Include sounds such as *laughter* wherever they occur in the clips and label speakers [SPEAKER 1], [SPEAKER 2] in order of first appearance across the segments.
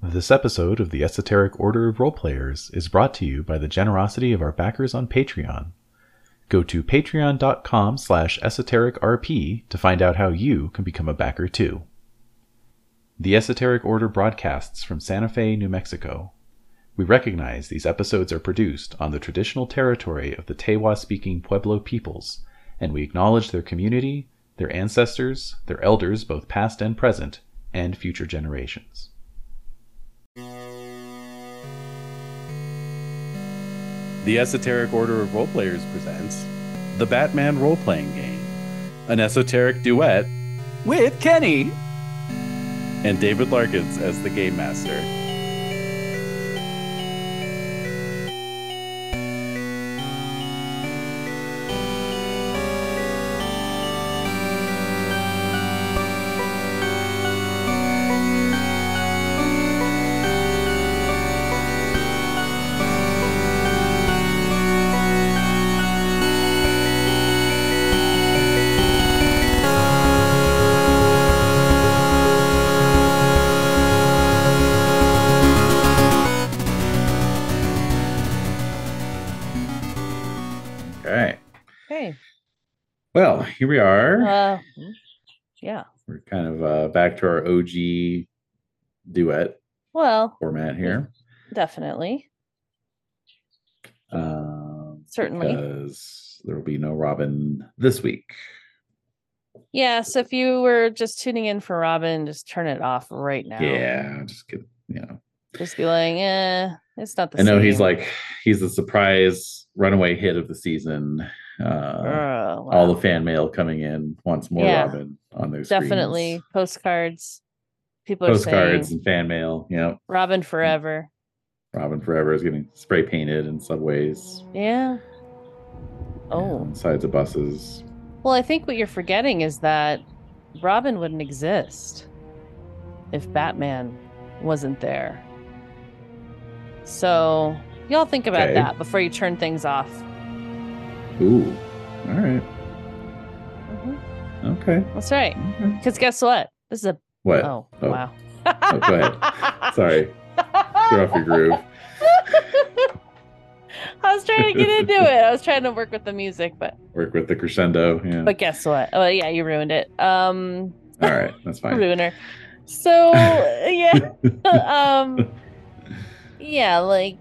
[SPEAKER 1] This episode of the Esoteric Order of Roleplayers is brought to you by the generosity of our backers on Patreon. Go to patreon.com slash esotericrp to find out how you can become a backer too. The Esoteric Order broadcasts from Santa Fe, New Mexico. We recognize these episodes are produced on the traditional territory of the Tewa speaking Pueblo peoples, and we acknowledge their community, their ancestors, their elders, both past and present, and future generations.
[SPEAKER 2] The Esoteric Order of Roleplayers presents the Batman Role Playing Game, an esoteric duet
[SPEAKER 3] with Kenny
[SPEAKER 2] and David Larkins as the Game Master.
[SPEAKER 1] All right.
[SPEAKER 4] Hey.
[SPEAKER 1] Well, here we are.
[SPEAKER 4] Uh, mm, yeah.
[SPEAKER 1] We're kind of uh, back to our OG duet
[SPEAKER 4] Well,
[SPEAKER 1] format here.
[SPEAKER 4] definitely.
[SPEAKER 1] Um,
[SPEAKER 4] Certainly.
[SPEAKER 1] Because there will be no Robin this week.
[SPEAKER 4] Yeah. So if you were just tuning in for Robin, just turn it off right now.
[SPEAKER 1] Yeah, just get you know.
[SPEAKER 4] Just be like, eh, it's not the
[SPEAKER 1] I know he's
[SPEAKER 4] same."
[SPEAKER 1] like he's the surprise runaway hit of the season. Uh,
[SPEAKER 4] Ugh,
[SPEAKER 1] All
[SPEAKER 4] wow.
[SPEAKER 1] the fan mail coming in wants more
[SPEAKER 4] Yeah.
[SPEAKER 1] Robin on their screens.
[SPEAKER 4] definitely postcards. People are
[SPEAKER 1] postcards Mm.
[SPEAKER 4] saying
[SPEAKER 1] and fan mail. You know,
[SPEAKER 4] Robin forever.
[SPEAKER 1] Robin Forever is getting spray painted in subways,
[SPEAKER 4] Yeah. Oh.
[SPEAKER 1] and sides of buses.
[SPEAKER 4] Well, I think what you're forgetting is that Robin wouldn't exist if Batman wasn't there. So, y'all think about
[SPEAKER 1] Okay.
[SPEAKER 4] that before you turn things off.
[SPEAKER 1] Ooh, all right, okay.
[SPEAKER 4] That's right.
[SPEAKER 1] okay.
[SPEAKER 4] Because guess what? This is a.
[SPEAKER 1] What?
[SPEAKER 4] Oh,
[SPEAKER 1] Oh.
[SPEAKER 4] wow.
[SPEAKER 1] go
[SPEAKER 4] *laughs*
[SPEAKER 1] Sorry, you're off your groove.
[SPEAKER 4] I was trying to get into it. I was trying to work with the music, but
[SPEAKER 1] Work with the crescendo. Yeah.
[SPEAKER 4] but guess what? Oh yeah, you ruined it. Um,
[SPEAKER 1] all right, that's fine.
[SPEAKER 4] ruiner.
[SPEAKER 1] *laughs*
[SPEAKER 4] So yeah. *laughs* um yeah like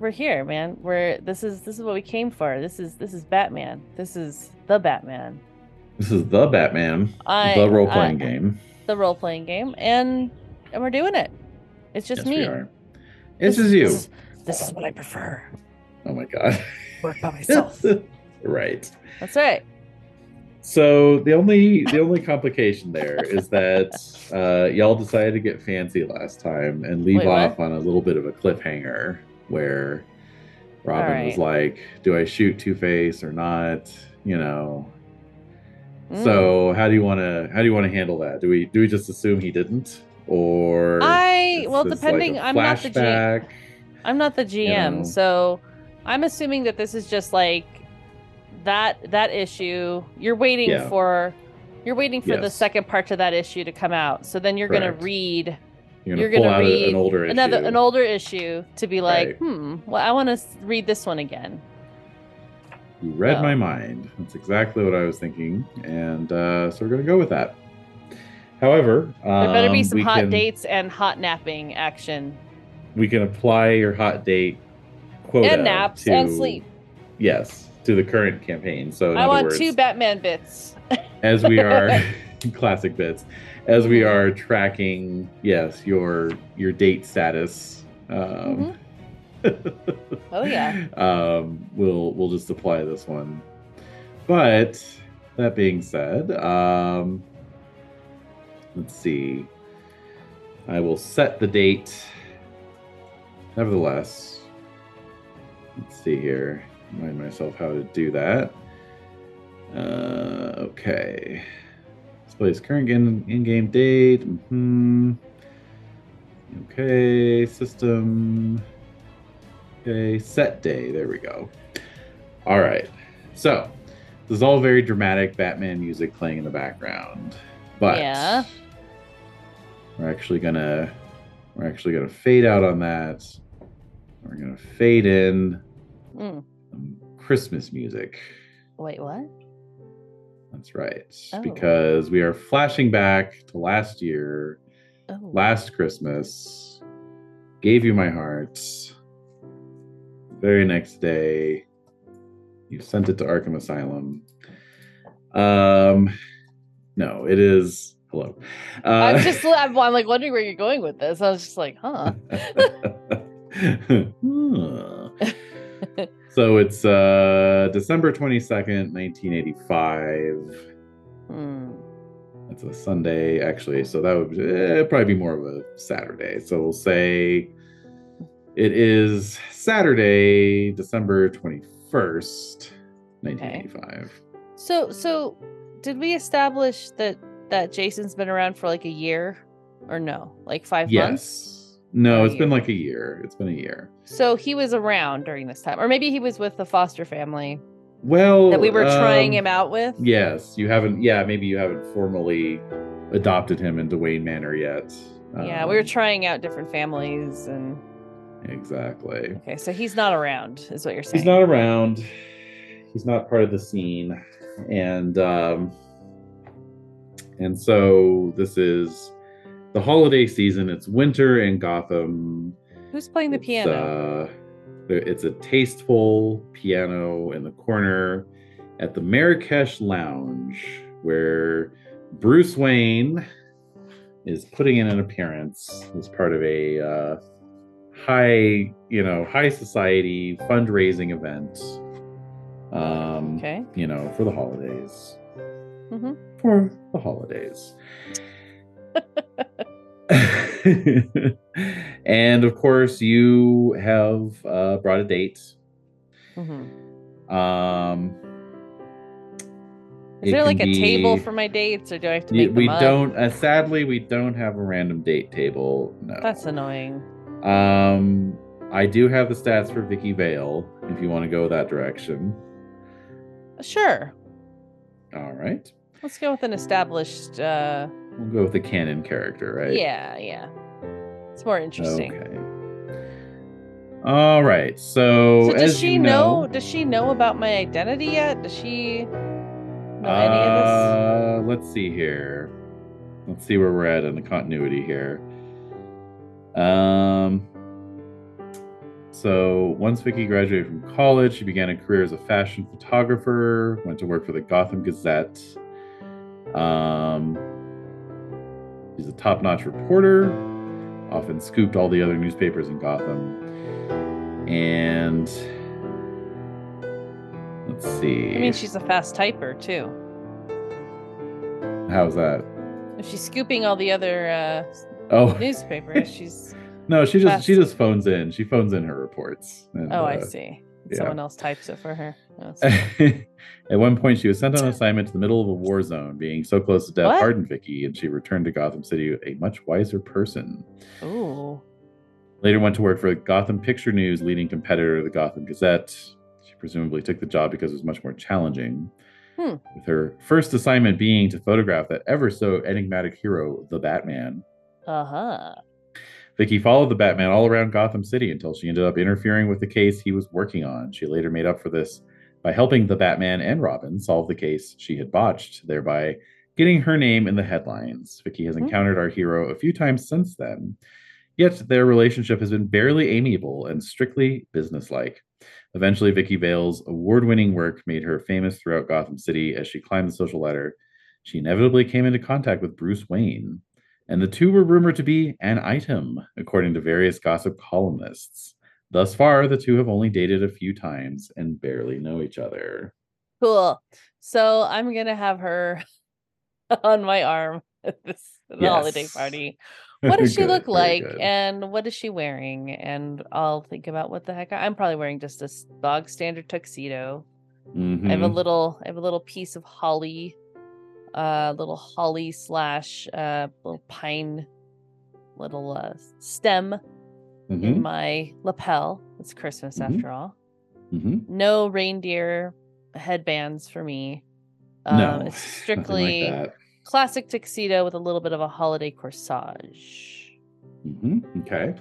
[SPEAKER 4] we're here man we're this is this is what we came for this is this is batman this is the batman
[SPEAKER 1] this is the Batman,
[SPEAKER 4] i
[SPEAKER 1] the role playing
[SPEAKER 4] I-
[SPEAKER 1] game.
[SPEAKER 4] the role-playing game and and we're doing it it's just
[SPEAKER 1] Yes,
[SPEAKER 4] me
[SPEAKER 1] we are. It's
[SPEAKER 4] This-
[SPEAKER 1] just you.
[SPEAKER 4] this is- this is what i prefer
[SPEAKER 1] Oh my god.
[SPEAKER 4] work
[SPEAKER 1] *laughs*
[SPEAKER 4] by myself
[SPEAKER 1] right.
[SPEAKER 4] that's right
[SPEAKER 1] So the only the only complication there is that uh, y'all decided to get fancy last time and leave
[SPEAKER 4] Wait, what?
[SPEAKER 1] off on a little bit of a cliffhanger where Robin was
[SPEAKER 4] Alright.
[SPEAKER 1] like, "Do I shoot Two Face or not?" You know.
[SPEAKER 4] Mm.
[SPEAKER 1] So how do you want to how do you want to handle that? Do we do we just assume he didn't or
[SPEAKER 4] Mm. i
[SPEAKER 1] is
[SPEAKER 4] well
[SPEAKER 1] this
[SPEAKER 4] depending
[SPEAKER 1] like a
[SPEAKER 4] i'm not the G-
[SPEAKER 1] flashback?
[SPEAKER 4] I'm not the GM,
[SPEAKER 1] know.
[SPEAKER 4] so I'm assuming that this is just like that that issue. You're waiting
[SPEAKER 1] Yeah.
[SPEAKER 4] for you're waiting for the
[SPEAKER 1] Yes.
[SPEAKER 4] second part to that issue to come out. So then you're
[SPEAKER 1] Correct.
[SPEAKER 4] gonna read
[SPEAKER 1] You're gonna
[SPEAKER 4] you're
[SPEAKER 1] pull
[SPEAKER 4] gonna
[SPEAKER 1] out a-
[SPEAKER 4] read
[SPEAKER 1] an older
[SPEAKER 4] another
[SPEAKER 1] issue.
[SPEAKER 4] an older issue to be
[SPEAKER 1] Right.
[SPEAKER 4] like, hmm, well, I want to read this one again.
[SPEAKER 1] You read
[SPEAKER 4] Well.
[SPEAKER 1] my mind. That's exactly what I was thinking, and uh, so we're gonna go with that. However,
[SPEAKER 4] There better be
[SPEAKER 1] um,
[SPEAKER 4] some
[SPEAKER 1] we
[SPEAKER 4] hot
[SPEAKER 1] can,
[SPEAKER 4] dates and hot napping action
[SPEAKER 1] We can apply your hot date quota
[SPEAKER 4] and naps
[SPEAKER 1] to,
[SPEAKER 4] and sleep.
[SPEAKER 1] Yes, to the current campaign. So in other
[SPEAKER 4] I want
[SPEAKER 1] words,
[SPEAKER 4] two Batman bits.
[SPEAKER 1] as we
[SPEAKER 4] *laughs*
[SPEAKER 1] are *laughs* classic bits, as we
[SPEAKER 4] Mm-hmm.
[SPEAKER 1] are tracking, yes, your your date status. Um,
[SPEAKER 4] Mm-hmm. Oh
[SPEAKER 1] *gasps*
[SPEAKER 4] yeah.
[SPEAKER 1] um, we'll we'll just apply this one. But that being said, um, let's see. I will set the date. Nevertheless, let's see here. Remind myself how to do that. Uh, okay. Displays current in- in-game date. Hmm. Okay. System. Okay, set day. There we go. All right. So, this is all very dramatic Batman music playing in the background. But
[SPEAKER 4] Yeah.
[SPEAKER 1] we're actually going to We're actually going to fade out on that. We're going to fade in
[SPEAKER 4] Mm.
[SPEAKER 1] um, Christmas music.
[SPEAKER 4] Wait, what?
[SPEAKER 1] That's right.
[SPEAKER 4] Oh.
[SPEAKER 1] Because we are flashing back to last year,
[SPEAKER 4] Oh.
[SPEAKER 1] last Christmas. Gave you my heart. Very next day, you sent it to Arkham Asylum. Um, no, it is hello. Uh,
[SPEAKER 4] I'm
[SPEAKER 1] *laughs*
[SPEAKER 4] just I'm, I'm like wondering where you're going with this. I was just like, huh?
[SPEAKER 1] Huh. Hmm. so it's uh December 22nd, 1985.
[SPEAKER 4] Hmm.
[SPEAKER 1] That's a Sunday, actually. So that would eh, probably be more of a Saturday. So we'll say it is Saturday, December 21st, 1985.
[SPEAKER 4] So so did we establish that that Jason's been around for like a year or no? Like 5 months?
[SPEAKER 1] Yes. No,
[SPEAKER 4] Or a
[SPEAKER 1] it's been
[SPEAKER 4] year.
[SPEAKER 1] like a year. It's been a year.
[SPEAKER 4] So he was around during this time or maybe he was with the foster family
[SPEAKER 1] Well,
[SPEAKER 4] that we were trying
[SPEAKER 1] um,
[SPEAKER 4] him out with.
[SPEAKER 1] Yes, you haven't. Yeah, maybe you haven't formally adopted him into Wayne Manor yet.
[SPEAKER 4] yeah, we were
[SPEAKER 1] Um,
[SPEAKER 4] trying out different families and
[SPEAKER 1] Exactly.
[SPEAKER 4] okay, so he's not around is what you're saying.
[SPEAKER 1] He's not around. He's not part of the scene, and um, and so this is the holiday season. It's winter in Gotham.
[SPEAKER 4] Who's playing the
[SPEAKER 1] It's,
[SPEAKER 4] piano?
[SPEAKER 1] uh, there- it's a tasteful piano in the corner at the Marrakesh Lounge where Bruce Wayne is putting in an appearance as part of a uh, high, you know, high society fundraising event. Um,
[SPEAKER 4] okay.
[SPEAKER 1] you know, for the holidays.
[SPEAKER 4] Mhm.
[SPEAKER 1] For the
[SPEAKER 4] *laughs*
[SPEAKER 1] holidays. and of course, you have uh, brought a date.
[SPEAKER 4] hmm
[SPEAKER 1] Um,
[SPEAKER 4] Is
[SPEAKER 1] it
[SPEAKER 4] there
[SPEAKER 1] can
[SPEAKER 4] like a table
[SPEAKER 1] be-
[SPEAKER 4] for my dates or do I have to
[SPEAKER 1] Y-
[SPEAKER 4] make them
[SPEAKER 1] we
[SPEAKER 4] up?
[SPEAKER 1] don't. Uh, sadly, we don't have a random date table. No.
[SPEAKER 4] That's annoying.
[SPEAKER 1] Um, I do have the stats for Vicky Vale. If you want to go that direction.
[SPEAKER 4] Sure.
[SPEAKER 1] All right.
[SPEAKER 4] Let's go with an established uh
[SPEAKER 1] We'll go with the canon character, right?
[SPEAKER 4] Yeah, yeah. It's more interesting.
[SPEAKER 1] Okay. All right. So,
[SPEAKER 4] So does
[SPEAKER 1] as
[SPEAKER 4] she
[SPEAKER 1] you
[SPEAKER 4] know,
[SPEAKER 1] know,
[SPEAKER 4] Does she know about my identity yet? Does she know any of
[SPEAKER 1] Uh, let's see here. Let's see where we're at in the continuity here. Um. So once Vicky graduated from college, she began a career as a fashion photographer. Went to work for the Gotham Gazette. Um, she's a top-notch reporter. Often scooped all the other newspapers in Gotham. And let's see.
[SPEAKER 4] this? I mean, she's a fast typer too.
[SPEAKER 1] How's that?
[SPEAKER 4] If she's scooping all the other uh,
[SPEAKER 1] Oh *laughs*
[SPEAKER 4] newspapers, she's.
[SPEAKER 1] no, she just she
[SPEAKER 4] Fast.
[SPEAKER 1] just phones in. She phones in her reports. and,
[SPEAKER 4] Oh, I
[SPEAKER 1] uh,
[SPEAKER 4] see.
[SPEAKER 1] yeah. *laughs*
[SPEAKER 4] Someone else types it for her. Oh, so-
[SPEAKER 1] At one point, she was sent
[SPEAKER 4] *laughs*
[SPEAKER 1] on assignment to the middle of a war zone, being so close to death
[SPEAKER 4] What?
[SPEAKER 1] hardened Vicky, and she returned to Gotham City a much wiser person.
[SPEAKER 4] Ooh.
[SPEAKER 1] Later went to work for Gotham Picture News, leading competitor of the Gotham Gazette. She presumably took the job because it was much more challenging.
[SPEAKER 4] Hmm.
[SPEAKER 1] With her first assignment being to photograph that ever so enigmatic hero, the Batman.
[SPEAKER 4] Uh huh.
[SPEAKER 1] Vicky followed the Batman all around Gotham City until she ended up interfering with the case he was working on. She later made up for this by helping the Batman and Robin solve the case she had botched, thereby getting her name in the headlines. Vicky has
[SPEAKER 4] Hmm.
[SPEAKER 1] encountered our hero a few times since then, yet their relationship has been barely amiable and strictly businesslike. Eventually, Vicky Vale's award-winning work made her famous throughout Gotham City as she climbed the social ladder. She inevitably came into contact with Bruce Wayne and the two were rumored to be an item, according to various gossip columnists. Thus far, the two have only dated a few times and barely know each other.
[SPEAKER 4] Cool. So I'm going to have her *laughs* on my arm *laughs* at this at the holiday
[SPEAKER 1] Yes. *laughs*
[SPEAKER 4] party. What does she
[SPEAKER 1] Good,
[SPEAKER 4] look
[SPEAKER 1] very
[SPEAKER 4] like? Eh,
[SPEAKER 1] good.
[SPEAKER 4] And what is she wearing? And I'll think about what the heck I- I'm probably wearing just a s- bog standard tuxedo. I have a
[SPEAKER 1] Mhm.
[SPEAKER 4] little I have a little piece of holly, uh little holly slash uh little pine little uh stem in
[SPEAKER 1] Mhm.
[SPEAKER 4] my lapel. It's Christmas
[SPEAKER 1] Mhm.
[SPEAKER 4] after all.
[SPEAKER 1] Mhm.
[SPEAKER 4] No reindeer headbands for me. Um
[SPEAKER 1] No, *laughs*
[SPEAKER 4] it's
[SPEAKER 1] nothing like
[SPEAKER 4] strictly
[SPEAKER 1] that.
[SPEAKER 4] classic tuxedo with a little bit of a holiday corsage.
[SPEAKER 1] hmm Okay.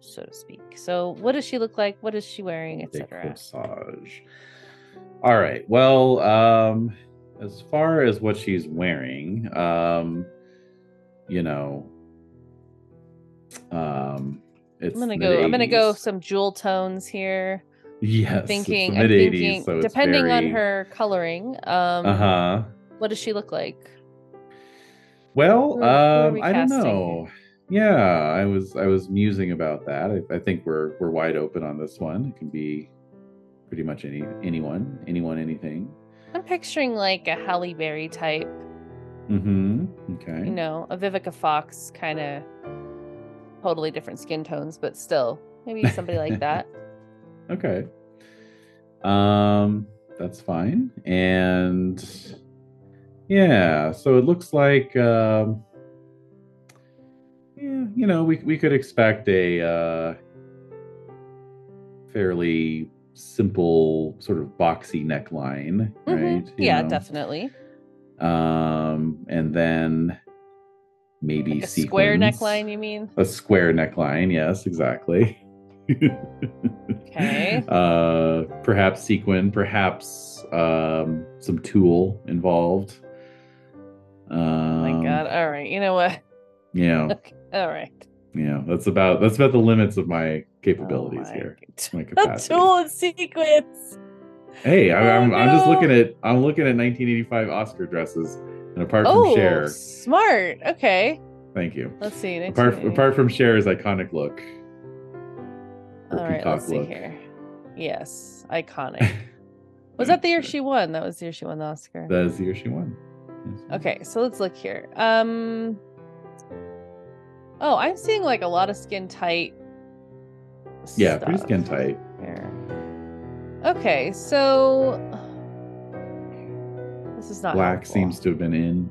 [SPEAKER 4] so to speak. So, what does she look like? What is she wearing, etc.?
[SPEAKER 1] Decorsage. All right. Well, um, as far as what she's wearing, um, you know, um, it's
[SPEAKER 4] I'm gonna
[SPEAKER 1] the
[SPEAKER 4] go. I'm gonna go
[SPEAKER 1] 80s.
[SPEAKER 4] some jewel tones here.
[SPEAKER 1] Yes, it's
[SPEAKER 4] thinking,
[SPEAKER 1] the
[SPEAKER 4] I'm
[SPEAKER 1] mid-eighties,
[SPEAKER 4] thinking,
[SPEAKER 1] so it's
[SPEAKER 4] depending on
[SPEAKER 1] very-
[SPEAKER 4] her coloring. Um,
[SPEAKER 1] Uh huh.
[SPEAKER 4] what does she look like?
[SPEAKER 1] Well,
[SPEAKER 4] Who are- who are
[SPEAKER 1] um,
[SPEAKER 4] we
[SPEAKER 1] I don't
[SPEAKER 4] casting?
[SPEAKER 1] know. Yeah, I was I was musing about that. I, I think we're we're wide open on this one. It can be pretty much any anyone, anyone, anything.
[SPEAKER 4] I'm picturing like a Halle Berry type,
[SPEAKER 1] Mm-hmm. Okay.
[SPEAKER 4] you know, a Vivica Fox kind of totally different skin tones, but still
[SPEAKER 1] *laughs*
[SPEAKER 4] maybe somebody like that.
[SPEAKER 1] Okay. Um, that's fine. And yeah, so it looks like um yeah, you know, we we could expect a uh fairly simple sort of boxy neckline,
[SPEAKER 4] Mhm.
[SPEAKER 1] right? You
[SPEAKER 4] Yeah,
[SPEAKER 1] know?
[SPEAKER 4] definitely.
[SPEAKER 1] Um, and then maybe
[SPEAKER 4] Like a square
[SPEAKER 1] sequins.
[SPEAKER 4] neckline, you mean?
[SPEAKER 1] A square neckline, yes, exactly.
[SPEAKER 4] Okay.
[SPEAKER 1] *laughs* Uh, perhaps sequin, perhaps um, some tool involved. Um, oh.
[SPEAKER 4] Oh my god. All right. You know what? *laughs*
[SPEAKER 1] Yeah,
[SPEAKER 4] Okay. All right.
[SPEAKER 1] yeah. That's about that's about the limits of my
[SPEAKER 4] Oh
[SPEAKER 1] capabilities
[SPEAKER 4] my
[SPEAKER 1] here.
[SPEAKER 4] god.
[SPEAKER 1] My
[SPEAKER 4] *laughs* A
[SPEAKER 1] capacity.
[SPEAKER 4] tool and sequence.
[SPEAKER 1] Hey, I,
[SPEAKER 4] Oh,
[SPEAKER 1] I'm I'm just
[SPEAKER 4] no.
[SPEAKER 1] looking at I'm looking at 1985 Oscar dresses, and apart from
[SPEAKER 4] Oh,
[SPEAKER 1] Cher,
[SPEAKER 4] smart. Okay.
[SPEAKER 1] thank you.
[SPEAKER 4] Let's see. next
[SPEAKER 1] Apart
[SPEAKER 4] movie.
[SPEAKER 1] apart from Cher's iconic look. her
[SPEAKER 4] All right.
[SPEAKER 1] peacock
[SPEAKER 4] Let's see
[SPEAKER 1] look.
[SPEAKER 4] here. Yes.
[SPEAKER 1] *laughs*
[SPEAKER 4] Iconic. Was that the year she won? That was the year she won the Oscar.
[SPEAKER 1] That is the year she won. Yes.
[SPEAKER 4] Okay, so let's look here. Um Oh, I'm seeing like a lot of skin tight.
[SPEAKER 1] Yeah, pretty
[SPEAKER 4] stuff
[SPEAKER 1] skin tight.
[SPEAKER 4] Here. Okay, so this is not
[SPEAKER 1] Black
[SPEAKER 4] helpful.
[SPEAKER 1] seems to have been in.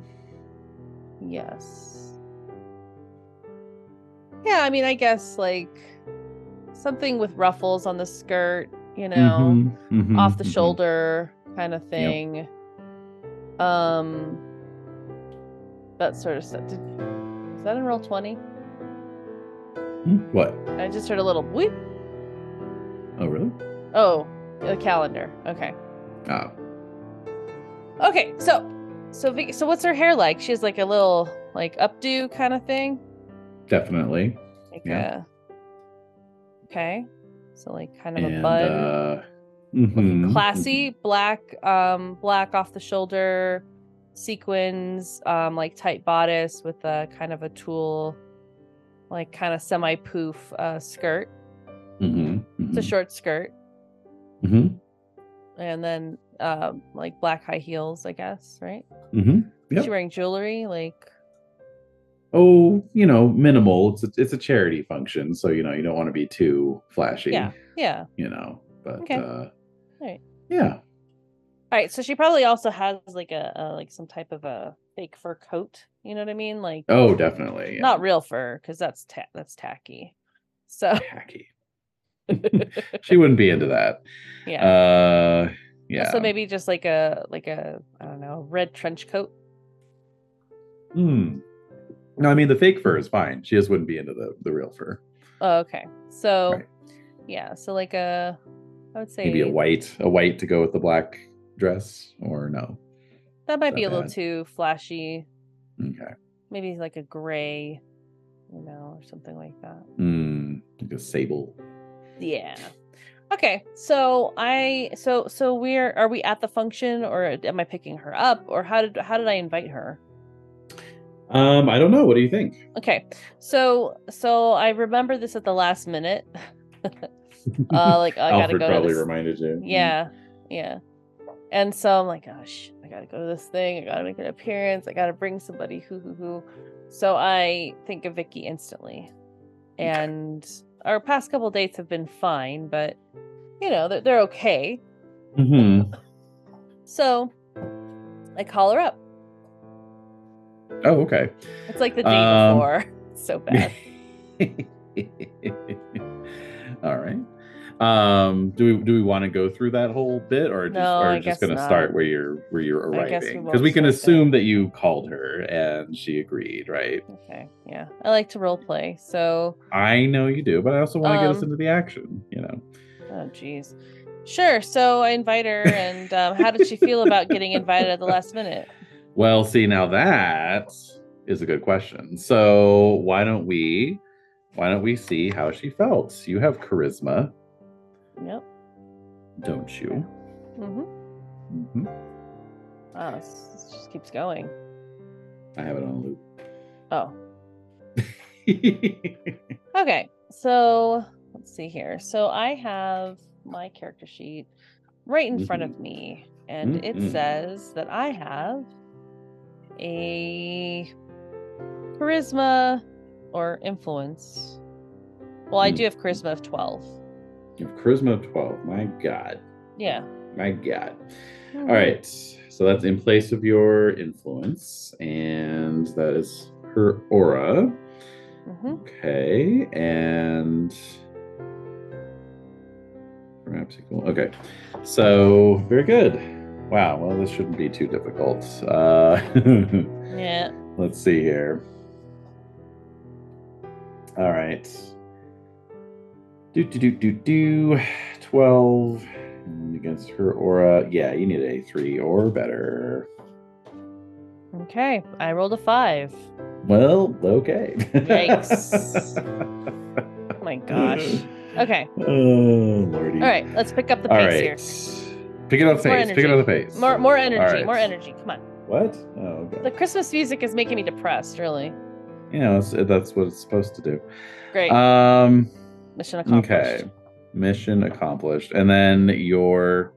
[SPEAKER 4] Yes. Yeah, I mean, I guess like something with ruffles on the skirt, you know
[SPEAKER 1] Mhm, mhm,
[SPEAKER 4] off the
[SPEAKER 1] mhm.
[SPEAKER 4] shoulder kind of thing. Um, that sort of stuff. Did, is that in roll twenty?
[SPEAKER 1] Hmm, What?
[SPEAKER 4] I just heard a little whoop.
[SPEAKER 1] Oh, really?
[SPEAKER 4] Oh, the calendar. Okay.
[SPEAKER 1] Ah,
[SPEAKER 4] Okay. So, so Vic- so what's her hair like? She has like a little like updo kind of thing.
[SPEAKER 1] definitely.
[SPEAKER 4] Like
[SPEAKER 1] Yeah.
[SPEAKER 4] a- okay. So like kind of a
[SPEAKER 1] And
[SPEAKER 4] bun.
[SPEAKER 1] uh,
[SPEAKER 4] looking
[SPEAKER 1] mhm,
[SPEAKER 4] classy black um black off the shoulder sequins um like tight bodice with a kind of a tulle like kind of semi poof uh skirt
[SPEAKER 1] mhm,
[SPEAKER 4] it's a
[SPEAKER 1] mhm,
[SPEAKER 4] short skirt
[SPEAKER 1] mhm,
[SPEAKER 4] and then um like black high heels i guess right
[SPEAKER 1] mhm.
[SPEAKER 4] Is
[SPEAKER 1] Yep.
[SPEAKER 4] she wearing jewelry like
[SPEAKER 1] Oh, you know, minimal. It's a, it's a charity function, so you know you don't want to be too flashy.
[SPEAKER 4] yeah yeah
[SPEAKER 1] You know, but
[SPEAKER 4] Okay.
[SPEAKER 1] uh,
[SPEAKER 4] Alright.
[SPEAKER 1] yeah,
[SPEAKER 4] all right so she probably also has like a, a like some type of a fake fur coat you know what i mean like
[SPEAKER 1] oh, definitely. yeah.
[SPEAKER 4] not real fur because that's ta- that's tacky so
[SPEAKER 1] *laughs*
[SPEAKER 4] *laughs*
[SPEAKER 1] tacky. *laughs* she wouldn't be into that.
[SPEAKER 4] yeah
[SPEAKER 1] Uh, yeah.
[SPEAKER 4] So maybe just like a like a I don't know red trench coat.
[SPEAKER 1] Hmm. No, I mean the fake fur is fine. She just wouldn't be into the the real fur.
[SPEAKER 4] Oh, okay. So
[SPEAKER 1] Right.
[SPEAKER 4] yeah, so like a I would say
[SPEAKER 1] Maybe a white, a white to go with the black dress, or no.
[SPEAKER 4] that might be
[SPEAKER 1] that
[SPEAKER 4] a little
[SPEAKER 1] bad.
[SPEAKER 4] too flashy.
[SPEAKER 1] Okay.
[SPEAKER 4] Maybe like a gray, you know, or something like that.
[SPEAKER 1] Mm, like a sable.
[SPEAKER 4] Yeah. Okay. So I so so we're are we at the function or am I picking her up or how did how did I invite her?
[SPEAKER 1] Um, I don't know. What do you think?
[SPEAKER 4] Okay. So so I remember this at the last minute. *laughs* uh like
[SPEAKER 1] *laughs*
[SPEAKER 4] I got to
[SPEAKER 1] Alfred
[SPEAKER 4] go to
[SPEAKER 1] probably
[SPEAKER 4] this
[SPEAKER 1] reminded you.
[SPEAKER 4] Yeah, yeah. And so I'm like, gosh, I gotta go to this thing. I gotta make an appearance. I gotta bring somebody. Hoo hoo hoo. So I think of Vicky instantly. And our past couple dates have been fine, but you know they're, they're okay.
[SPEAKER 1] Mhm.
[SPEAKER 4] So I call her up.
[SPEAKER 1] Oh, okay.
[SPEAKER 4] It's like the day
[SPEAKER 1] Um,
[SPEAKER 4] *laughs* before. It's so bad.
[SPEAKER 1] *laughs* All right. Um, do we do we want to go through that whole bit, or just,
[SPEAKER 4] No,
[SPEAKER 1] or
[SPEAKER 4] I
[SPEAKER 1] just
[SPEAKER 4] guess
[SPEAKER 1] going to
[SPEAKER 4] not.
[SPEAKER 1] start where you're where you're
[SPEAKER 4] I guess we
[SPEAKER 1] arriving?
[SPEAKER 4] won't
[SPEAKER 1] Because we, can
[SPEAKER 4] start
[SPEAKER 1] assume that you called her and she agreed, right?
[SPEAKER 4] Okay. Yeah. I like to role play. So,
[SPEAKER 1] I know you do, but I also want to get us
[SPEAKER 4] Um,
[SPEAKER 1] into the action. You know,
[SPEAKER 4] oh geez. Sure. So I invite her, and um, how did she feel about getting invited at the last minute?
[SPEAKER 1] Well, see, now that is a good question. So why don't we why don't we see how she felt? You have charisma,
[SPEAKER 4] Yep.
[SPEAKER 1] don't you?
[SPEAKER 4] Mm-hmm.
[SPEAKER 1] Mhm.
[SPEAKER 4] Wow, this, Oh, this just keeps going.
[SPEAKER 1] I have it *laughs* on
[SPEAKER 4] Oh,
[SPEAKER 1] loop.
[SPEAKER 4] Okay, so let's see here. So I have my character sheet right in front
[SPEAKER 1] Mm-hmm.
[SPEAKER 4] of me, and
[SPEAKER 1] Mhm.
[SPEAKER 4] it says that I have a charisma or influence. Well,
[SPEAKER 1] Hmm.
[SPEAKER 4] I do have charisma of 12.
[SPEAKER 1] you have charisma of 12. My god.
[SPEAKER 4] Yeah.
[SPEAKER 1] My god. All right. So that's in place of your influence and that is her aura.
[SPEAKER 4] hmm
[SPEAKER 1] Okay, and perhaps equal. Okay, so very good. Wow. Well, this shouldn't be too difficult. Uh, *laughs*
[SPEAKER 4] Yeah.
[SPEAKER 1] let's see here. All right. Do do do do do. Twelve and against her aura. Yeah, you need a three or better.
[SPEAKER 4] Okay. I rolled
[SPEAKER 1] *laughs*
[SPEAKER 4] a five.
[SPEAKER 1] Well, okay. *laughs*
[SPEAKER 4] Yikes. Oh my gosh. Okay.
[SPEAKER 1] Oh, lordy.
[SPEAKER 4] All right. Let's pick up the
[SPEAKER 1] All
[SPEAKER 4] pace
[SPEAKER 1] right.
[SPEAKER 4] here.
[SPEAKER 1] Pick it up the
[SPEAKER 4] More
[SPEAKER 1] pace. Pick it up the pace.
[SPEAKER 4] More, more energy.
[SPEAKER 1] right.
[SPEAKER 4] More energy. Come on.
[SPEAKER 1] What? Oh, okay.
[SPEAKER 4] The Christmas music is making me depressed, really.
[SPEAKER 1] You know, it's, that's what it's supposed to do.
[SPEAKER 4] Great.
[SPEAKER 1] Um,
[SPEAKER 4] Mission accomplished.
[SPEAKER 1] okay. Mission accomplished. And then your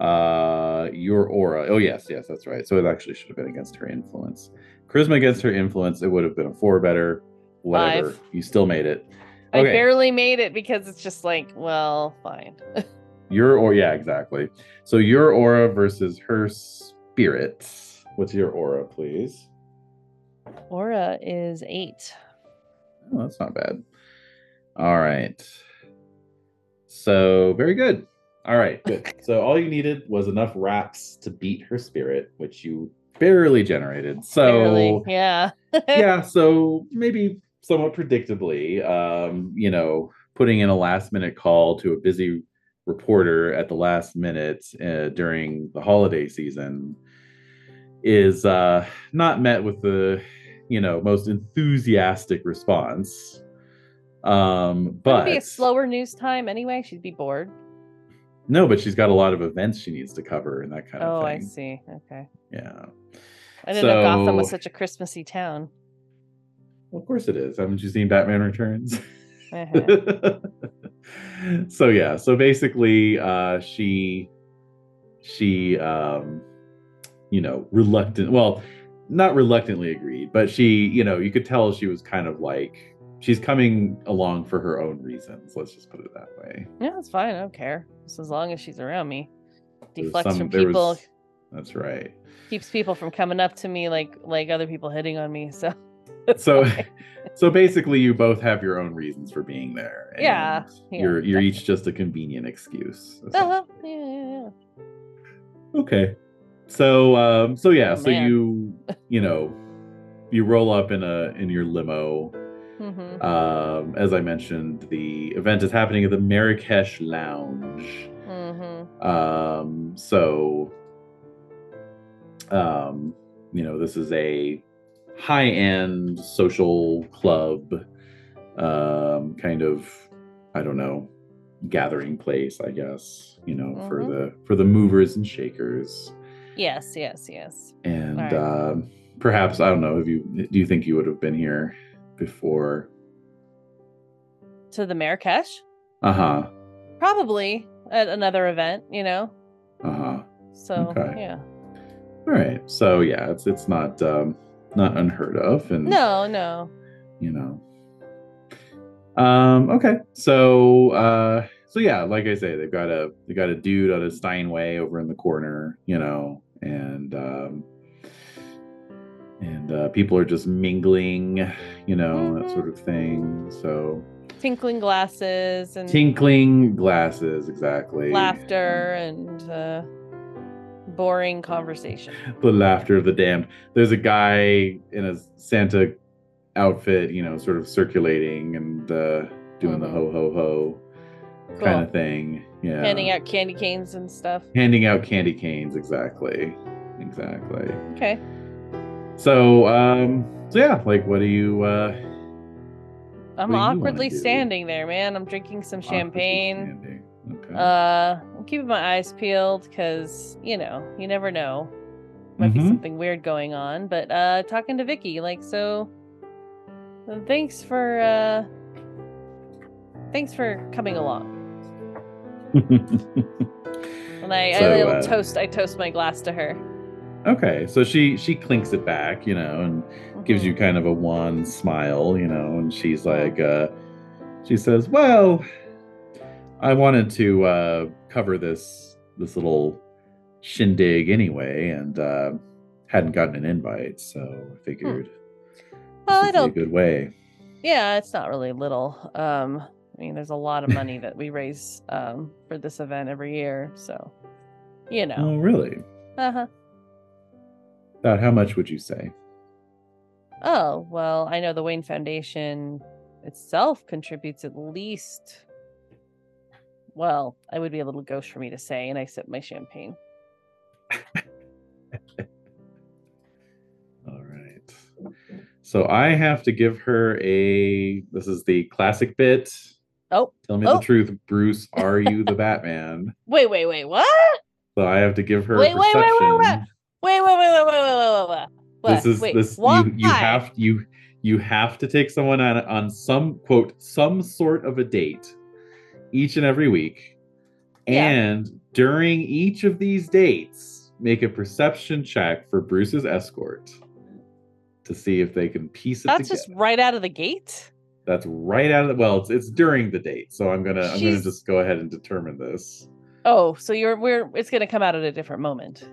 [SPEAKER 1] uh your aura. Oh yes, yes, that's right. So it actually should have been against her influence. Charisma against her influence, it would have been a four better. Whatever.
[SPEAKER 4] Five.
[SPEAKER 1] You still made it.
[SPEAKER 4] I
[SPEAKER 1] Okay.
[SPEAKER 4] barely made it because it's just like, well, fine.
[SPEAKER 1] Your or yeah, exactly. So your aura versus her spirit. What's your aura, please?
[SPEAKER 4] Aura is eight.
[SPEAKER 1] Oh, that's not bad. All right. So very good. All right, good. So all you needed was enough raps to beat her spirit, which you barely generated. So
[SPEAKER 4] Barely. Yeah. *laughs*
[SPEAKER 1] yeah, so maybe somewhat predictably, um, you know, putting in a last minute call to a busy reporter at the last minute uh, during the holiday season is uh, not met with the, you know, most enthusiastic response. Um, but
[SPEAKER 4] But be a slower news time anyway. She'd be bored.
[SPEAKER 1] no, but she's got a lot of events she needs to cover and that kind of
[SPEAKER 4] Oh, I
[SPEAKER 1] thing.
[SPEAKER 4] see. Okay.
[SPEAKER 1] Yeah.
[SPEAKER 4] I didn't know Gotham was
[SPEAKER 1] So-
[SPEAKER 4] such a Christmassy town.
[SPEAKER 1] Well, of course it is. Haven't you seen Batman Returns? *laughs*
[SPEAKER 4] Uh-huh.
[SPEAKER 1] so yeah so basically uh she she um you know reluctant well not reluctantly agreed but she you know you could tell she was kind of like she's coming along for her own reasons let's just put it that way
[SPEAKER 4] yeah, it's fine. I don't care. Just as long as she's around me.
[SPEAKER 1] There was
[SPEAKER 4] Deflects
[SPEAKER 1] some-
[SPEAKER 4] from
[SPEAKER 1] there
[SPEAKER 4] people,
[SPEAKER 1] was- that's right
[SPEAKER 4] keeps people from coming up to me like like other people hitting on me. So
[SPEAKER 1] so *laughs* so basically you both have your own reasons for being there and
[SPEAKER 4] Yeah, yeah,
[SPEAKER 1] you're you're each just a convenient excuse
[SPEAKER 4] uh-huh. yeah, yeah, yeah.
[SPEAKER 1] Okay. So um so yeah,
[SPEAKER 4] Oh,
[SPEAKER 1] so
[SPEAKER 4] man.
[SPEAKER 1] you
[SPEAKER 4] *laughs*
[SPEAKER 1] you know you roll up in a in your limo.
[SPEAKER 4] hmm
[SPEAKER 1] Um as I mentioned, the event is happening at the Marrakesh Lounge.
[SPEAKER 4] hmm
[SPEAKER 1] Um so um you know, this is a high-end social club um kind of I don't know gathering place, I guess, you know, for
[SPEAKER 4] Mhm.
[SPEAKER 1] the for the movers and shakers
[SPEAKER 4] Yes, yes, yes.
[SPEAKER 1] and
[SPEAKER 4] Right.
[SPEAKER 1] um, perhaps I don't know. Have you? Do you think you would have been here before?
[SPEAKER 4] To the Marrakesh?
[SPEAKER 1] Uh huh.
[SPEAKER 4] Probably at another event, you know?
[SPEAKER 1] Uh huh.
[SPEAKER 4] So,
[SPEAKER 1] Okay.
[SPEAKER 4] yeah.
[SPEAKER 1] All right. So yeah, it's it's not um, not unheard of, and
[SPEAKER 4] No, no.
[SPEAKER 1] you know. Um. Okay. So uh. So yeah, like I say, they've got a they got a dude out of Steinway over in the corner, you know, and um, and uh, people are just mingling, you know, that
[SPEAKER 4] Mm-hmm.
[SPEAKER 1] sort of thing. So
[SPEAKER 4] Tinkling glasses and
[SPEAKER 1] tinkling glasses, exactly.
[SPEAKER 4] laughter and uh, boring conversation.
[SPEAKER 1] the laughter of the damned. There's a guy in a Santa outfit, you know, sort of circulating and uh, doing the
[SPEAKER 4] Mhm.
[SPEAKER 1] ho ho ho
[SPEAKER 4] Cool.
[SPEAKER 1] kind of thing. Yeah,
[SPEAKER 4] Handing out candy canes and stuff.
[SPEAKER 1] handing out candy canes, exactly, exactly.
[SPEAKER 4] Okay.
[SPEAKER 1] So, um, so yeah, like, what do you? Uh, What
[SPEAKER 4] I'm
[SPEAKER 1] do you wanna
[SPEAKER 4] awkwardly
[SPEAKER 1] do?
[SPEAKER 4] standing there, man. I'm drinking some champagne.
[SPEAKER 1] Standing. Okay.
[SPEAKER 4] Uh, I'm keeping my eyes peeled because you know you never know. Might be
[SPEAKER 1] Mhm.
[SPEAKER 4] something weird going on. But uh, talking to Vicky, like so. uh, Thanks for uh, thanks for coming along. And I, I
[SPEAKER 1] So,
[SPEAKER 4] little
[SPEAKER 1] uh,
[SPEAKER 4] toast. I toast my glass to her.
[SPEAKER 1] *laughs* okay, so she she clinks it back, you know, and gives
[SPEAKER 4] Mhm.
[SPEAKER 1] you kind of a wan smile, you know, and she's like, uh, she says, "Well, I wanted to uh, cover this this little shindig anyway, and uh, hadn't gotten an invite, so I figured
[SPEAKER 4] Hmm. Well,
[SPEAKER 1] this
[SPEAKER 4] I
[SPEAKER 1] would
[SPEAKER 4] don't
[SPEAKER 1] be a good way."
[SPEAKER 4] Yeah, it's not really little. Um, I mean, there's a lot of money that we raise um, for this event every year, so you know.
[SPEAKER 1] Oh, really?
[SPEAKER 4] Uh-huh.
[SPEAKER 1] About how much would you say?
[SPEAKER 4] Oh well, I know the Wayne Foundation itself contributes at least. Well, I would be a little gauche for me to say, and I sip my champagne.
[SPEAKER 1] All right. So I have to give her a. This is the classic bit.
[SPEAKER 4] Oh,
[SPEAKER 1] Tell me
[SPEAKER 4] oh.
[SPEAKER 1] the truth, Bruce. Are you the
[SPEAKER 4] *laughs*
[SPEAKER 1] Batman?
[SPEAKER 4] wait, wait, wait, what?
[SPEAKER 1] So I have to give her
[SPEAKER 4] Wait,
[SPEAKER 1] a
[SPEAKER 4] wait, wait,
[SPEAKER 1] perception.
[SPEAKER 4] wait, wait. Wait, wait, wait, wait, wait, wait, wait, wait, wait. What?
[SPEAKER 1] this is
[SPEAKER 4] wait,
[SPEAKER 1] this
[SPEAKER 4] why?
[SPEAKER 1] you you have you you have to take someone on on some quote some sort of a date each and every week
[SPEAKER 4] Yeah.
[SPEAKER 1] and during each of these dates make a perception check for bruce's escort to see if they can piece it
[SPEAKER 4] That's
[SPEAKER 1] together
[SPEAKER 4] just right out of the gate.
[SPEAKER 1] that's right out of the well it's, it's during the date so i'm gonna i'm gonna
[SPEAKER 4] She's-
[SPEAKER 1] just go ahead and determine this
[SPEAKER 4] Oh, so you're we're it's gonna come out at a different moment.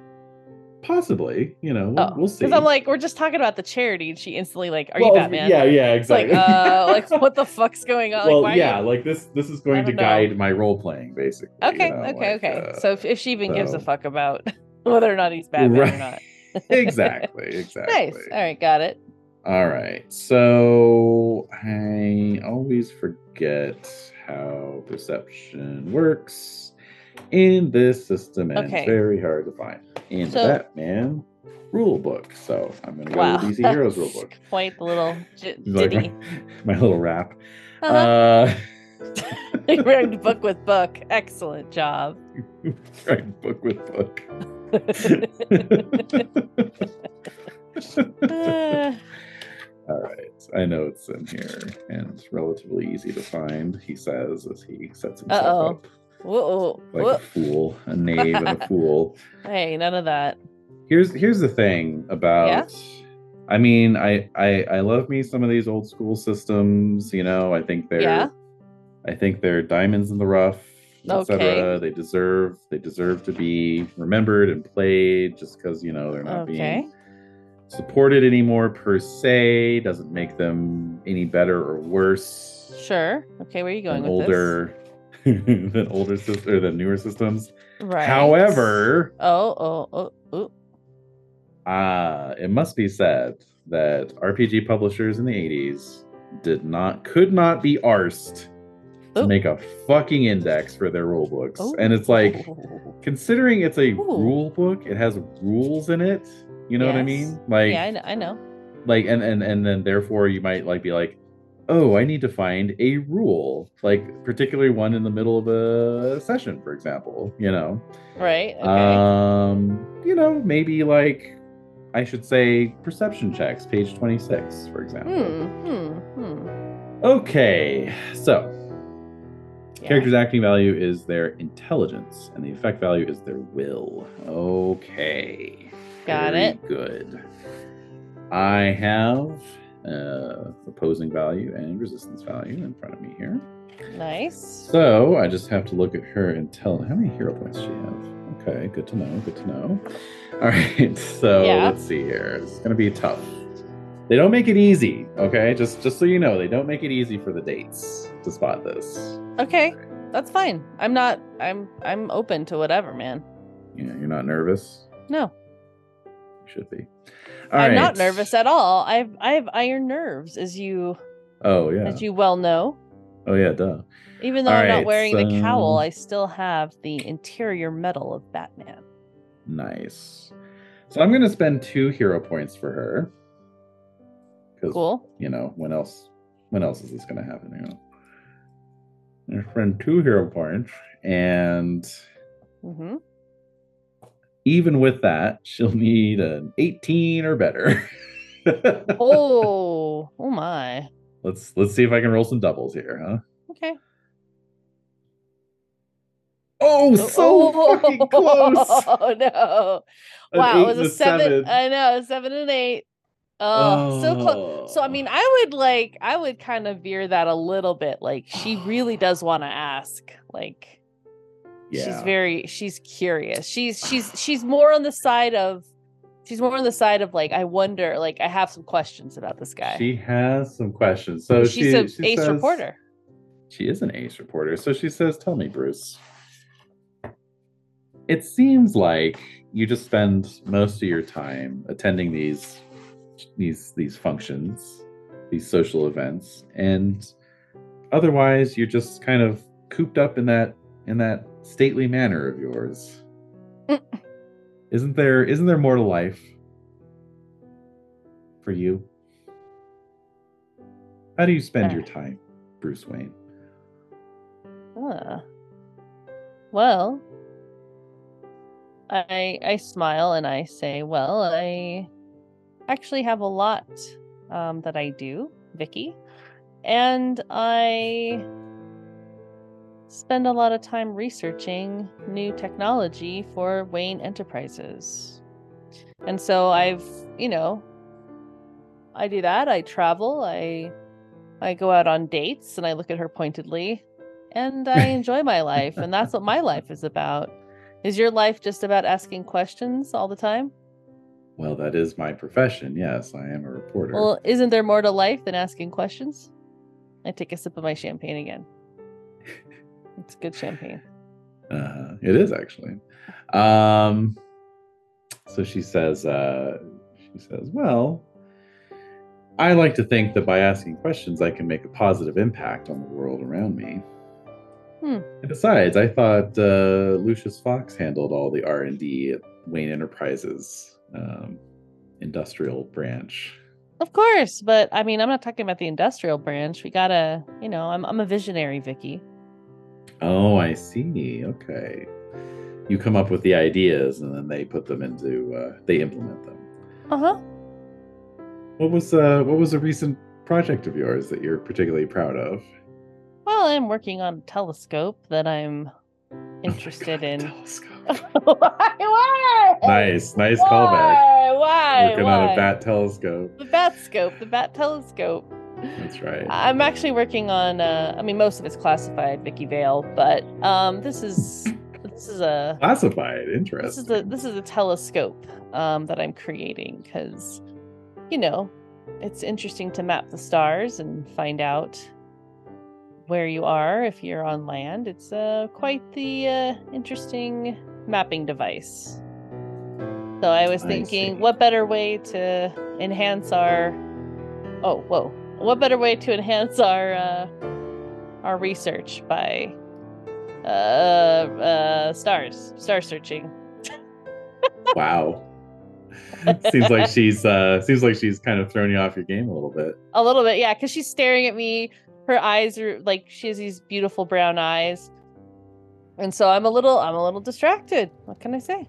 [SPEAKER 1] possibly you know we'll,
[SPEAKER 4] Oh,
[SPEAKER 1] we'll see
[SPEAKER 4] Because I'm like, we're just talking about the charity, and she instantly like, "Are
[SPEAKER 1] Well,
[SPEAKER 4] you Batman?"
[SPEAKER 1] yeah yeah
[SPEAKER 4] It's like,
[SPEAKER 1] exactly *laughs*
[SPEAKER 4] uh, like what the fuck's going on?
[SPEAKER 1] well,
[SPEAKER 4] like, why are
[SPEAKER 1] yeah,
[SPEAKER 4] you-
[SPEAKER 1] like this. This is going to
[SPEAKER 4] don't know.
[SPEAKER 1] guide my role playing, basically. you
[SPEAKER 4] Okay,
[SPEAKER 1] know,
[SPEAKER 4] okay,
[SPEAKER 1] like,
[SPEAKER 4] okay.
[SPEAKER 1] uh,
[SPEAKER 4] so if, if she even gives a
[SPEAKER 1] so-
[SPEAKER 4] fuck about *laughs* whether or not he's Batman
[SPEAKER 1] Right,
[SPEAKER 4] or not,
[SPEAKER 1] uh,
[SPEAKER 4] *laughs*
[SPEAKER 1] exactly, exactly.
[SPEAKER 4] nice. All right, got it.
[SPEAKER 1] All right. So I always forget how perception works in this system, and
[SPEAKER 4] Okay.
[SPEAKER 1] it's very hard to find in
[SPEAKER 4] So-
[SPEAKER 1] the Batman rule book. So I'm going to go
[SPEAKER 4] wow,
[SPEAKER 1] to the DC
[SPEAKER 4] *laughs*
[SPEAKER 1] Heroes rule book.
[SPEAKER 4] Quite the little j-
[SPEAKER 1] Like
[SPEAKER 4] ditty.
[SPEAKER 1] *laughs* my, my little rap.
[SPEAKER 4] Uh-huh. *laughs*
[SPEAKER 1] Uh,
[SPEAKER 4] Rhymed book with book. Excellent job.
[SPEAKER 1] *laughs*
[SPEAKER 4] *laughs*
[SPEAKER 1] Right, book with book. *laughs*
[SPEAKER 4] Uh,
[SPEAKER 1] All right, I know it's in here and it's relatively easy to find. He says as he sets himself
[SPEAKER 4] Uh-oh.
[SPEAKER 1] up
[SPEAKER 4] whoa,
[SPEAKER 1] *laughs* like
[SPEAKER 4] whoa.
[SPEAKER 1] a fool,
[SPEAKER 4] *laughs*
[SPEAKER 1] a knave, and a fool.
[SPEAKER 4] Hey, none of that.
[SPEAKER 1] Here's here's the thing about. I mean, I, I I love me some of these old school systems. You know, I think they're,
[SPEAKER 4] Yeah.
[SPEAKER 1] I think they're diamonds in the rough, etc.
[SPEAKER 4] Okay.
[SPEAKER 1] They deserve they deserve to be remembered and played just because you know they're not being
[SPEAKER 4] Okay.
[SPEAKER 1] supported anymore per se doesn't make them any better or worse
[SPEAKER 4] Sure. Okay, where are you going
[SPEAKER 1] than
[SPEAKER 4] with
[SPEAKER 1] older than older *laughs* systems or than newer systems
[SPEAKER 4] this? Right.
[SPEAKER 1] however
[SPEAKER 4] Oh, oh, oh, oh.
[SPEAKER 1] uh, it must be said that rpg publishers in the 80s did not could not be arsed to
[SPEAKER 4] Ooh.
[SPEAKER 1] make a fucking index for their rule books
[SPEAKER 4] Ooh.
[SPEAKER 1] and it's like considering it's a
[SPEAKER 4] Oh. Ooh.
[SPEAKER 1] rule book it has rules in it you know what i
[SPEAKER 4] Yes.
[SPEAKER 1] mean like
[SPEAKER 4] yeah, I know. I know.
[SPEAKER 1] like and and and then therefore you might like be like oh i need to find a rule like particularly one in the middle of a session for example you know
[SPEAKER 4] Right. Okay.
[SPEAKER 1] um you know maybe like i should say perception checks page 26 for example
[SPEAKER 4] hmm. Hmm. Hmm.
[SPEAKER 1] okay so
[SPEAKER 4] Yeah.
[SPEAKER 1] character's acting value is their intelligence and the effect value is their will okay
[SPEAKER 4] Got
[SPEAKER 1] Very
[SPEAKER 4] it.
[SPEAKER 1] Good. I have uh, opposing value and resistance value in front of me here.
[SPEAKER 4] Nice.
[SPEAKER 1] So I just have to look at her and tell how many hero points she *laughs* has. Okay, good to know. Good to know. All right, so
[SPEAKER 4] Yeah.
[SPEAKER 1] let's see here. It's going to be tough. They don't make it easy, okay? Just just so you know, they don't make it easy for the dates to spot this.
[SPEAKER 4] Okay, that's fine. I'm not. I'm. I'm open to whatever, man.
[SPEAKER 1] You know, you're not nervous.
[SPEAKER 4] No,
[SPEAKER 1] You should be. All
[SPEAKER 4] I'm not
[SPEAKER 1] right.
[SPEAKER 4] nervous at all. I've. I have iron nerves, as you
[SPEAKER 1] Oh yeah.
[SPEAKER 4] as you well know.
[SPEAKER 1] Oh yeah. Duh.
[SPEAKER 4] Even though
[SPEAKER 1] All
[SPEAKER 4] I'm not
[SPEAKER 1] right,
[SPEAKER 4] wearing the cowl,
[SPEAKER 1] so-
[SPEAKER 4] I still have the interior metal of Batman.
[SPEAKER 1] Nice. So I'm gonna spend two hero points for her. 'Cause
[SPEAKER 4] Cool.
[SPEAKER 1] you know, when else when else is this gonna happen, you know? And friend two hero points. And *laughs*
[SPEAKER 4] hmm
[SPEAKER 1] even with that, she'll need an 18 or better. *laughs*
[SPEAKER 4] Oh, oh my.
[SPEAKER 1] let's let's see if I can roll some doubles here, huh?
[SPEAKER 4] Okay.
[SPEAKER 1] Oh, so
[SPEAKER 4] Oh, *laughs*
[SPEAKER 1] fucking close.
[SPEAKER 4] Oh no!
[SPEAKER 1] An
[SPEAKER 4] wow,
[SPEAKER 1] eight
[SPEAKER 4] it was
[SPEAKER 1] and
[SPEAKER 4] a seven. I know, a seven and eight. Oh, so close. So I
[SPEAKER 1] Oh.
[SPEAKER 4] mean, I would like, I would kind of veer that a little bit. Like she
[SPEAKER 1] *sighs*
[SPEAKER 4] really does want to ask. Like she's
[SPEAKER 1] Yeah.
[SPEAKER 4] very, she's curious. She's she's she's more on the side of, she's more on the side of like I wonder. Like I have some questions about this guy.
[SPEAKER 1] She has some questions. So
[SPEAKER 4] she's
[SPEAKER 1] she,
[SPEAKER 4] an
[SPEAKER 1] she
[SPEAKER 4] ace
[SPEAKER 1] says-
[SPEAKER 4] reporter.
[SPEAKER 1] She is an ace reporter. So she says, Tell me, Bruce. It seems like you just spend most of your time attending these these these functions, these social events, and otherwise you're just kind of cooped up in that in that stately manner of yours. isn't there isn't there more to life for you? How do you spend your time, Bruce Wayne?
[SPEAKER 4] Huh. Well, I I smile and I say, "Well, I actually have a lot um, that I do, Vicky, and I spend a lot of time researching new technology for Wayne Enterprises, and so I've you know." I do that. I travel. I I go out on dates and I look at her pointedly and I enjoy my life, and that's what my life is about. Is your life just about asking questions all the time?
[SPEAKER 1] Well, that is my profession. Yes, I am a reporter.
[SPEAKER 4] Well, isn't there more to life than asking questions? I take a sip of my
[SPEAKER 1] *laughs*
[SPEAKER 4] champagne again. It's good champagne.
[SPEAKER 1] uh, it is actually. Um, so she says, uh, she says, well, I like to think that by asking questions, I can make a positive impact on the world around me.
[SPEAKER 4] Hmm.
[SPEAKER 1] And besides, I thought uh, Lucius Fox handled all the R and D at Wayne Enterprises um, industrial branch.
[SPEAKER 4] Of course, but I mean, I'm not talking about the industrial branch. We gotta, you know, I'm I'm a visionary, Vicky.
[SPEAKER 1] Oh, I see. Okay. You come up with the ideas and then they put them into uh, they implement them.
[SPEAKER 4] Uh huh.
[SPEAKER 1] What was uh what was a recent project of yours that you're particularly proud of?
[SPEAKER 4] Well, I'm working on a telescope that I'm
[SPEAKER 1] Oh my
[SPEAKER 4] interested
[SPEAKER 1] God, a *laughs*
[SPEAKER 4] in. *laughs*
[SPEAKER 1] telescope.
[SPEAKER 4] why? Why?
[SPEAKER 1] nice, nice callback.
[SPEAKER 4] Why? Why?
[SPEAKER 1] Working
[SPEAKER 4] Why?
[SPEAKER 1] on a bat telescope.
[SPEAKER 4] the bat scope, the bat telescope.
[SPEAKER 1] That's right.
[SPEAKER 4] I'm actually working on. Uh, I mean, most of it's classified, Vicky Vale, but um, this is this is a
[SPEAKER 1] Classified, interesting.
[SPEAKER 4] this is a *laughs* this is a telescope um, that I'm creating because, you know, it's interesting to map the stars and find out where you are if you're on land. It's uh, quite the uh, interesting mapping device. So I was
[SPEAKER 1] I
[SPEAKER 4] thinking,
[SPEAKER 1] see.
[SPEAKER 4] what better way to enhance our oh whoa, what better way to enhance our uh, our research by uh, uh, stars star searching.
[SPEAKER 1] wow. seems like she's uh seems like she's kind of thrown you off your game a little bit.
[SPEAKER 4] A little bit, yeah, because she's staring at me. Her eyes are like she has these beautiful brown eyes, and so I'm a little, I'm a little distracted. What can I say?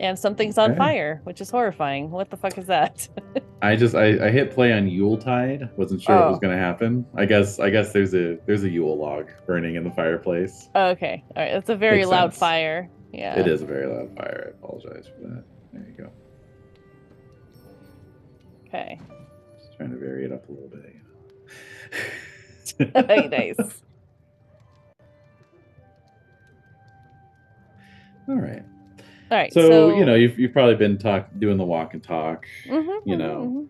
[SPEAKER 4] And something's on
[SPEAKER 1] Okay.
[SPEAKER 4] fire, which is horrifying. What the fuck is that? *laughs*
[SPEAKER 1] I just I, I hit play on Yuletide. Wasn't sure what
[SPEAKER 4] Oh.
[SPEAKER 1] was gonna happen. I guess I guess there's a there's a Yule log burning in the fireplace.
[SPEAKER 4] okay, all right, that's a very
[SPEAKER 1] Makes
[SPEAKER 4] loud
[SPEAKER 1] sense.
[SPEAKER 4] fire. Yeah,
[SPEAKER 1] It is a very loud fire. I apologize for that. There you go.
[SPEAKER 4] Okay, *laughs*
[SPEAKER 1] Just trying to vary it up a little bit.
[SPEAKER 4] Very nice.
[SPEAKER 1] All right.
[SPEAKER 4] All right,
[SPEAKER 1] So, you know, you've, you've probably been talk doing the walk and talk.
[SPEAKER 4] mhm,
[SPEAKER 1] you
[SPEAKER 4] mhm,
[SPEAKER 1] know,
[SPEAKER 4] mhm.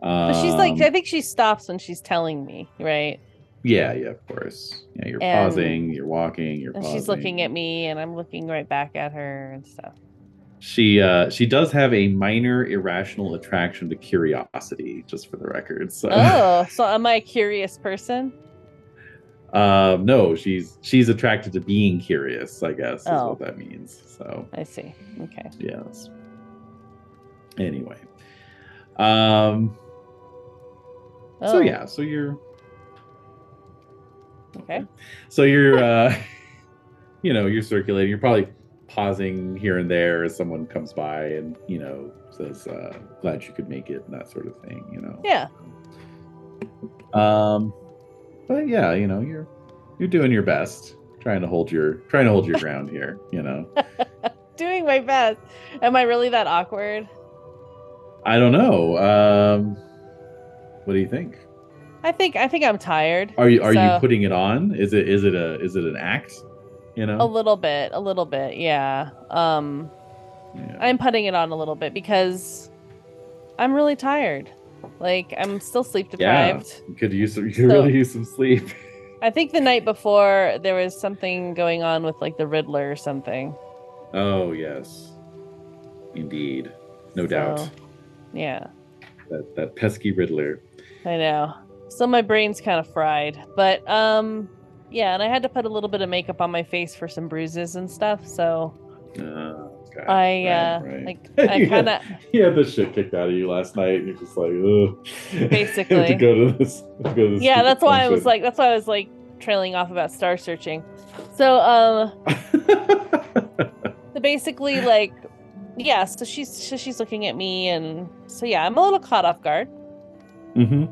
[SPEAKER 4] But she's like,
[SPEAKER 1] Um,
[SPEAKER 4] I think she stops when she's telling me, right?
[SPEAKER 1] yeah, yeah, of course. Yeah, you're
[SPEAKER 4] And-
[SPEAKER 1] pausing, you're walking, you're
[SPEAKER 4] And
[SPEAKER 1] pausing.
[SPEAKER 4] she's looking at me, and I'm looking right back at her and stuff.
[SPEAKER 1] *laughs* She uh, she does have a minor irrational attraction to curiosity, just for the record. So
[SPEAKER 4] Oh, so am I a curious person?
[SPEAKER 1] um, no, she's she's attracted to being curious, I guess is
[SPEAKER 4] Oh.
[SPEAKER 1] what that means. So
[SPEAKER 4] I see. Okay.
[SPEAKER 1] yes. Anyway. Um
[SPEAKER 4] Oh,
[SPEAKER 1] so yeah, so you're
[SPEAKER 4] Okay.
[SPEAKER 1] so you're uh *laughs* you know, you're circulating, you're probably pausing here and there as someone comes by and, you know, says, uh, glad you could make it and that sort of thing, you know.
[SPEAKER 4] Yeah.
[SPEAKER 1] Um, but yeah, you know, you're you're doing your best, trying to hold your trying to hold
[SPEAKER 4] *laughs*
[SPEAKER 1] your ground here. You know,
[SPEAKER 4] Doing my best. Am I really that awkward?
[SPEAKER 1] I don't know. Um, what do you think?
[SPEAKER 4] I think I think I'm tired.
[SPEAKER 1] Are you are
[SPEAKER 4] So-
[SPEAKER 1] you putting it on? Is it is it a is it an act? You know,
[SPEAKER 4] A little bit, a little bit, yeah. Um,
[SPEAKER 1] yeah.
[SPEAKER 4] I'm putting it on a little bit because I'm really tired. Like I'm still sleep
[SPEAKER 1] Yeah.
[SPEAKER 4] deprived.
[SPEAKER 1] you could use some, *laughs* you could really use some sleep.
[SPEAKER 4] I think the night before there was something going on with like the Riddler or something.
[SPEAKER 1] Oh yes, indeed, no doubt
[SPEAKER 4] So, Yeah,
[SPEAKER 1] that that pesky Riddler.
[SPEAKER 4] I know. So my brain's kind of fried, but um, yeah. And I had to put a little bit of makeup on my face for some bruises and stuff. So
[SPEAKER 1] Uh, okay,
[SPEAKER 4] I uh,
[SPEAKER 1] right, right. *laughs*
[SPEAKER 4] like I
[SPEAKER 1] Yeah.
[SPEAKER 4] kind of
[SPEAKER 1] you had the shit kicked out of you last night, and you're just like, ugh. *laughs*
[SPEAKER 4] Basically.
[SPEAKER 1] I have to go to this. I have to go to this
[SPEAKER 4] yeah.
[SPEAKER 1] stupid
[SPEAKER 4] That's why I
[SPEAKER 1] function. *laughs*
[SPEAKER 4] was like. That's why I was like trailing off about star searching. So um,
[SPEAKER 1] *laughs*
[SPEAKER 4] So basically, like, yeah. So she's so she's looking at me, and so yeah, I'm a little caught off guard.
[SPEAKER 1] hmm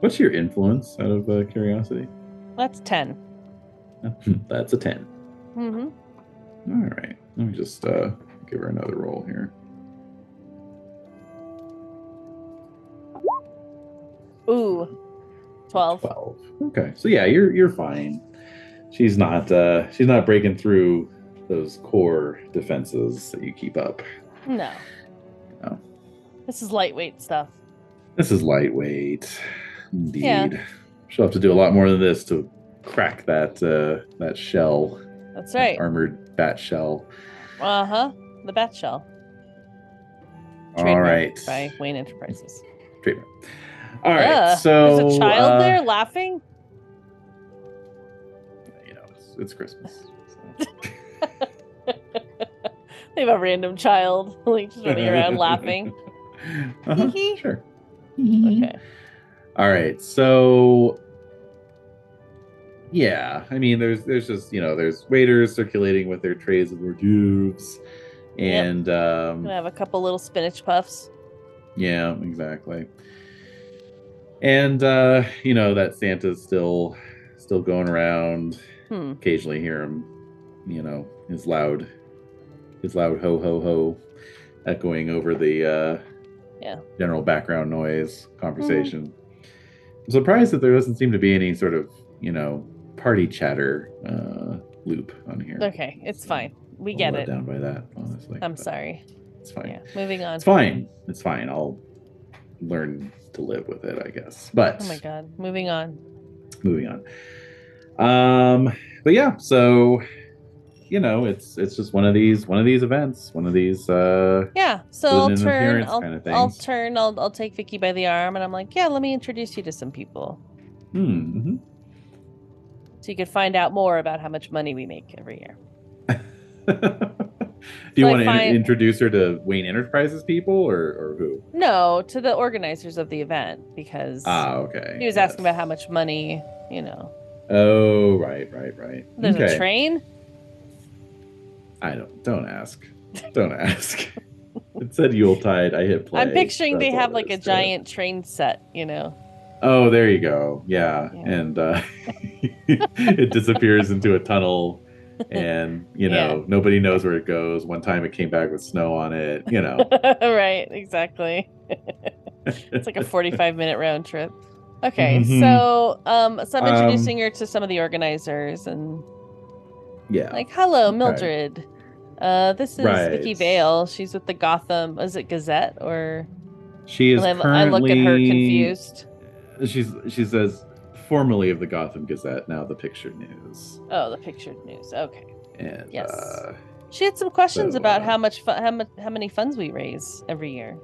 [SPEAKER 1] What's your influence out of uh, curiosity? *laughs*
[SPEAKER 4] That's 10
[SPEAKER 1] That's a 10.
[SPEAKER 4] Mm-hmm.
[SPEAKER 1] All right. Let me just uh, give her another roll here.
[SPEAKER 4] Ooh, twelve.
[SPEAKER 1] 12. Okay. So yeah, you're you're fine. She's not uh, she's not breaking through those core defenses that you keep up.
[SPEAKER 4] No.
[SPEAKER 1] No.
[SPEAKER 4] This is lightweight stuff.
[SPEAKER 1] This is lightweight. Indeed.
[SPEAKER 4] Yeah.
[SPEAKER 1] She'll have to do a lot more than this to crack that uh, that shell,
[SPEAKER 4] That's
[SPEAKER 1] that
[SPEAKER 4] right.
[SPEAKER 1] armored bat shell.
[SPEAKER 4] Uh huh. The bat shell.
[SPEAKER 1] All
[SPEAKER 4] trademarked
[SPEAKER 1] right.
[SPEAKER 4] By Wayne Enterprises.
[SPEAKER 1] treatment. All right,
[SPEAKER 4] Ugh,
[SPEAKER 1] so
[SPEAKER 4] there's a child
[SPEAKER 1] uh,
[SPEAKER 4] there laughing.
[SPEAKER 1] uh, You know, it's, it's
[SPEAKER 4] *laughs*
[SPEAKER 1] Christmas.
[SPEAKER 4] They have a random child *laughs* like just running
[SPEAKER 1] *laughs*
[SPEAKER 4] around laughing.
[SPEAKER 1] Uh-huh,
[SPEAKER 4] *laughs* Hee hee.
[SPEAKER 1] sure.
[SPEAKER 4] Okay.
[SPEAKER 1] All right, so yeah, I mean, there's there's just you know there's waiters circulating with their trays of hors d'oeuvres,
[SPEAKER 4] Yep.
[SPEAKER 1] and
[SPEAKER 4] I'm
[SPEAKER 1] um,
[SPEAKER 4] gonna have a couple little spinach puffs.
[SPEAKER 1] Yeah, exactly. And uh, you know that Santa's still still going around.
[SPEAKER 4] Hmm.
[SPEAKER 1] Occasionally hear him, you know, his loud his loud ho ho ho echoing over the uh
[SPEAKER 4] Yeah.
[SPEAKER 1] general background noise conversation.
[SPEAKER 4] Mm-hmm.
[SPEAKER 1] I'm surprised that there doesn't seem to be any sort of, you know, party chatter uh loop on here.
[SPEAKER 4] Okay, it's
[SPEAKER 1] So,
[SPEAKER 4] fine. We
[SPEAKER 1] a
[SPEAKER 4] get
[SPEAKER 1] little let down
[SPEAKER 4] it.
[SPEAKER 1] by that, honestly.
[SPEAKER 4] I'm
[SPEAKER 1] but
[SPEAKER 4] sorry.
[SPEAKER 1] It's fine.
[SPEAKER 4] Yeah. Moving on.
[SPEAKER 1] It's fine. It's fine. I'll learn to live with it, I guess. But
[SPEAKER 4] Oh my god. Moving on.
[SPEAKER 1] moving on. Um, but yeah, so you know, it's it's just one of these one of these events, one of these. Uh,
[SPEAKER 4] Yeah. So
[SPEAKER 1] With
[SPEAKER 4] I'll
[SPEAKER 1] an
[SPEAKER 4] turn.
[SPEAKER 1] appearance
[SPEAKER 4] I'll,
[SPEAKER 1] kind of
[SPEAKER 4] I'll
[SPEAKER 1] things.
[SPEAKER 4] turn. I'll, I'll take Vicky by the arm, and I'm like, yeah, let me introduce you to some people,
[SPEAKER 1] hmm, mhm.
[SPEAKER 4] so you could find out more about how much money we make every year.
[SPEAKER 1] *laughs* Do you
[SPEAKER 4] So I
[SPEAKER 1] want to
[SPEAKER 4] find-
[SPEAKER 1] introduce her to Wayne Enterprises people or or who?
[SPEAKER 4] No, to the organizers of the event because
[SPEAKER 1] Ah, okay.
[SPEAKER 4] he was asking about how much money. You know,
[SPEAKER 1] how. Oh, right, right, right.
[SPEAKER 4] there's
[SPEAKER 1] okay.
[SPEAKER 4] a train.
[SPEAKER 1] I don't. Don't ask. Don't *laughs* ask. it said Yuletide. I hit play.
[SPEAKER 4] I'm picturing they
[SPEAKER 1] That's all
[SPEAKER 4] have
[SPEAKER 1] it
[SPEAKER 4] like a
[SPEAKER 1] is to it.
[SPEAKER 4] giant train set. You know.
[SPEAKER 1] Oh, there you go. Yeah.
[SPEAKER 4] Yeah.
[SPEAKER 1] And uh, *laughs* it disappears into a tunnel and, you know, nobody knows where it goes. One time it came back with snow on it, you
[SPEAKER 4] *laughs*
[SPEAKER 1] know.
[SPEAKER 4] right. Exactly. it's like a 45 minute round trip. Okay, so um, so I'm
[SPEAKER 1] Mm-hmm. Um,
[SPEAKER 4] introducing her to some of the organizers and
[SPEAKER 1] yeah.
[SPEAKER 4] like hello
[SPEAKER 1] Okay.
[SPEAKER 4] mildred uh this is vicky
[SPEAKER 1] Right.
[SPEAKER 4] vale she's with the gotham is it gazette or
[SPEAKER 1] She is
[SPEAKER 4] And I,
[SPEAKER 1] currently.
[SPEAKER 4] I look at her confused.
[SPEAKER 1] She's she says formerly of the Gotham Gazette, now the Picture News.
[SPEAKER 4] Oh, the pictured news. Okay.
[SPEAKER 1] And,
[SPEAKER 4] Yes.
[SPEAKER 1] uh,
[SPEAKER 4] She had some questions
[SPEAKER 1] So,
[SPEAKER 4] about
[SPEAKER 1] uh,
[SPEAKER 4] how much fu- how much how many funds we raise every year.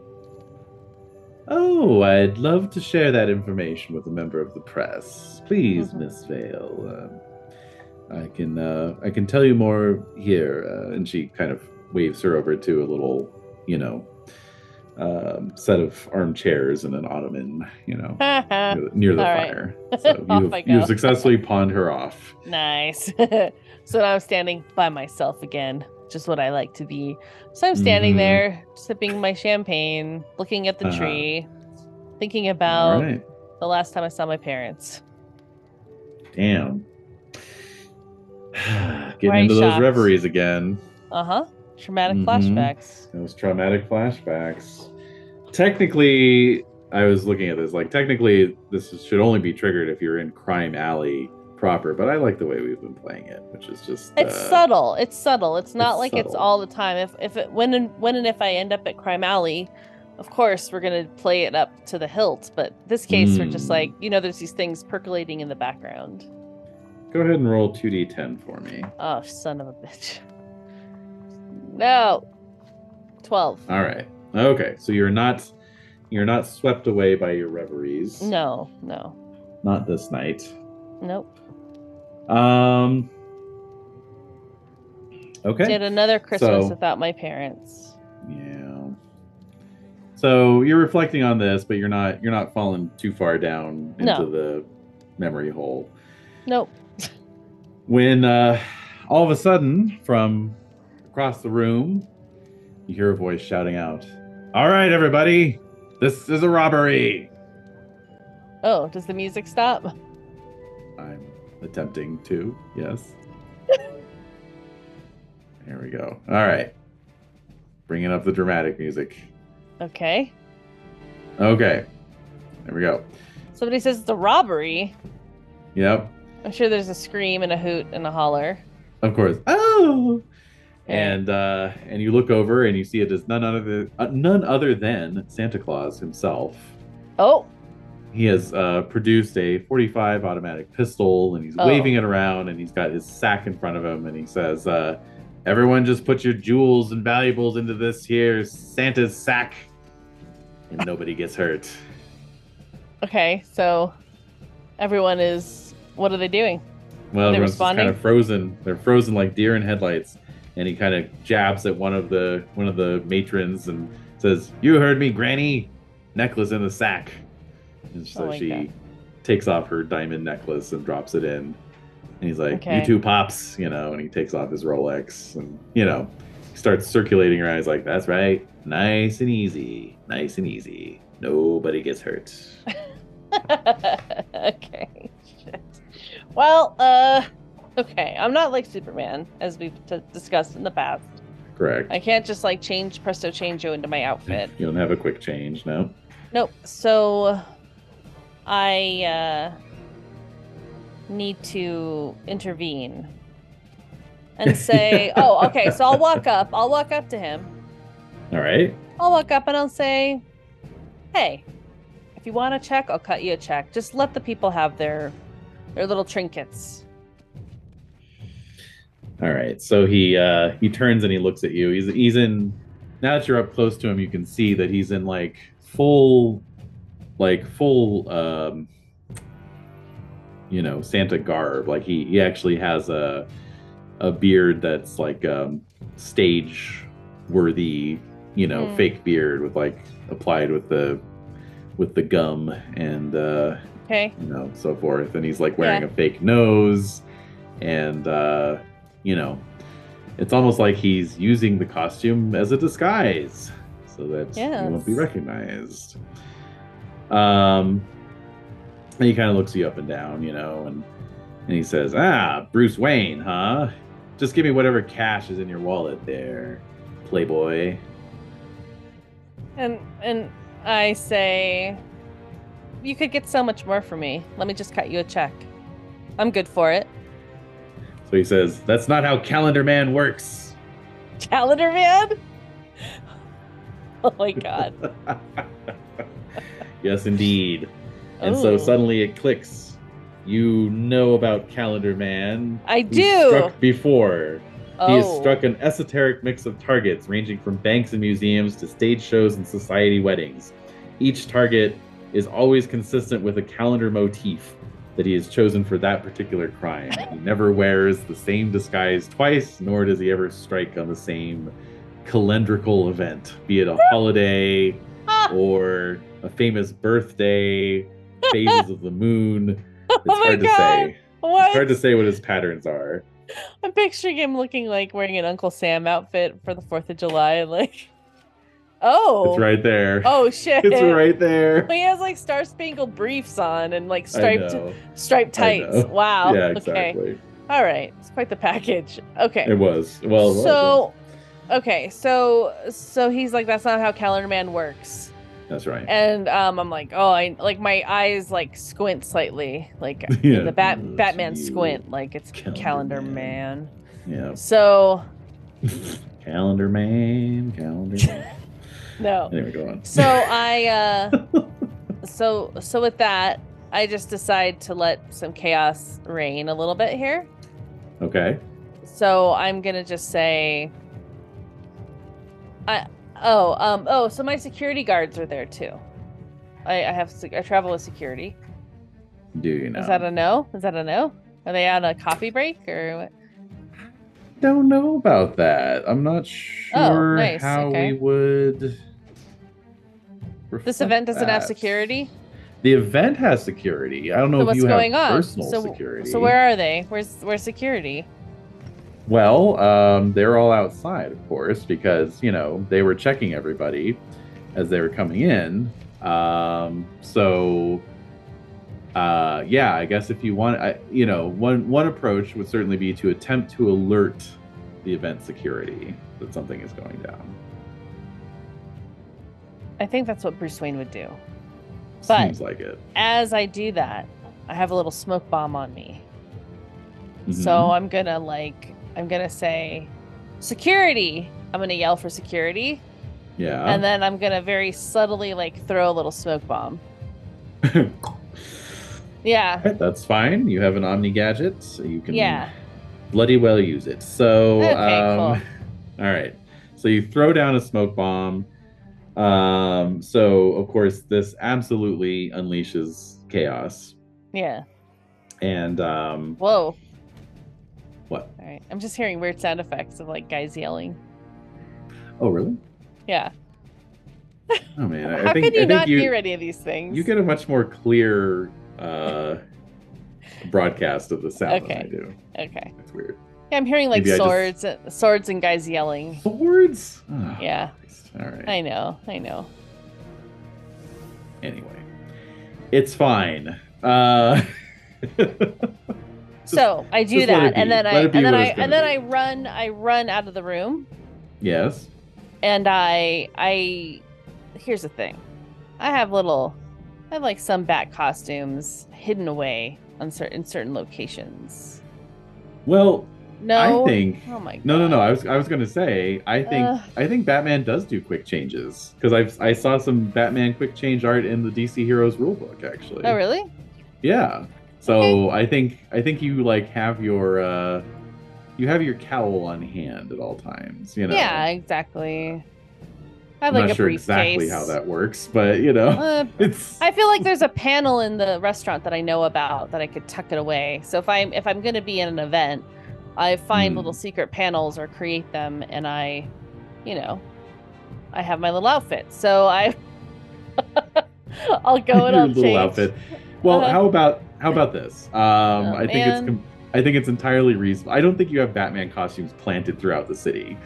[SPEAKER 1] oh, I'd love to share that information with a member of the press, please,
[SPEAKER 4] Mhm.
[SPEAKER 1] Miss Vale. Um, I can uh, I can tell you more here, uh, and she kind of waves her over to a little, you know, um, set of armchairs and an ottoman, you
[SPEAKER 4] *laughs*
[SPEAKER 1] know,
[SPEAKER 4] Haha,
[SPEAKER 1] near the, near the
[SPEAKER 4] All right. *laughs* Oh
[SPEAKER 1] fire. So
[SPEAKER 4] Off
[SPEAKER 1] you've,
[SPEAKER 4] I go.
[SPEAKER 1] you've successfully pawned her off.
[SPEAKER 4] nice. *laughs* so now I'm standing by myself again, just what I like to be. So I'm standing
[SPEAKER 1] Mhm.
[SPEAKER 4] there, sipping my champagne, looking at the
[SPEAKER 1] Uh-huh.
[SPEAKER 4] tree, thinking
[SPEAKER 1] All
[SPEAKER 4] about
[SPEAKER 1] right.
[SPEAKER 4] the last time I saw my parents.
[SPEAKER 1] Damn. *sighs* Getting
[SPEAKER 4] Right
[SPEAKER 1] into those
[SPEAKER 4] shots.
[SPEAKER 1] reveries again.
[SPEAKER 4] Uh huh. Traumatic
[SPEAKER 1] Mhm.
[SPEAKER 4] flashbacks.
[SPEAKER 1] Those traumatic flashbacks. Technically, I was looking at this. Like, technically, this is- should only be triggered if you're in Crime Alley proper, but I like the way we've been playing it, which is just.
[SPEAKER 4] It's
[SPEAKER 1] uh,
[SPEAKER 4] subtle. It's subtle. It's not
[SPEAKER 1] it's
[SPEAKER 4] like it's
[SPEAKER 1] subtle.
[SPEAKER 4] all the time. If if it, when and when and if I end up at Crime Alley, of course we're gonna play it up to the hilt. But this case, we're just
[SPEAKER 1] Mm.
[SPEAKER 4] like you know, there's these things percolating in the background.
[SPEAKER 1] Go ahead and roll 2d10 for me.
[SPEAKER 4] Oh, son of a bitch! No, twelve.
[SPEAKER 1] All right. Okay. So you're not. You're not swept away by your reveries.
[SPEAKER 4] No, no,
[SPEAKER 1] Not this night.
[SPEAKER 4] nope.
[SPEAKER 1] Um. Okay.
[SPEAKER 4] Did another Christmas
[SPEAKER 1] So-
[SPEAKER 4] without my parents.
[SPEAKER 1] Yeah. So you're reflecting on this, but you're not you're not falling too far down into
[SPEAKER 4] No.
[SPEAKER 1] the memory hole.
[SPEAKER 4] Nope.
[SPEAKER 1] When uh, all of a sudden, from across the room, you hear a voice shouting out, "All right, everybody, this is a robbery."
[SPEAKER 4] Oh, does the music stop?
[SPEAKER 1] I'm attempting to. Yes. there we go. All right. Bringing up the dramatic music.
[SPEAKER 4] Okay.
[SPEAKER 1] Okay. There we go.
[SPEAKER 4] Somebody says it's a robbery.
[SPEAKER 1] Yep.
[SPEAKER 4] I'm sure there's a scream and a hoot and a holler.
[SPEAKER 1] Of course. Oh.
[SPEAKER 4] Yeah.
[SPEAKER 1] And uh, and you look over and you see it is none other uh, none other than Santa Claus himself.
[SPEAKER 4] Oh,
[SPEAKER 1] He has uh, produced a 45 automatic pistol and he's
[SPEAKER 4] Oh.
[SPEAKER 1] waving it around and he's got his sack in front of him and he says, uh, "Everyone, just put your jewels and valuables into this here Santa's sack, and nobody gets hurt."
[SPEAKER 4] Okay, so everyone is. What are they doing? *laughs*
[SPEAKER 1] Well,
[SPEAKER 4] They're
[SPEAKER 1] everyone's just kind
[SPEAKER 4] responding?
[SPEAKER 1] of frozen. They're frozen like deer in headlights. And he kind of jabs at one of the one of the matrons and says, "You heard me, Granny. Necklace in the sack." And
[SPEAKER 4] Oh
[SPEAKER 1] so
[SPEAKER 4] my
[SPEAKER 1] she
[SPEAKER 4] God.
[SPEAKER 1] takes off her diamond necklace and drops it in. And he's like,
[SPEAKER 4] Okay.
[SPEAKER 1] "You two pops," you know. And he takes off his Rolex and you know starts circulating around. He's like, "That's right, nice and easy, nice and easy. Nobody gets
[SPEAKER 4] *laughs*
[SPEAKER 1] hurt."
[SPEAKER 4] okay. Shit. Well, uh, okay. I'm not like Superman, as we've t- discussed in the past.
[SPEAKER 1] Correct.
[SPEAKER 4] I can't just like change presto changeo into my outfit.
[SPEAKER 1] You don't have a quick change, no.
[SPEAKER 4] Nope. So I uh, need to intervene and say, oh, okay. So I'll walk up. I'll walk up to him.
[SPEAKER 1] All right.
[SPEAKER 4] I'll walk up and I'll say, "Hey, if you want a check, I'll cut you a check. Just let the people have their their little trinkets."
[SPEAKER 1] All right. So he uh, he turns and he looks at you. He's he's in. Now that you're up close to him, you can see that he's in like full, like full, um, you know, Santa garb. Like he he actually has a a beard that's like um, stage worthy, you know,
[SPEAKER 4] Mm.
[SPEAKER 1] fake beard with like applied with the with the gum and uh,
[SPEAKER 4] Okay.
[SPEAKER 1] you know, so forth. And he's like wearing a fake nose, and uh, you know, it's almost like he's using the costume as a disguise so that he won't be
[SPEAKER 4] Yes.
[SPEAKER 1] recognized. Um, and he kind of looks you up and down, you know, and and he says, "Ah, Bruce Wayne, huh? Just give me whatever cash is in your wallet, there, Playboy."
[SPEAKER 4] And and I say, "You could get so much more for me. Let me just cut you a check. I'm good for it." *laughs*
[SPEAKER 1] So he says, "That's not how Calendar Man works."
[SPEAKER 4] *laughs* Calendar man. Oh my god.
[SPEAKER 1] Yes, indeed. *laughs* And so
[SPEAKER 4] Ooh.
[SPEAKER 1] suddenly it clicks. You know about Calendar Man.
[SPEAKER 4] I
[SPEAKER 1] who
[SPEAKER 4] do.
[SPEAKER 1] Struck before. He has
[SPEAKER 4] Oh.
[SPEAKER 1] struck an esoteric mix of targets, ranging from banks and museums to stage shows and society weddings. Each target is always consistent with a calendar motif that he has chosen for that particular crime. he never wears the same disguise twice, nor does he ever strike on the same calendrical event, be it a holiday
[SPEAKER 4] *laughs* Ah,
[SPEAKER 1] or a famous birthday, phases of the
[SPEAKER 4] *laughs*
[SPEAKER 1] moon. It's
[SPEAKER 4] Oh my
[SPEAKER 1] hard to
[SPEAKER 4] God.
[SPEAKER 1] say. It's hard
[SPEAKER 4] what?
[SPEAKER 1] to say what his patterns are.
[SPEAKER 4] I'm picturing him looking like wearing an Uncle Sam outfit for the Fourth of July. *laughs* Like, oh,
[SPEAKER 1] It's right there.
[SPEAKER 4] *laughs* oh shit,
[SPEAKER 1] It's right there.
[SPEAKER 4] He has like star spangled briefs on and like
[SPEAKER 1] I
[SPEAKER 4] striped
[SPEAKER 1] know.
[SPEAKER 4] striped
[SPEAKER 1] I know.
[SPEAKER 4] tights. Wow.
[SPEAKER 1] Yeah,
[SPEAKER 4] Okay.
[SPEAKER 1] exactly.
[SPEAKER 4] All right. It's quite the package. Okay.
[SPEAKER 1] It was. Well, it was.
[SPEAKER 4] so okay so so he's like that's not how calendar man works
[SPEAKER 1] that's right.
[SPEAKER 4] and um i'm like oh i like my eyes like squint slightly like
[SPEAKER 1] *laughs* Yeah.
[SPEAKER 4] the bat
[SPEAKER 1] Ooh, it's
[SPEAKER 4] batman
[SPEAKER 1] you.
[SPEAKER 4] squint like it's
[SPEAKER 1] Calendar
[SPEAKER 4] calendar,
[SPEAKER 1] Man.
[SPEAKER 4] man.
[SPEAKER 1] Yeah. *laughs*
[SPEAKER 4] so
[SPEAKER 1] calendar man, calendar
[SPEAKER 4] *laughs*
[SPEAKER 1] man.
[SPEAKER 4] no
[SPEAKER 1] anyway, go on.
[SPEAKER 4] so i uh so so with that i just decide to let some chaos reign a little bit here
[SPEAKER 1] Okay.
[SPEAKER 4] So I'm gonna just say, I oh um oh so my security guards are there too. I, I have se- I travel with security.
[SPEAKER 1] Do you know?
[SPEAKER 4] Is that a no? Is that a no? Are they on a coffee break or what?
[SPEAKER 1] Don't know about that. I'm not sure
[SPEAKER 4] Oh, nice,
[SPEAKER 1] how
[SPEAKER 4] okay.
[SPEAKER 1] we would.
[SPEAKER 4] This
[SPEAKER 1] reflect
[SPEAKER 4] event doesn't have
[SPEAKER 1] that.
[SPEAKER 4] security.
[SPEAKER 1] The event has security. I don't know
[SPEAKER 4] So
[SPEAKER 1] if
[SPEAKER 4] what's
[SPEAKER 1] you
[SPEAKER 4] going
[SPEAKER 1] have
[SPEAKER 4] on?
[SPEAKER 1] personal
[SPEAKER 4] so
[SPEAKER 1] security.
[SPEAKER 4] so where are they? Where's where's security?
[SPEAKER 1] Well, um, they're all outside, of course, because you know they were checking everybody as they were coming in. Um, so, uh, yeah, I guess if you want, I, you know, one one approach would certainly be to attempt to alert the event security that something is going down.
[SPEAKER 4] I think that's what Bruce Wayne would do. But-
[SPEAKER 1] Seems like it.
[SPEAKER 4] As I do that, I have a little smoke bomb on me.
[SPEAKER 1] Mhm.
[SPEAKER 4] So I'm gonna like I'm gonna say, security. I'm gonna yell for security.
[SPEAKER 1] yeah, *laughs*
[SPEAKER 4] and then I'm gonna very subtly like throw a little smoke bomb. Yeah,
[SPEAKER 1] Alright, that's fine. You have an Omni gadget, so you can
[SPEAKER 4] yeah.
[SPEAKER 1] bloody well use it. So,
[SPEAKER 4] Okay,
[SPEAKER 1] um, *laughs* all right. So you throw down a smoke bomb. Um, so of course this absolutely unleashes chaos.
[SPEAKER 4] yeah.
[SPEAKER 1] And um,
[SPEAKER 4] Whoa.
[SPEAKER 1] what?
[SPEAKER 4] All right. I'm just hearing weird sound effects of like guys yelling.
[SPEAKER 1] Oh really?
[SPEAKER 4] Yeah.
[SPEAKER 1] Oh man, I, I
[SPEAKER 4] How
[SPEAKER 1] think
[SPEAKER 4] can you
[SPEAKER 1] I think
[SPEAKER 4] not
[SPEAKER 1] you
[SPEAKER 4] hear any of these things?
[SPEAKER 1] you get a much more clear uh, broadcast of the sound than I
[SPEAKER 4] Okay.
[SPEAKER 1] do.
[SPEAKER 4] Okay.
[SPEAKER 1] That's weird.
[SPEAKER 4] Yeah, I'm hearing like
[SPEAKER 1] Maybe I just-
[SPEAKER 4] swords, uh, swords and guys yelling.
[SPEAKER 1] Swords. Oh,
[SPEAKER 4] Yeah.
[SPEAKER 1] Christ. All right.
[SPEAKER 4] I know. I know.
[SPEAKER 1] Anyway, it's fine. Uh, *laughs*
[SPEAKER 4] So I do
[SPEAKER 1] just let it
[SPEAKER 4] that,
[SPEAKER 1] be.
[SPEAKER 4] and then
[SPEAKER 1] Let
[SPEAKER 4] I
[SPEAKER 1] it be
[SPEAKER 4] and then
[SPEAKER 1] what
[SPEAKER 4] I
[SPEAKER 1] it's
[SPEAKER 4] and
[SPEAKER 1] gonna
[SPEAKER 4] then I
[SPEAKER 1] be.
[SPEAKER 4] run. I run out of the room,
[SPEAKER 1] yes.
[SPEAKER 4] and I I. Here's the thing, I have little, I have like some bat costumes hidden away on certain certain locations.
[SPEAKER 1] Well,
[SPEAKER 4] No.
[SPEAKER 1] I think
[SPEAKER 4] Oh my god.
[SPEAKER 1] no, no, no. I was, I was gonna say, I think,
[SPEAKER 4] Ugh.
[SPEAKER 1] I think Batman does do quick changes because I've, I saw some Batman quick change art in the DC Heroes rulebook actually.
[SPEAKER 4] Oh really?
[SPEAKER 1] Yeah. So I think, I think you like have your, uh you have your cowl on hand at all times. You know.
[SPEAKER 4] Yeah, exactly. I have
[SPEAKER 1] I'm
[SPEAKER 4] like
[SPEAKER 1] not
[SPEAKER 4] a
[SPEAKER 1] sure
[SPEAKER 4] briefcase.
[SPEAKER 1] exactly how that works, but you know,
[SPEAKER 4] *laughs* Uh,
[SPEAKER 1] *laughs* it's
[SPEAKER 4] I feel like there's a panel in the restaurant that I know about that I could tuck it away. So if I'm if I'm gonna be in an event, I find
[SPEAKER 1] Hmm.
[SPEAKER 4] little secret panels or create them, and I, you know, I have my little outfit. So I, *laughs* I'll go
[SPEAKER 1] *laughs*
[SPEAKER 4] and
[SPEAKER 1] your
[SPEAKER 4] I'll
[SPEAKER 1] little
[SPEAKER 4] change.
[SPEAKER 1] outfit. Well,
[SPEAKER 4] Uh-huh.
[SPEAKER 1] how about how about this? Um,
[SPEAKER 4] Oh,
[SPEAKER 1] I think it's
[SPEAKER 4] man.
[SPEAKER 1] com- I think it's entirely reasonable. I don't think you have Batman costumes planted throughout the city,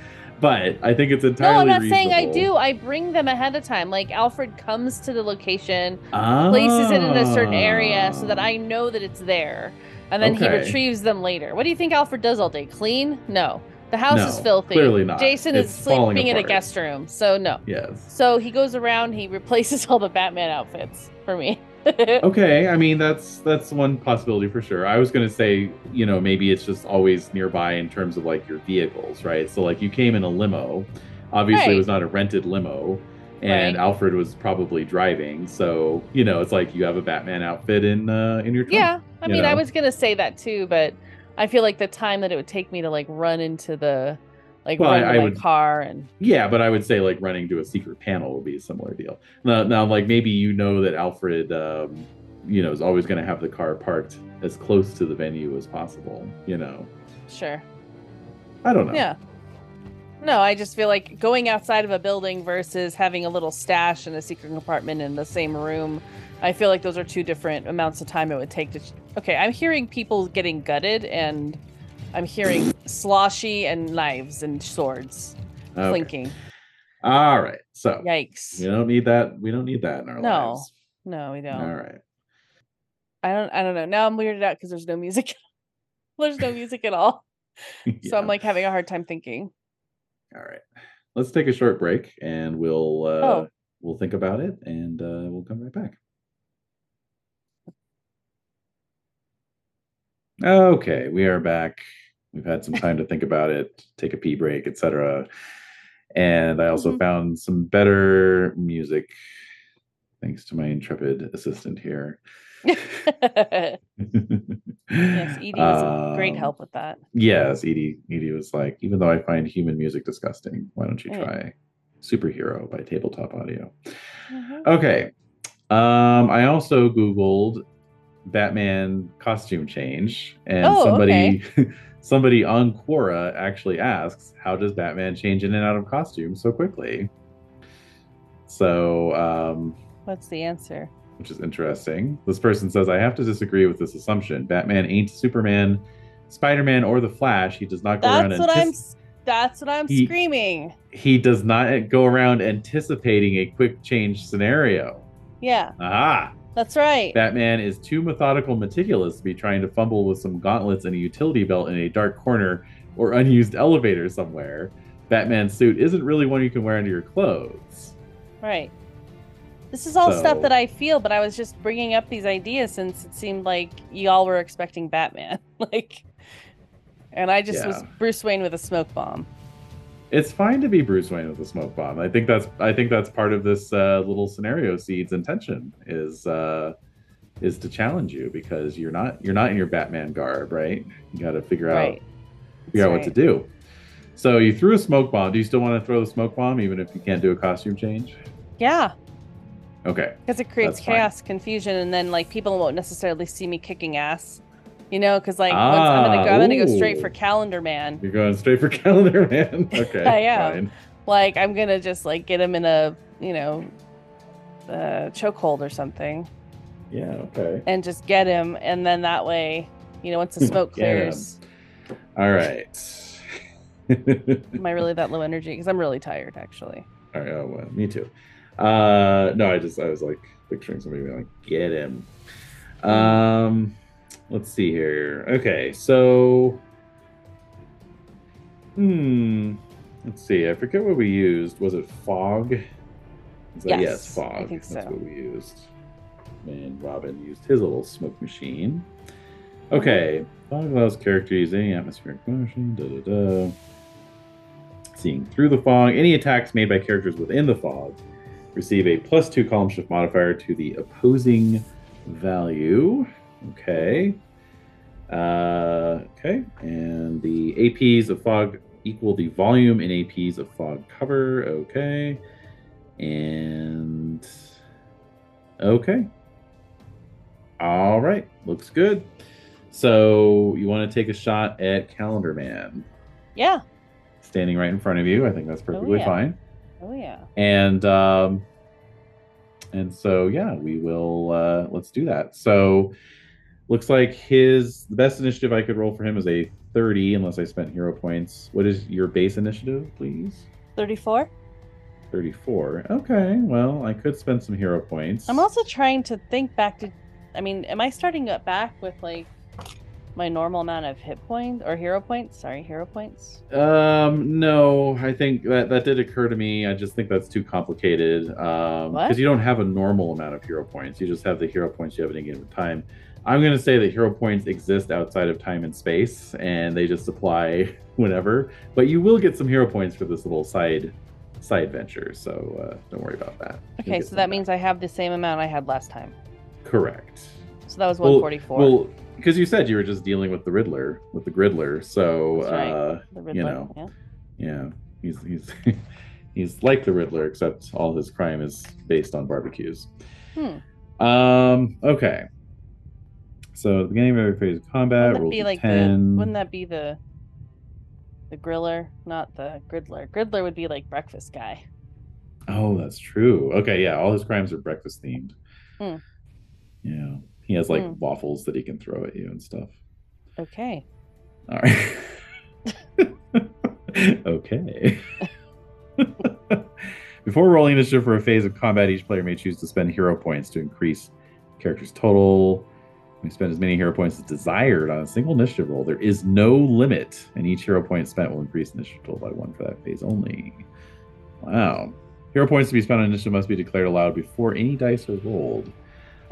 [SPEAKER 1] but I think it's
[SPEAKER 4] No,
[SPEAKER 1] entirely.
[SPEAKER 4] I'm not saying I do.
[SPEAKER 1] reasonable-
[SPEAKER 4] I bring them ahead of time. Like Alfred comes to the location,
[SPEAKER 1] Ah.
[SPEAKER 4] places it in a certain area so that I know that it's there. And then
[SPEAKER 1] Oh. Okay.
[SPEAKER 4] he retrieves them later. What do you think Alfred does all day? Clean? No. The house is
[SPEAKER 1] No,
[SPEAKER 4] filthy.
[SPEAKER 1] clearly not.
[SPEAKER 4] Jason
[SPEAKER 1] It's
[SPEAKER 4] is
[SPEAKER 1] falling
[SPEAKER 4] sleeping in a
[SPEAKER 1] apart.
[SPEAKER 4] guest room. So no.
[SPEAKER 1] Yes.
[SPEAKER 4] So he goes around, he replaces *laughs* all the Batman outfits for me. *laughs*
[SPEAKER 1] Okay, I mean that's that's one possibility for sure. I was gonna say, you know, maybe it's just always nearby in terms of like your vehicles, right? So like you came in a limo. Obviously, it
[SPEAKER 4] Right.
[SPEAKER 1] was not a rented limo. and
[SPEAKER 4] Right.
[SPEAKER 1] Alfred was probably driving. So you know, it's like you have a Batman outfit in uh, in your trunk.
[SPEAKER 4] Yeah, I
[SPEAKER 1] you
[SPEAKER 4] mean, I
[SPEAKER 1] know.
[SPEAKER 4] was gonna say that too, but I feel like the time that it would take me to like run into the, like
[SPEAKER 1] Well,
[SPEAKER 4] run
[SPEAKER 1] I-
[SPEAKER 4] to
[SPEAKER 1] I
[SPEAKER 4] my
[SPEAKER 1] would-
[SPEAKER 4] car and
[SPEAKER 1] Yeah, but I would say like running to a secret panel would be a similar deal. Now, now like maybe you know that Alfred, um, you know, is always going to have the car parked as close to the venue as possible. You know,
[SPEAKER 4] sure,
[SPEAKER 1] I don't know.
[SPEAKER 4] yeah. No, I just feel like going outside of a building versus having a little stash in a secret compartment in the same room. I feel like those are two different amounts of time it would take to. Okay, I'm hearing people getting gutted, and I'm hearing sloshy and knives and swords
[SPEAKER 1] Okay.
[SPEAKER 4] clinking.
[SPEAKER 1] All right. So
[SPEAKER 4] Yikes!
[SPEAKER 1] we don't need that. We don't need that in our
[SPEAKER 4] No,
[SPEAKER 1] lives.
[SPEAKER 4] No, we don't.
[SPEAKER 1] All right.
[SPEAKER 4] I don't I don't know. Now I'm weirded out because there's no music. *laughs* there's no music at all. So
[SPEAKER 1] *laughs*
[SPEAKER 4] I'm
[SPEAKER 1] Yeah.
[SPEAKER 4] like having a hard time thinking. *laughs*
[SPEAKER 1] all right. Let's take a short break, and we'll uh,
[SPEAKER 4] Oh.
[SPEAKER 1] we'll think about it, and uh, we'll come right back. Okay, we are back. We've had some time to think about it, take a pee break, etc. And I also
[SPEAKER 4] Mhm.
[SPEAKER 1] found some better music, thanks to my intrepid assistant here.
[SPEAKER 4] yes,
[SPEAKER 1] yes,
[SPEAKER 4] Edie E is
[SPEAKER 1] Um,
[SPEAKER 4] a
[SPEAKER 1] *laughs*
[SPEAKER 4] great help with that.
[SPEAKER 1] Yes, Edie. Edie was like, even though I find human music disgusting, why don't you
[SPEAKER 4] Mm.
[SPEAKER 1] try Superhero by Tabletop Audio?
[SPEAKER 4] Mm-hmm.
[SPEAKER 1] Okay. Um, I also Googled Batman costume change, and
[SPEAKER 4] Oh,
[SPEAKER 1] somebody *laughs* somebody on Quora actually asks, how does Batman change in and out of costume so quickly? So um,
[SPEAKER 4] What's the answer?
[SPEAKER 1] which is interesting. This person says, I have to disagree with this assumption. Batman ain't Superman, Spider Man, or The Flash. He does not go around
[SPEAKER 4] That's what I'm
[SPEAKER 1] antici-
[SPEAKER 4] s- that's what I'm
[SPEAKER 1] He-
[SPEAKER 4] screaming.
[SPEAKER 1] he does not go around anticipating a quick change scenario.
[SPEAKER 4] Yeah,
[SPEAKER 1] Aha!
[SPEAKER 4] that's right.
[SPEAKER 1] Batman is too methodical, meticulous to be trying to fumble with some gauntlets and a utility belt in a dark corner or unused elevator somewhere. Batman's suit isn't really one you can wear under your clothes.
[SPEAKER 4] Right. This is all stuff
[SPEAKER 1] So-
[SPEAKER 4] that I feel, but I was just bringing up these ideas since it seemed like y'all were expecting Batman. *laughs* like and I just was
[SPEAKER 1] Yeah.
[SPEAKER 4] Bruce Wayne with a smoke bomb.
[SPEAKER 1] it's fine to be Bruce Wayne with a smoke bomb. I think that's I think that's part of this uh, little scenario seed's intention is uh, is to challenge you because you're not you're not in your Batman garb, right? You got to figure out
[SPEAKER 4] Right.
[SPEAKER 1] figure out
[SPEAKER 4] That's
[SPEAKER 1] what to
[SPEAKER 4] right.
[SPEAKER 1] do. So you threw a smoke bomb. Do you still want to throw the smoke bomb even if you can't do a costume change?
[SPEAKER 4] Yeah.
[SPEAKER 1] Okay.
[SPEAKER 4] Because it creates
[SPEAKER 1] That's fine.
[SPEAKER 4] chaos, confusion, and then like people won't necessarily see me kicking ass, you know? Because like once I'm gonna
[SPEAKER 1] Ah,
[SPEAKER 4] go, I'm gonna go straight
[SPEAKER 1] ooh.
[SPEAKER 4] for Calendar Man.
[SPEAKER 1] You're going straight for *laughs* calendar man. Okay.
[SPEAKER 4] I am.
[SPEAKER 1] fine.
[SPEAKER 4] Like I'm gonna just like get him in a you know, uh, chokehold or something,
[SPEAKER 1] Yeah, okay.
[SPEAKER 4] and just get him, and then that way, you
[SPEAKER 1] *laughs*
[SPEAKER 4] know, once the smoke
[SPEAKER 1] Get him.
[SPEAKER 4] clears,
[SPEAKER 1] All right. *laughs* All
[SPEAKER 4] am I really that low energy? Because I'm really tired actually.
[SPEAKER 1] right, oh, well, me too. Uh no, I just I was like picturing somebody being like, get him. Um let's see here. Okay, so hmm. Let's see. I forget what we used. Was it fog? Is that-
[SPEAKER 4] Yes,
[SPEAKER 1] fog.
[SPEAKER 4] I think
[SPEAKER 1] That's
[SPEAKER 4] so.
[SPEAKER 1] what we used. And Robin used his little smoke machine. Okay. Fog allows characters any atmospheric motion. Da da da. Seeing through the fog, any attacks made by characters within the fog receive a plus two column shift modifier to the opposing value. Okay. Uh, okay. And the APs of fog equal the volume in APs of fog cover. Okay. And okay. All right. Looks good. So you want to take a shot at Calendar Man
[SPEAKER 4] Yeah.
[SPEAKER 1] standing right in front of you. I think that's perfectly
[SPEAKER 4] yeah.
[SPEAKER 1] fine
[SPEAKER 4] Oh yeah.
[SPEAKER 1] and um and so yeah we will uh let's do that so looks like his the best initiative i could roll for him is a 30 unless i spent hero points what is your base initiative please
[SPEAKER 4] Thirty-four.
[SPEAKER 1] 34 okay well i could spend some hero points
[SPEAKER 4] I'm also trying to think back to. I mean, am I starting up back with like my normal amount of hit points or hero points? Sorry, hero points.
[SPEAKER 1] um no i think that that did occur to me i just think that's too complicated um
[SPEAKER 4] What?
[SPEAKER 1] because you don't have a normal amount of hero points you just have the hero points you have at any given time i'm going to say that hero points exist outside of time and *laughs* space and they just apply whenever but you will get some hero points for this little side side venture, so uh, don't worry about that. You'll
[SPEAKER 4] Okay,
[SPEAKER 1] get
[SPEAKER 4] so
[SPEAKER 1] some
[SPEAKER 4] that
[SPEAKER 1] back.
[SPEAKER 4] means I have the same amount I had last time.
[SPEAKER 1] correct.
[SPEAKER 4] So that was
[SPEAKER 1] Well-
[SPEAKER 4] 144.
[SPEAKER 1] Well, because you said you were just dealing with the Riddler, with the Griddler, so
[SPEAKER 4] That's right.
[SPEAKER 1] uh,
[SPEAKER 4] the
[SPEAKER 1] you
[SPEAKER 4] Riddler,
[SPEAKER 1] know.
[SPEAKER 4] yeah.
[SPEAKER 1] yeah, he's he's *laughs* he's like the Riddler, except all his crime is based on barbecues.
[SPEAKER 4] Hmm.
[SPEAKER 1] Um. Okay. So at the beginning of every phase of combat,
[SPEAKER 4] Wouldn't that
[SPEAKER 1] rolls
[SPEAKER 4] be
[SPEAKER 1] of
[SPEAKER 4] like
[SPEAKER 1] ten.
[SPEAKER 4] the? Wouldn't that be the? The griller, not the griddler. Griddler would be like breakfast guy.
[SPEAKER 1] Oh, that's true. Okay, yeah, all his crimes are breakfast themed.
[SPEAKER 4] Hmm.
[SPEAKER 1] Yeah, he has like
[SPEAKER 4] Hmm.
[SPEAKER 1] waffles that he can throw at you and stuff.
[SPEAKER 4] Okay.
[SPEAKER 1] All right. *laughs* okay. *laughs* Before rolling initiative for a phase of combat, each player may choose to spend hero points to increase character's total. We spend as many hero points as desired on a single initiative roll. There is no limit, and each hero point spent will increase initiative total by one for that phase only. Wow. Hero points to be spent on initiative must be declared aloud before any dice are rolled.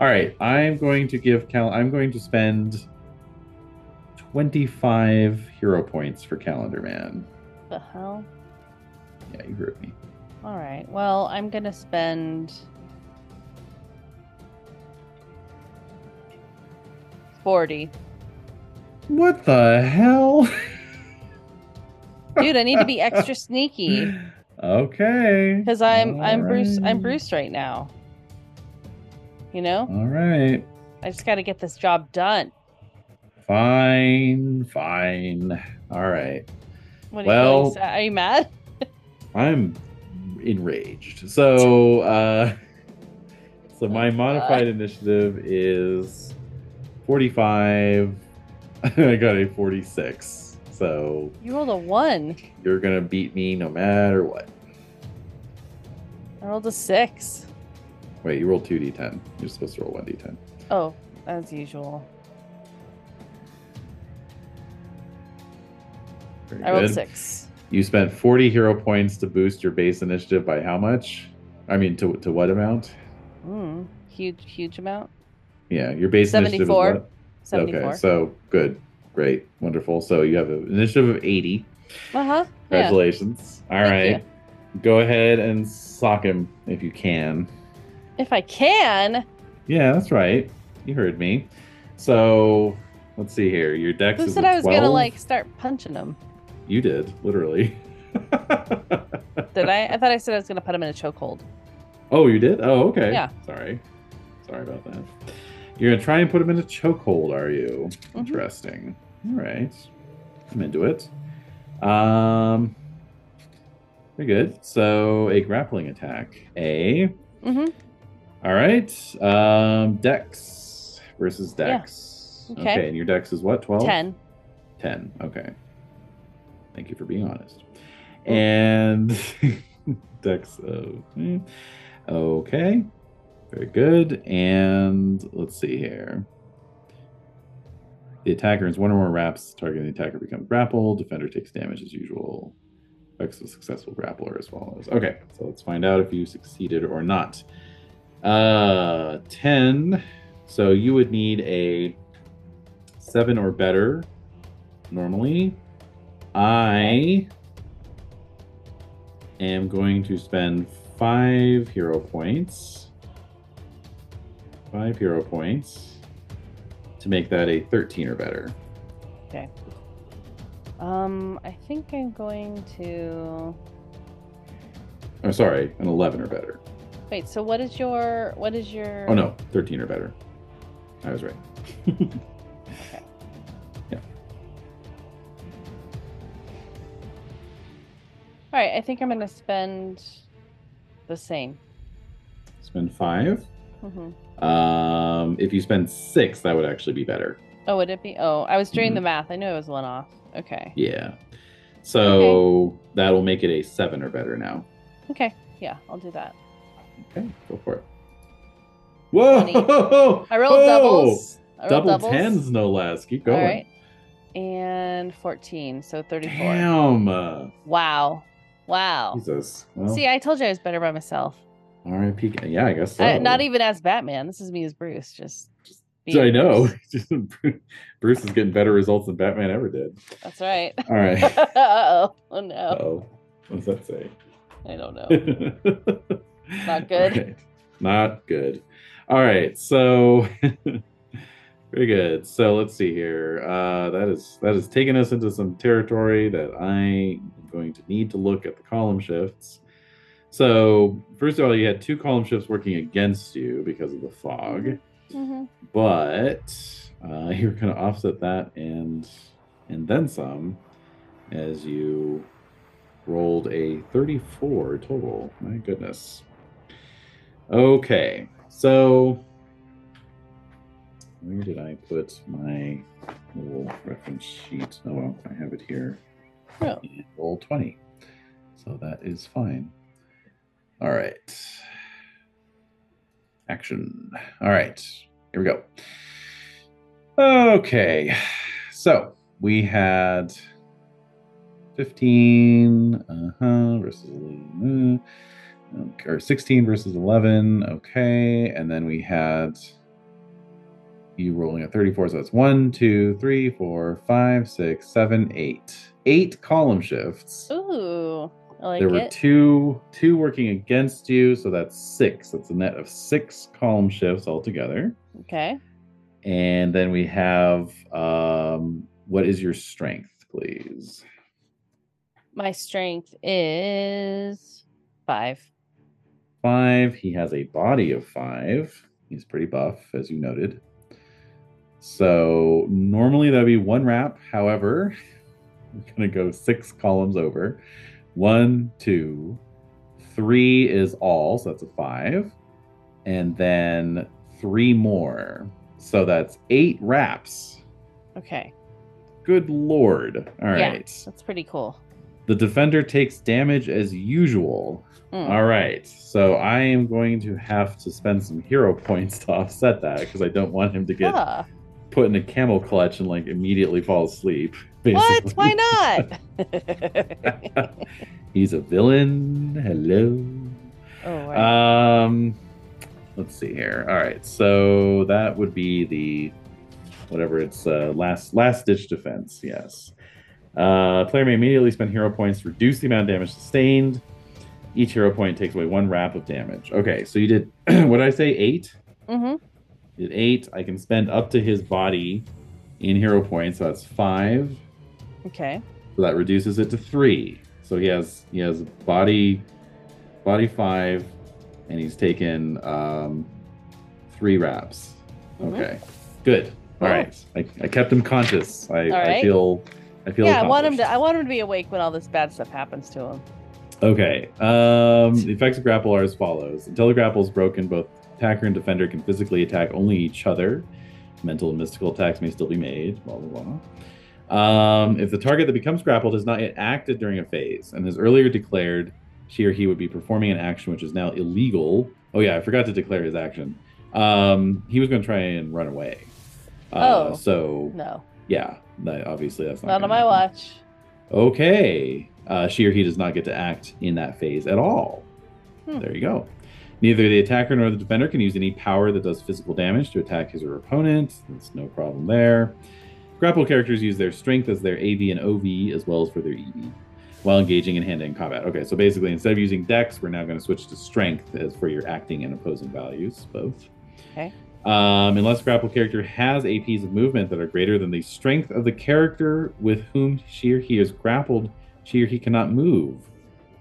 [SPEAKER 1] All right, I'm going to give Cal. I'm going to spend 25 hero points for Calendar Man.
[SPEAKER 4] The hell?
[SPEAKER 1] Yeah, you heard me.
[SPEAKER 4] All right. Well, I'm gonna spend forty.
[SPEAKER 1] What the hell?
[SPEAKER 4] Dude, I need to
[SPEAKER 1] *laughs*
[SPEAKER 4] be extra sneaky
[SPEAKER 1] Okay.
[SPEAKER 4] because I'm
[SPEAKER 1] All
[SPEAKER 4] I'm Bruce I'm
[SPEAKER 1] right.
[SPEAKER 4] Bruce right now. You know,
[SPEAKER 1] All right.
[SPEAKER 4] I just got to get this job done.
[SPEAKER 1] Fine. Fine. All right.
[SPEAKER 4] What are you
[SPEAKER 1] Well-
[SPEAKER 4] feeling? sad? Are you mad?
[SPEAKER 1] I'm enraged. So, uh, *laughs* so my modified initiative is 45. *laughs* I got a 46. So
[SPEAKER 4] You rolled a one.
[SPEAKER 1] you're gonna beat me no matter what.
[SPEAKER 4] I rolled a six.
[SPEAKER 1] Wait, you rolled 2d10. You're supposed to roll 1d10.
[SPEAKER 4] Oh, as usual.
[SPEAKER 1] Very
[SPEAKER 4] I rolled
[SPEAKER 1] good.
[SPEAKER 4] six.
[SPEAKER 1] You spent 40 hero points to boost your base initiative by how much? I mean, to, to what amount?
[SPEAKER 4] Mm, huge, huge amount.
[SPEAKER 1] Yeah, your base initiative
[SPEAKER 4] 74.
[SPEAKER 1] is what?
[SPEAKER 4] Seventy-four.
[SPEAKER 1] Okay, so good, great, wonderful. So you have an initiative of 80.
[SPEAKER 4] uh huh. Yeah.
[SPEAKER 1] Congratulations. All
[SPEAKER 4] Thank
[SPEAKER 1] right. Go ahead and sock him if you can.
[SPEAKER 4] If I can,
[SPEAKER 1] Yeah, that's right. You heard me. So let's see here. Your dex
[SPEAKER 4] who
[SPEAKER 1] is
[SPEAKER 4] said
[SPEAKER 1] a
[SPEAKER 4] I was
[SPEAKER 1] 12.
[SPEAKER 4] gonna like start punching him?
[SPEAKER 1] You did, literally. *laughs*
[SPEAKER 4] Did I? I thought I said I was gonna put him in a chokehold.
[SPEAKER 1] Oh, you did? Oh, okay.
[SPEAKER 4] Yeah.
[SPEAKER 1] Sorry. Sorry about that. You're gonna try and put him in a chokehold, are you?
[SPEAKER 4] Mhm.
[SPEAKER 1] Interesting. All right. I'm into it. Um very good. So a grappling attack. A.
[SPEAKER 4] Mm-hmm.
[SPEAKER 1] All right. Um Dex versus
[SPEAKER 4] Yeah.
[SPEAKER 1] Dex.
[SPEAKER 4] Okay.
[SPEAKER 1] okay, and your Dex is what? Twelve?
[SPEAKER 4] Ten.
[SPEAKER 1] 10. Okay. Thank you for being honest. And *laughs* Dex. oh, mm, Okay. Very good. And let's see here. The attacker earns one or more wraps. Targeting the attacker becomes grappled. Defender takes damage as usual. Effects of successful grappler as follows. Okay, so let's find out if you succeeded or not. Uh, 10. So you would need a 7 or better normally. I am going to spend five hero points. Five hero points to make that a 13 or better.
[SPEAKER 4] Um, I think I'm going to
[SPEAKER 1] Oh, sorry, an 11 or better.
[SPEAKER 4] wait. So what is your what is your?
[SPEAKER 1] Oh, no, 13 or better. I was right.
[SPEAKER 4] All right. I think I'm gonna spend the same.
[SPEAKER 1] Spend five.
[SPEAKER 4] hmm
[SPEAKER 1] Um, if you spend six, that would actually be better.
[SPEAKER 4] Oh, would it be? Oh, I was doing
[SPEAKER 1] Mm-hmm.
[SPEAKER 4] the math. I knew it was one off. Okay.
[SPEAKER 1] Yeah. So that'll make it a seven or better now.
[SPEAKER 4] Okay. Yeah, I'll do that.
[SPEAKER 1] Okay, go for it. Whoa!
[SPEAKER 4] I rolled
[SPEAKER 1] Whoa!
[SPEAKER 4] doubles. I rolled
[SPEAKER 1] Oh! Double
[SPEAKER 4] doubles.
[SPEAKER 1] tens, no less. Keep going.
[SPEAKER 4] All right. And fourteen, so thirty-four.
[SPEAKER 1] Damn. uh,
[SPEAKER 4] Wow. Wow.
[SPEAKER 1] Jesus. Well,
[SPEAKER 4] Oh. See, I told you I was better by myself.
[SPEAKER 1] R.I.P. Yeah, I guess so.
[SPEAKER 4] I, not even as Batman. This is me as Bruce. Just, just being
[SPEAKER 1] I know. *laughs*
[SPEAKER 4] Bruce.
[SPEAKER 1] Bruce is getting better results than Batman ever did.
[SPEAKER 4] That's right. *laughs*
[SPEAKER 1] All right.
[SPEAKER 4] Uh-oh. Oh no.
[SPEAKER 1] oh. What does that say?
[SPEAKER 4] I don't
[SPEAKER 1] *laughs*
[SPEAKER 4] know.
[SPEAKER 1] Not
[SPEAKER 4] good.
[SPEAKER 1] Not good. All right. So *laughs* very good. So let's see here. Uh, that is that is taking us into some territory that I am going to need to look at the column shifts. So first of all, you had two column shifts working against you because of the fog
[SPEAKER 4] Mhm.
[SPEAKER 1] but uh, *laughs* you're going to offset that and and then some as you rolled a 34 total my goodness okay so where did i put my little reference sheet oh well i have it here
[SPEAKER 4] Oh.
[SPEAKER 1] roll 20 so that is fine all right action all right here we go. Okay. So we had 15 uh-huh, versus 11, uh, or 16 versus 11. Okay. And then we had you rolling at 34. So that's one, two, three, four, five, six, seven, eight. Eight column shifts
[SPEAKER 4] Ooh, I like
[SPEAKER 1] there were
[SPEAKER 4] it.
[SPEAKER 1] two two working against you so that's six that's a net of six column shifts altogether
[SPEAKER 4] okay.
[SPEAKER 1] and then we have um, what is your strength, please?
[SPEAKER 4] My strength is five.
[SPEAKER 1] Five. He has a body of five. He's pretty buff, as you noted. So normally that would be one wrap. However, *laughs* we're going to go six columns over. One, two, three is all. So that's a five. And then three more. So that's eight wraps.
[SPEAKER 4] Okay.
[SPEAKER 1] Good lord. All
[SPEAKER 4] Yeah.
[SPEAKER 1] right.
[SPEAKER 4] That's pretty cool.
[SPEAKER 1] The defender takes damage as usual.
[SPEAKER 4] Mm.
[SPEAKER 1] All right. So I am going to have to spend some hero *laughs* points to offset that because I don't want him to get
[SPEAKER 4] Ah,
[SPEAKER 1] put in a camel clutch and like immediately fall asleep. *laughs*
[SPEAKER 4] what?
[SPEAKER 1] *laughs* Basically.
[SPEAKER 4] Why
[SPEAKER 1] *laughs*
[SPEAKER 4] not? *laughs*
[SPEAKER 1] not? He's a villain. Hello.
[SPEAKER 4] oh, wow.
[SPEAKER 1] Um let's see here. All right. So that would be the whatever it's uh, last last ditch defense. Yes. Uh, player may immediately spend hero points to reduce the amount of damage sustained. Each hero point takes away one wrap of damage. Okay, so you did *clears throat* what did I say? Eight.
[SPEAKER 4] mm-hmm.
[SPEAKER 1] You did eight. I can spend up to his body in hero points, so that's five.
[SPEAKER 4] Okay.
[SPEAKER 1] So that reduces it to three. So he has he has body body five, and he's taken um, three wraps.
[SPEAKER 4] Mhm.
[SPEAKER 1] Okay, good. All
[SPEAKER 4] Cool.
[SPEAKER 1] right, I, I kept him conscious. I,
[SPEAKER 4] All
[SPEAKER 1] I
[SPEAKER 4] right.
[SPEAKER 1] feel I feel.
[SPEAKER 4] Yeah, I want him to. I
[SPEAKER 1] accomplished.
[SPEAKER 4] want him to be awake when all this bad stuff happens to him.
[SPEAKER 1] Okay. Um, the effects of grapple are as follows: until the grapple is broken, both attacker and defender can physically attack only each other. Mental and mystical attacks may still be made. Blah blah blah. Um, if the target that becomes grappled has not yet acted during a phase and has earlier declared she or he would be performing an action which is now illegal. Oh yeah, I forgot to declare his action. Um, he was going to try and run away. Uh,
[SPEAKER 4] Oh.
[SPEAKER 1] So
[SPEAKER 4] No,
[SPEAKER 1] yeah, that, obviously that's not.
[SPEAKER 4] not
[SPEAKER 1] gonna
[SPEAKER 4] on my
[SPEAKER 1] happen.
[SPEAKER 4] watch.
[SPEAKER 1] Okay. Uh, she or he does not get to act in that phase at all.
[SPEAKER 4] Hmm.
[SPEAKER 1] There you go. Neither the attacker nor the defender can use any power that does physical damage to attack his or her opponent. That's no problem there. Grapple characters use their strength as their AV and OV as well as for their EV while engaging in hand-to-hand combat. Okay, so basically instead of using dex, we're now going to switch to strength as for your acting and opposing values both.
[SPEAKER 4] Okay.
[SPEAKER 1] Um, unless grapple character has APs of movement that are greater than the strength of the character with whom she or he is grappled, she or he cannot move.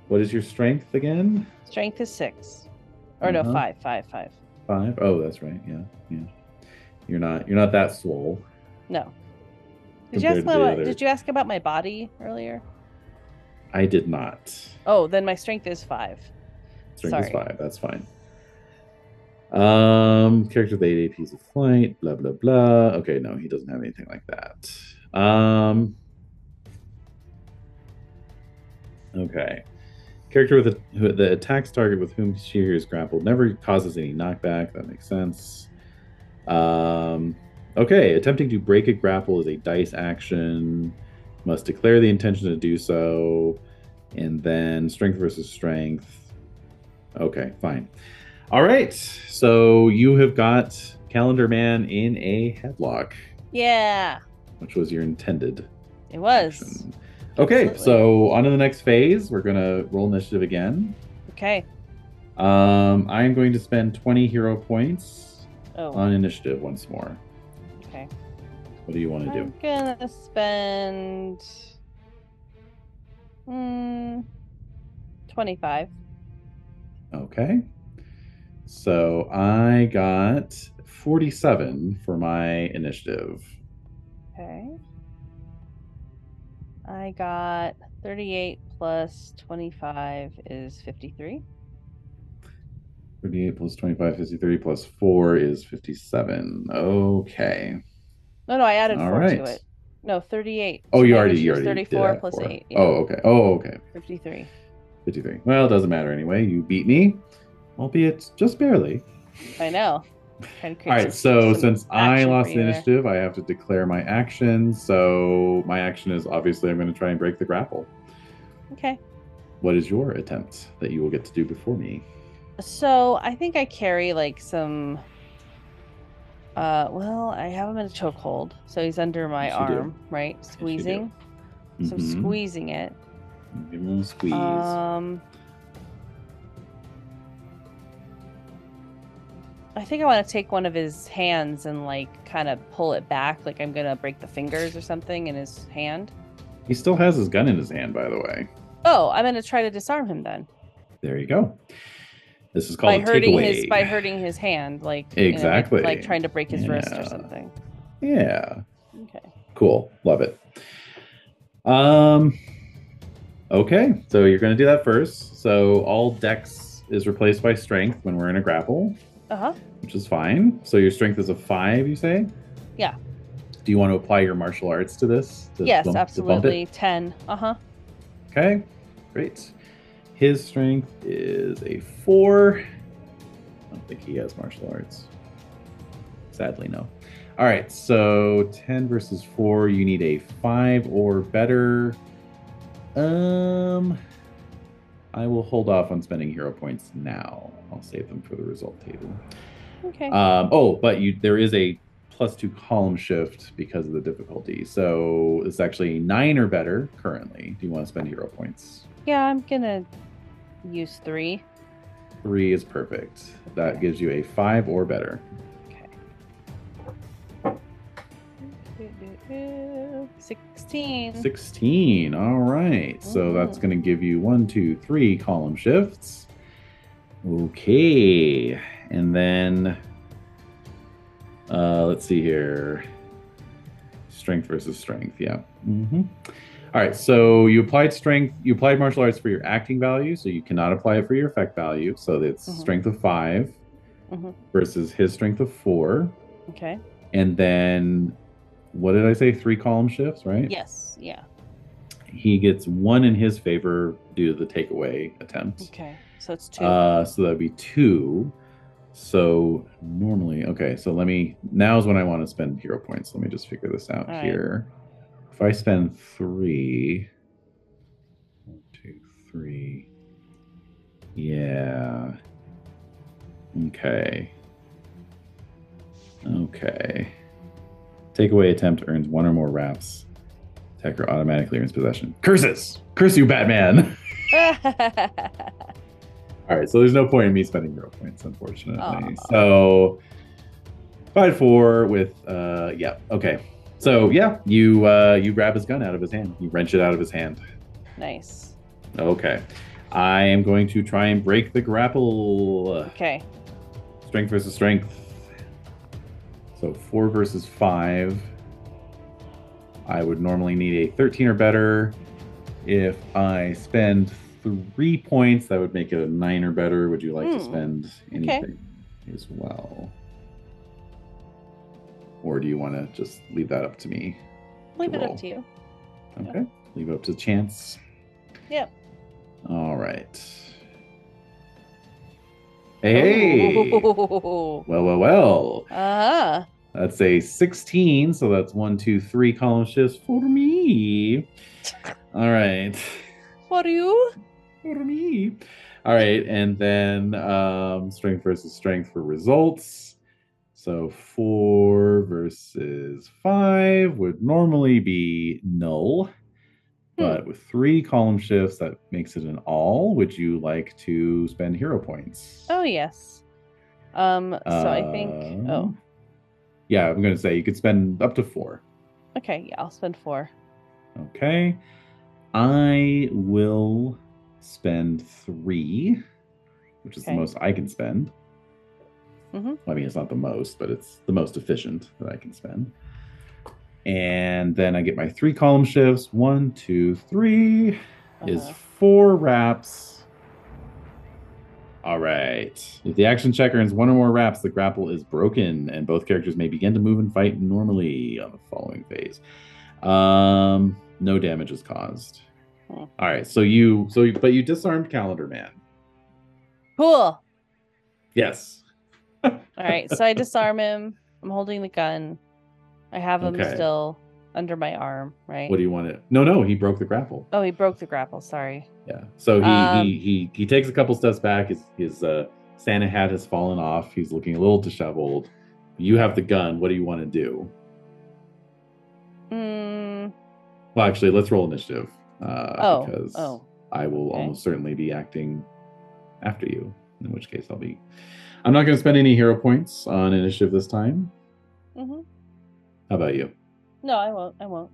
[SPEAKER 1] What is your strength again?
[SPEAKER 4] Strength is six, or no,
[SPEAKER 1] Uh-huh.
[SPEAKER 4] five, five, five.
[SPEAKER 1] Five. Oh, that's right. Yeah, yeah. You're not. You're not that swole.
[SPEAKER 4] No. Did you
[SPEAKER 1] Compared
[SPEAKER 4] ask
[SPEAKER 1] to the
[SPEAKER 4] about?
[SPEAKER 1] other-
[SPEAKER 4] Did you ask about my body earlier?
[SPEAKER 1] I did not.
[SPEAKER 4] Oh, then my strength is five.
[SPEAKER 1] Strength is
[SPEAKER 4] Sorry.
[SPEAKER 1] five. That's fine. Um, character with eight APs of flight. Blah blah blah. Okay, no, he doesn't have anything like that. Um. Okay. Character with a, who, the attacks target with whom she is grappled never causes any knockback. That makes sense. Um, okay, attempting to break a grapple is a dice action. Must declare the intention to do so, and then strength versus strength. Okay, fine. All right, so you have got Calendar Man in a headlock,
[SPEAKER 4] Yeah,
[SPEAKER 1] which was your intended
[SPEAKER 4] it was.
[SPEAKER 1] action. Okay,
[SPEAKER 4] Absolutely.
[SPEAKER 1] so on to the next phase. We're gonna roll initiative again.
[SPEAKER 4] Okay.
[SPEAKER 1] Um, I am going to spend 20 hero points
[SPEAKER 4] Oh.
[SPEAKER 1] on initiative once more.
[SPEAKER 4] okay.
[SPEAKER 1] What do you want to
[SPEAKER 4] I'm
[SPEAKER 1] do?
[SPEAKER 4] gonna spend. Mm, 25.
[SPEAKER 1] Okay. So I got 47 for my initiative.
[SPEAKER 4] Okay. I got 38 plus 25 is 53.
[SPEAKER 1] 38 plus 25, 53 plus 4 is 57. Okay.
[SPEAKER 4] No, no, I added
[SPEAKER 1] All
[SPEAKER 4] 4
[SPEAKER 1] right.
[SPEAKER 4] to it. No, 38.
[SPEAKER 1] Oh, you
[SPEAKER 4] My
[SPEAKER 1] already, you
[SPEAKER 4] initial's
[SPEAKER 1] already did
[SPEAKER 4] 34
[SPEAKER 1] that
[SPEAKER 4] plus
[SPEAKER 1] for-
[SPEAKER 4] 8.
[SPEAKER 1] Oh, okay. Oh, okay.
[SPEAKER 4] 53.
[SPEAKER 1] 53. Well, it doesn't matter anyway. You beat me, albeit just barely.
[SPEAKER 4] I know. Trying to
[SPEAKER 1] All
[SPEAKER 4] create
[SPEAKER 1] right,
[SPEAKER 4] some-
[SPEAKER 1] so
[SPEAKER 4] some
[SPEAKER 1] since I
[SPEAKER 4] action for
[SPEAKER 1] lost
[SPEAKER 4] you
[SPEAKER 1] the
[SPEAKER 4] there.
[SPEAKER 1] initiative, I have to declare my action. So my action is obviously I'm going to try and break the grapple.
[SPEAKER 4] Okay.
[SPEAKER 1] What is your attempt that you will get to do before me?
[SPEAKER 4] So I think I carry like some. Uh, well, I have him in a chokehold, so he's under my
[SPEAKER 1] Yes, you do.
[SPEAKER 4] arm, right?
[SPEAKER 1] do.
[SPEAKER 4] Squeezing, so I'm
[SPEAKER 1] Mhm.
[SPEAKER 4] squeezing it.
[SPEAKER 1] Give him a squeeze.
[SPEAKER 4] Um, I think I want to take one of his hands and like kind of pull it back, like I'm gonna break the fingers or something in his hand.
[SPEAKER 1] he still has his gun in his hand, by the way.
[SPEAKER 4] Oh, I'm gonna try to disarm him then
[SPEAKER 1] There you go. This is called
[SPEAKER 4] by
[SPEAKER 1] a
[SPEAKER 4] hurting
[SPEAKER 1] takeaway.
[SPEAKER 4] his by hurting his hand, like you know, like-
[SPEAKER 1] Exactly.
[SPEAKER 4] like trying to break his wrist
[SPEAKER 1] Yeah.
[SPEAKER 4] or something.
[SPEAKER 1] Yeah.
[SPEAKER 4] Okay.
[SPEAKER 1] Cool. Love it. Um okay, so you're gonna do that first. So all dex is replaced by strength when we're in a grapple,
[SPEAKER 4] Uh huh.
[SPEAKER 1] which is fine. So your strength is a five, you say?
[SPEAKER 4] Yeah.
[SPEAKER 1] Do you want to apply your martial arts to this? to
[SPEAKER 4] Yes,
[SPEAKER 1] bump- to bump
[SPEAKER 4] absolutely.
[SPEAKER 1] it?
[SPEAKER 4] Ten. Uh huh.
[SPEAKER 1] Okay, great. His strength is a four. I don't think he has martial arts. Sadly, no. All right, so 10 versus 4, you need a 5 or better. Um, I will hold off on spending hero points now. I'll save them for the result table.
[SPEAKER 4] Okay.
[SPEAKER 1] Um, oh, but you there is a plus 2 column shift because of the difficulty. So it's actually 9 or better currently. Do you want to spend hero points?
[SPEAKER 4] yeah, I'm gonna use three.
[SPEAKER 1] Three is perfect. That
[SPEAKER 4] Okay.
[SPEAKER 1] gives you a five or better.
[SPEAKER 4] Sixteen.
[SPEAKER 1] 16. All right. So that's
[SPEAKER 4] Mm.
[SPEAKER 1] going to give you one, two, three column shifts. Okay. And then uh, let's see here strength versus strength. Yeah. hmm All right. So you applied strength, you applied martial arts for your acting value. So you cannot apply it for your effect value. So it's
[SPEAKER 4] Mhm.
[SPEAKER 1] strength of 5
[SPEAKER 4] Mhm.
[SPEAKER 1] versus his strength of four.
[SPEAKER 4] Okay.
[SPEAKER 1] And then, what did I say? Three column shifts, right?
[SPEAKER 4] Yes. Yeah.
[SPEAKER 1] He gets one in his favor due to the takeaway attempt.
[SPEAKER 4] Okay. So it's two.
[SPEAKER 1] Uh, so that'd be two. So normally, okay. So let me. Now's when I want to spend hero points. Let me just figure this out
[SPEAKER 4] All right.
[SPEAKER 1] here. If I spend three, one, two, three. Yeah. Okay. Okay. Takeaway attempt earns one or more wraps. Attacker automatically earns possession. Curses! Curse you, Batman! *laughs* All right, so there's no point in me spending hero points, unfortunately.
[SPEAKER 4] Aw.
[SPEAKER 1] So five four with uh yeah okay. So yeah, you uh you grab his gun out of his hand. You wrench it out of his hand.
[SPEAKER 4] *laughs* nice.
[SPEAKER 1] Okay, I am going to try and break the grapple.
[SPEAKER 4] Okay.
[SPEAKER 1] Strength versus strength. So four versus five. I would normally need a 13 or better. If I spend three points, that would make it a nine or better. Would you like to
[SPEAKER 4] Hmm.
[SPEAKER 1] spend
[SPEAKER 4] Okay.
[SPEAKER 1] anything as well? Or do you want to just leave that up to me?
[SPEAKER 4] Leave it
[SPEAKER 1] roll.
[SPEAKER 4] up to you.
[SPEAKER 1] Okay. Leave it up to chance.
[SPEAKER 4] Yep.
[SPEAKER 1] All right. Hey.
[SPEAKER 4] Uh
[SPEAKER 1] Well, well, well.
[SPEAKER 4] huh.
[SPEAKER 1] That's a 16, so that's one, two, three column shifts for me. All right. *laughs*
[SPEAKER 4] What are you?
[SPEAKER 1] For me. All right, and then um, strength versus strength for results. So four versus five would normally be null,
[SPEAKER 4] Hmm.
[SPEAKER 1] But with three column shifts, that makes it an all. Would you like to spend hero points?
[SPEAKER 4] Oh yes. Um. So I think. Oh.
[SPEAKER 1] Um, Yeah, I'm going to say you could spend up to four.
[SPEAKER 4] Okay. Yeah. I'll spend four.
[SPEAKER 1] Okay. I will spend three, which is
[SPEAKER 4] Okay.
[SPEAKER 1] the most I can spend.
[SPEAKER 4] Mhm.
[SPEAKER 1] I mean, it's not the most, but it's the most efficient that I can spend. And then I get my three column shifts. One, two, three is
[SPEAKER 4] Uh-huh.
[SPEAKER 1] four wraps. All right. If the action check earns one or more wraps, the grapple is broken, and both characters may begin to move and fight normally on the following phase. Um, no damage is caused.
[SPEAKER 4] Hmm.
[SPEAKER 1] All right. So you, so you, but you disarmed Calendar Man.
[SPEAKER 4] Cool.
[SPEAKER 1] Yes.
[SPEAKER 4] All right. So I disarm him. I'm holding the gun. I have him
[SPEAKER 1] Okay.
[SPEAKER 4] still under my arm. Right.
[SPEAKER 1] What do you want to? No, no. He broke the grapple.
[SPEAKER 4] oh, he broke the grapple. Sorry.
[SPEAKER 1] Yeah. So he
[SPEAKER 4] Um,
[SPEAKER 1] he, he he takes a couple steps back. His his uh, Santa hat has fallen off. He's looking a little disheveled. You have the gun. What do you want to do?
[SPEAKER 4] Mm,
[SPEAKER 1] Well, actually, let's roll initiative. Uh,
[SPEAKER 4] oh.
[SPEAKER 1] Because
[SPEAKER 4] Oh.
[SPEAKER 1] I will
[SPEAKER 4] Okay.
[SPEAKER 1] almost certainly be acting after you. In which case, I'll be. I'm not going to spend any hero points on initiative this time.
[SPEAKER 4] hmm
[SPEAKER 1] How about you?
[SPEAKER 4] No, I won't. I won't.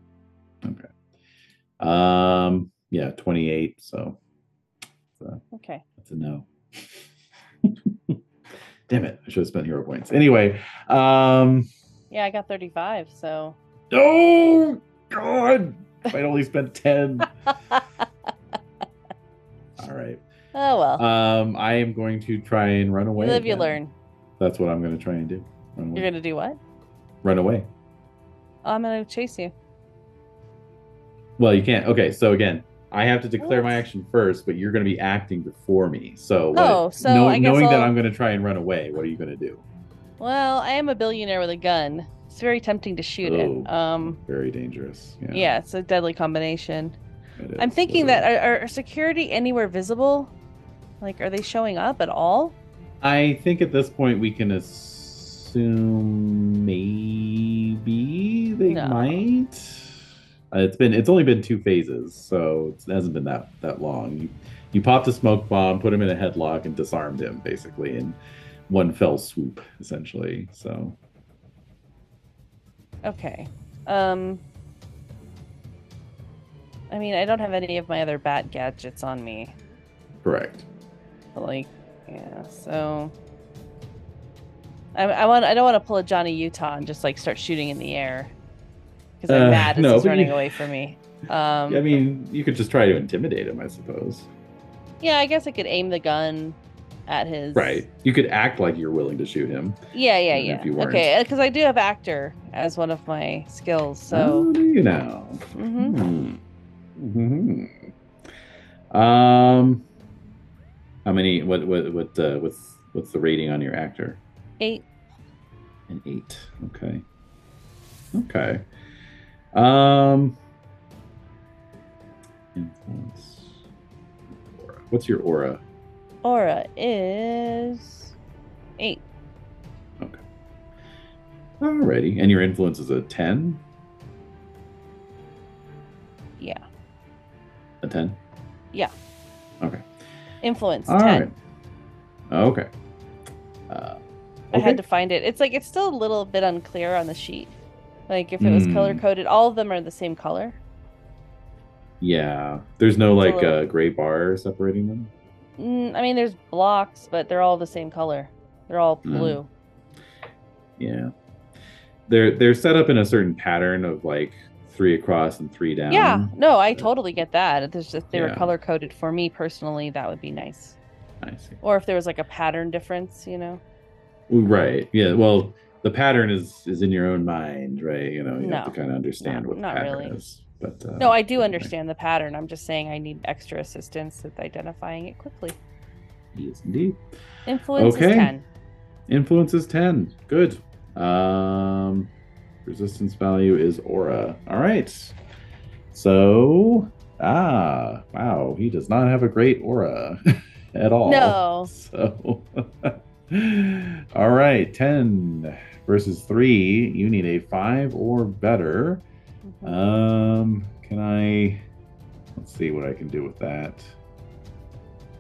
[SPEAKER 1] Um. Yeah, 28. So
[SPEAKER 4] Okay.
[SPEAKER 1] That's a no. *laughs* Damn it. I should have spent hero points. Anyway, um
[SPEAKER 4] Yeah, I got 35. So.
[SPEAKER 1] oh god. I only spent
[SPEAKER 4] *laughs*
[SPEAKER 1] 10.
[SPEAKER 4] oh
[SPEAKER 1] All right.
[SPEAKER 4] well.
[SPEAKER 1] Um I am going to try and run away.
[SPEAKER 4] Live, you
[SPEAKER 1] again.
[SPEAKER 4] learn.
[SPEAKER 1] That's what I'm going to try and do. Run away.
[SPEAKER 4] You're gonna do what?
[SPEAKER 1] Run away.
[SPEAKER 4] Oh, I'm gonna chase you.
[SPEAKER 1] Well, you can't. Okay, so again, I have to declare my
[SPEAKER 4] What?
[SPEAKER 1] action first, but you're going to be acting before me. So, what-
[SPEAKER 4] Oh, so
[SPEAKER 1] know-
[SPEAKER 4] I guess
[SPEAKER 1] knowing that
[SPEAKER 4] I'll-
[SPEAKER 1] I'm going to try and run away, what are you going to do?
[SPEAKER 4] Well, I am a billionaire with a gun. It's very tempting to shoot
[SPEAKER 1] Oh.
[SPEAKER 4] it. Um,
[SPEAKER 1] Very dangerous. Yeah.
[SPEAKER 4] yeah. it's a deadly combination.
[SPEAKER 1] it
[SPEAKER 4] I'm
[SPEAKER 1] is.
[SPEAKER 4] thinking
[SPEAKER 1] What do-
[SPEAKER 4] that are, are security anywhere visible? Like, are they showing up at all?
[SPEAKER 1] I think at this point we can assume maybe they
[SPEAKER 4] No.
[SPEAKER 1] might. Uh, It's been it's only been two phases, so it hasn't been that that long. You, you popped a smoke bomb, put him in a headlock, and disarmed him basically in one fell swoop, essentially. So
[SPEAKER 4] Okay. Um, I mean, I don't have any of my other bat gadgets on me.
[SPEAKER 1] correct.
[SPEAKER 4] But like, yeah. So, I, I want. I don't want to pull a Johnny Utah and just like start shooting in the air because I'm
[SPEAKER 1] Uh,
[SPEAKER 4] mad. It's
[SPEAKER 1] no,
[SPEAKER 4] just
[SPEAKER 1] but
[SPEAKER 4] running
[SPEAKER 1] you-
[SPEAKER 4] away
[SPEAKER 1] *laughs*
[SPEAKER 4] from me. Um,
[SPEAKER 1] I mean, you could just try to intimidate him, I suppose.
[SPEAKER 4] Yeah, I guess I could aim the gun at his.
[SPEAKER 1] Right. You could act like you're willing to shoot him.
[SPEAKER 4] Yeah, yeah,
[SPEAKER 1] Even
[SPEAKER 4] yeah.
[SPEAKER 1] if you weren't.
[SPEAKER 4] Okay, because I do have actor as one of my skills. So,
[SPEAKER 1] How do you now?
[SPEAKER 4] Mhm.
[SPEAKER 1] hmm Um, how many? What? What? What? Uh, what's What's the rating on your actor?
[SPEAKER 4] eight.
[SPEAKER 1] An eight. Okay. Okay. Um. Influence. Aura. What's your aura?
[SPEAKER 4] Aura is eight.
[SPEAKER 1] Alrighty, and your influence is a ten.
[SPEAKER 4] Yeah.
[SPEAKER 1] A ten.
[SPEAKER 4] Yeah.
[SPEAKER 1] Okay.
[SPEAKER 4] Influence
[SPEAKER 1] All
[SPEAKER 4] ten.
[SPEAKER 1] right. Okay. Uh,
[SPEAKER 4] I
[SPEAKER 1] okay.
[SPEAKER 4] had to find it. It's like it's still a little bit unclear on the sheet. Like if it was
[SPEAKER 1] Mm.
[SPEAKER 4] color coded, all of them are the same color.
[SPEAKER 1] Yeah, there's no
[SPEAKER 4] It's a
[SPEAKER 1] like
[SPEAKER 4] little-
[SPEAKER 1] uh, gray bar separating them.
[SPEAKER 4] Mm, I mean, there's blocks, but they're all the same color. They're all
[SPEAKER 1] Mm.
[SPEAKER 4] blue.
[SPEAKER 1] Yeah, they're they're set up in a certain pattern of like three across and three down.
[SPEAKER 4] Yeah, no, I
[SPEAKER 1] uh,
[SPEAKER 4] totally get that. If there's if they were
[SPEAKER 1] yeah.
[SPEAKER 4] color coded for me personally, that would be nice.
[SPEAKER 1] I see.
[SPEAKER 4] Or if there was like a pattern difference, you know.
[SPEAKER 1] Right. Yeah. Well, the pattern is is in your own mind, right? You know, you have
[SPEAKER 4] No.
[SPEAKER 1] to kind of understand
[SPEAKER 4] No,
[SPEAKER 1] what the
[SPEAKER 4] not
[SPEAKER 1] pattern
[SPEAKER 4] really.
[SPEAKER 1] is. But uh,
[SPEAKER 4] No, I do
[SPEAKER 1] anyway.
[SPEAKER 4] understand the pattern. I'm just saying I need extra assistance with identifying it quickly.
[SPEAKER 1] Yes, indeed.
[SPEAKER 4] Influence
[SPEAKER 1] Okay.
[SPEAKER 4] is ten.
[SPEAKER 1] Influence is ten. Good. Um, resistance value is aura. All right. So ah, wow, he does not have a great aura *laughs* at all.
[SPEAKER 4] No.
[SPEAKER 1] So, *laughs* all right, 10 versus 3. You
[SPEAKER 4] Uh,
[SPEAKER 1] need a 5 or better.
[SPEAKER 4] Mhm.
[SPEAKER 1] Um, can I Let's see what I can do with that.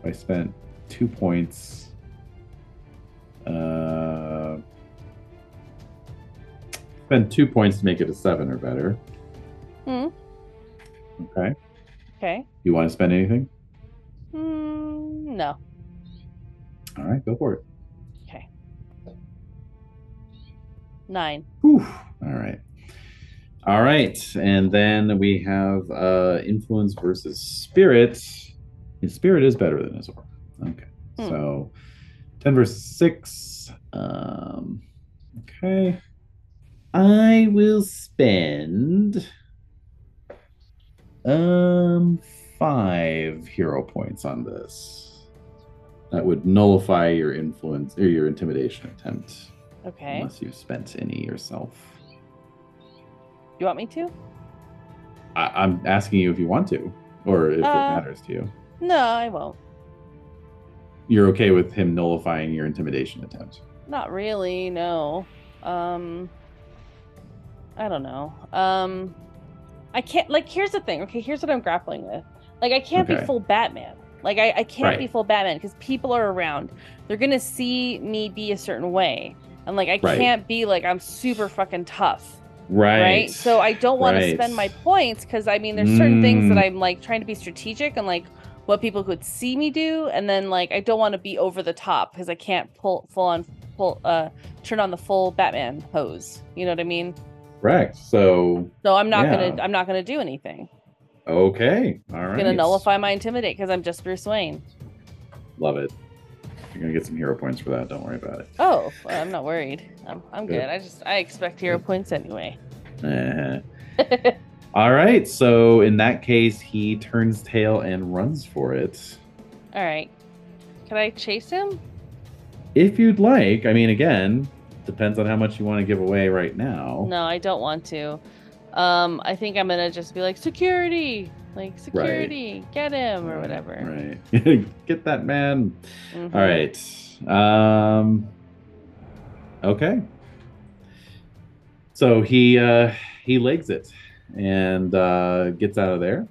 [SPEAKER 1] I spent two points. Uh, spend two points to make it a seven or better.
[SPEAKER 4] Hmm.
[SPEAKER 1] Okay.
[SPEAKER 4] Okay.
[SPEAKER 1] You want to spend anything?
[SPEAKER 4] Mm, no.
[SPEAKER 1] All right, go for it.
[SPEAKER 4] Nine.
[SPEAKER 1] Whew. All right. All right. And then we have uh, influence versus spirit. And spirit is better than Azor. Okay.
[SPEAKER 4] Hmm.
[SPEAKER 1] So 10 versus 6. Um, okay. I will spend um five hero points on this. That would nullify your influence or your intimidation attempt
[SPEAKER 4] Okay.
[SPEAKER 1] unless you've spent any yourself.
[SPEAKER 4] You want me to?
[SPEAKER 1] I, I'm asking you if you want to, or if it
[SPEAKER 4] Uh,
[SPEAKER 1] matters to you.
[SPEAKER 4] No, I won't.
[SPEAKER 1] You're okay with him nullifying your intimidation attempt.
[SPEAKER 4] Not really. No. Um. I don't know. Um. I can't. Like, here's the thing. Okay, here's what I'm grappling with. Like, I can't
[SPEAKER 1] Okay.
[SPEAKER 4] be full Batman. Like, I, I can't be
[SPEAKER 1] Right.
[SPEAKER 4] full Batman because people are around. They're gonna see me be a certain way, and like, I
[SPEAKER 1] Right.
[SPEAKER 4] can't be like I'm super fucking tough. right, so i don't want to
[SPEAKER 1] Right.
[SPEAKER 4] spend my points because i mean there's certain things that
[SPEAKER 1] Mm.
[SPEAKER 4] i'm like trying to be strategic and like what people could see me do and then like i don't want to be over the top because i can't pull full on full uh turn on the full batman hose you know what i mean
[SPEAKER 1] correct. So
[SPEAKER 4] so i'm not
[SPEAKER 1] Yeah.
[SPEAKER 4] gonna i'm not gonna do anything
[SPEAKER 1] okay, all
[SPEAKER 4] i'm gonna nullify my intimidate because i'm just bruce wayne
[SPEAKER 1] Love it. You're gonna get some hero points for that. Don't worry about it.
[SPEAKER 4] oh well, i'm not worried i'm, I'm
[SPEAKER 1] Good.
[SPEAKER 4] good i just i expect hero
[SPEAKER 1] Good.
[SPEAKER 4] points anyway
[SPEAKER 1] Eh.
[SPEAKER 4] *laughs*
[SPEAKER 1] all right. So in that case, he turns tail and runs for it.
[SPEAKER 4] all right can i chase him
[SPEAKER 1] If you'd like, I mean, again, depends on how much you want to give away right now.
[SPEAKER 4] No, I don't want to. Um, I think I'm gonna just be like security, like security, get him or
[SPEAKER 1] Right,
[SPEAKER 4] whatever.
[SPEAKER 1] Right. *laughs* get that man.
[SPEAKER 4] Mhm.
[SPEAKER 1] All right. Um, okay. So he uh, he legs it and uh, gets out of there,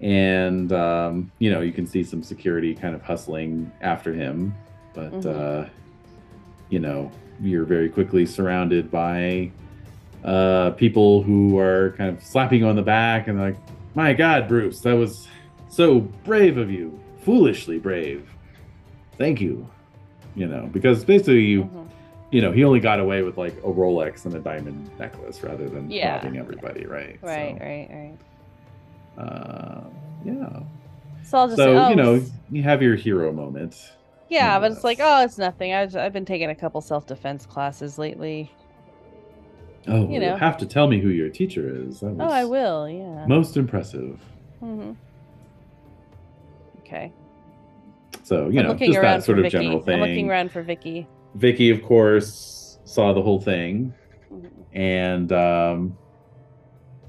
[SPEAKER 1] and um, you know you can see some security kind of hustling after him, but
[SPEAKER 4] Mhm.
[SPEAKER 1] uh, you know you're very quickly surrounded by uh, people who are kind of slapping you on the back and like, my God, Bruce, that was so brave of you, foolishly brave. Thank you. You know, because basically you
[SPEAKER 4] Mhm.
[SPEAKER 1] you know, he only got away with like a Rolex and a diamond necklace rather than
[SPEAKER 4] Yeah.
[SPEAKER 1] robbing everybody, right?
[SPEAKER 4] Right, right, right.
[SPEAKER 1] So, uh, yeah.
[SPEAKER 4] So I'll just
[SPEAKER 1] So,
[SPEAKER 4] say, oh,
[SPEAKER 1] you know,
[SPEAKER 4] s-
[SPEAKER 1] you have your hero moment.
[SPEAKER 4] yeah,
[SPEAKER 1] more
[SPEAKER 4] but
[SPEAKER 1] or
[SPEAKER 4] it's like,
[SPEAKER 1] less.
[SPEAKER 4] oh, it's nothing. I've I've been taking a couple self defense classes lately.
[SPEAKER 1] Oh,
[SPEAKER 4] You
[SPEAKER 1] you,
[SPEAKER 4] know.
[SPEAKER 1] have to tell me who your teacher is. That was
[SPEAKER 4] Oh, I will. Yeah.
[SPEAKER 1] most impressive.
[SPEAKER 4] hmm Okay.
[SPEAKER 1] So, you
[SPEAKER 4] I'm
[SPEAKER 1] know,
[SPEAKER 4] looking
[SPEAKER 1] just
[SPEAKER 4] around
[SPEAKER 1] that sort
[SPEAKER 4] for
[SPEAKER 1] of
[SPEAKER 4] Vicky.
[SPEAKER 1] general
[SPEAKER 4] I'm looking
[SPEAKER 1] thing.
[SPEAKER 4] around for Vicky.
[SPEAKER 1] Vicky, of course, saw the whole thing
[SPEAKER 4] Mhm.
[SPEAKER 1] and um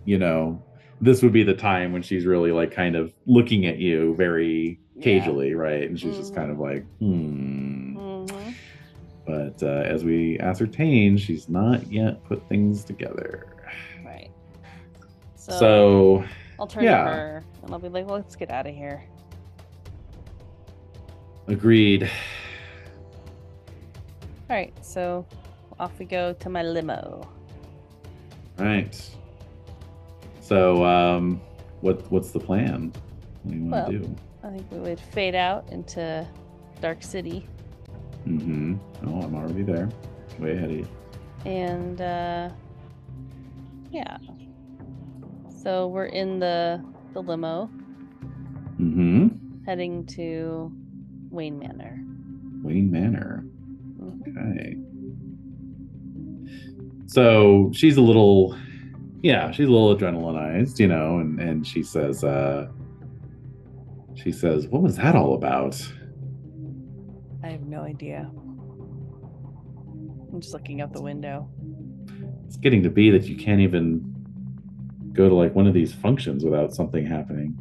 [SPEAKER 1] you know this would be the time when she's really like kind of looking at you very
[SPEAKER 4] Yeah. Mm.
[SPEAKER 1] cagily right and she's just kind of like hmm
[SPEAKER 4] Mhm.
[SPEAKER 1] but uh, as we ascertain she's not yet put things together
[SPEAKER 4] Right. So,
[SPEAKER 1] so,
[SPEAKER 4] I'll turn
[SPEAKER 1] yeah.
[SPEAKER 4] to her and I'll be like, let's get out of here.
[SPEAKER 1] agreed
[SPEAKER 4] All right, so off we go to my limo.
[SPEAKER 1] right so um what what's the plan what do you want
[SPEAKER 4] Well,
[SPEAKER 1] to do
[SPEAKER 4] I think we would fade out into Dark City
[SPEAKER 1] mm-hmm oh i'm already there way ahead of you
[SPEAKER 4] and uh yeah. So we're in the the limo
[SPEAKER 1] mm-hmm
[SPEAKER 4] heading to Wayne Manor.
[SPEAKER 1] wayne manor
[SPEAKER 4] Mhm.
[SPEAKER 1] Okay. So she's a little, yeah, she's a little adrenalinized, you know, and and she says, uh, she says, "What was that all about?"
[SPEAKER 4] I have no idea. I'm just looking out the window.
[SPEAKER 1] It's getting to be that you can't even go to like one of these functions without something happening.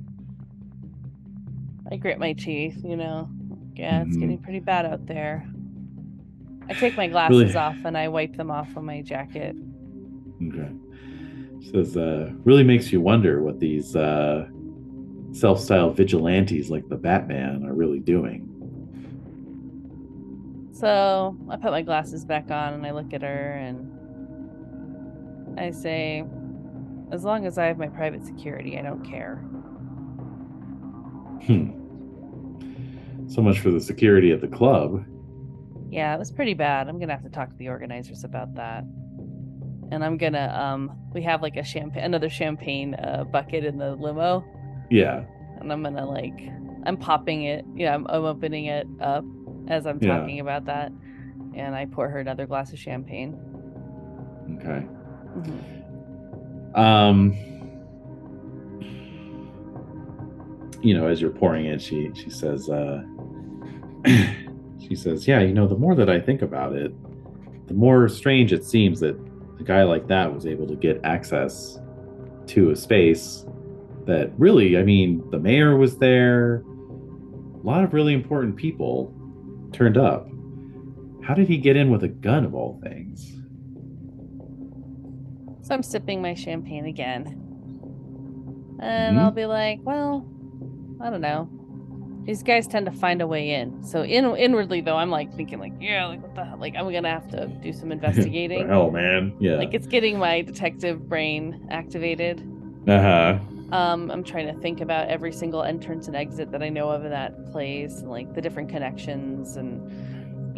[SPEAKER 4] I grit my teeth, you know. Yeah, it's
[SPEAKER 1] Mhm.
[SPEAKER 4] getting pretty bad out there. I take my glasses
[SPEAKER 1] Really-
[SPEAKER 4] off and I wipe them off on my jacket.
[SPEAKER 1] Okay. She says, uh, "Really makes you wonder what these uh, self styled vigilantes like the Batman are really doing.
[SPEAKER 4] So I put my glasses back on and I look at her and I say, as long as I have my private security, I don't care.
[SPEAKER 1] Hmm. So much for the security at the club.
[SPEAKER 4] Yeah, it was pretty bad. I'm gonna have to talk to the organizers about that. And I'm gonna um we have like a champagne another champagne uh, bucket in the limo
[SPEAKER 1] Yeah.
[SPEAKER 4] and I'm gonna like I'm popping it. Yeah, I'm, I'm opening it up as I'm
[SPEAKER 1] Yeah.
[SPEAKER 4] talking about that. And I pour her another glass of champagne.
[SPEAKER 1] Okay.
[SPEAKER 4] Mhm.
[SPEAKER 1] Um you know, as you're pouring it, she she says uh *clears throat* she says, "Yeah, you know, the more that I think about it, the more strange it seems that a guy like that was able to get access to a space that really, I mean, the mayor was there, a lot of really important people turned up. How did he get in with a gun of all things?" *laughs*
[SPEAKER 4] So I'm sipping my champagne again. And
[SPEAKER 1] Mm-hmm.
[SPEAKER 4] I'll be like, well, I don't know. These guys tend to find a way in. So in, inwardly though, I'm like thinking like, yeah, like what the hell? Like I'm gonna have to
[SPEAKER 1] *laughs*
[SPEAKER 4] do some investigating.
[SPEAKER 1] Hell, man. Yeah.
[SPEAKER 4] like it's getting my detective brain activated.
[SPEAKER 1] uh huh.
[SPEAKER 4] Um, I'm trying to think about every single entrance and exit that I know of in that place, and like the different connections, and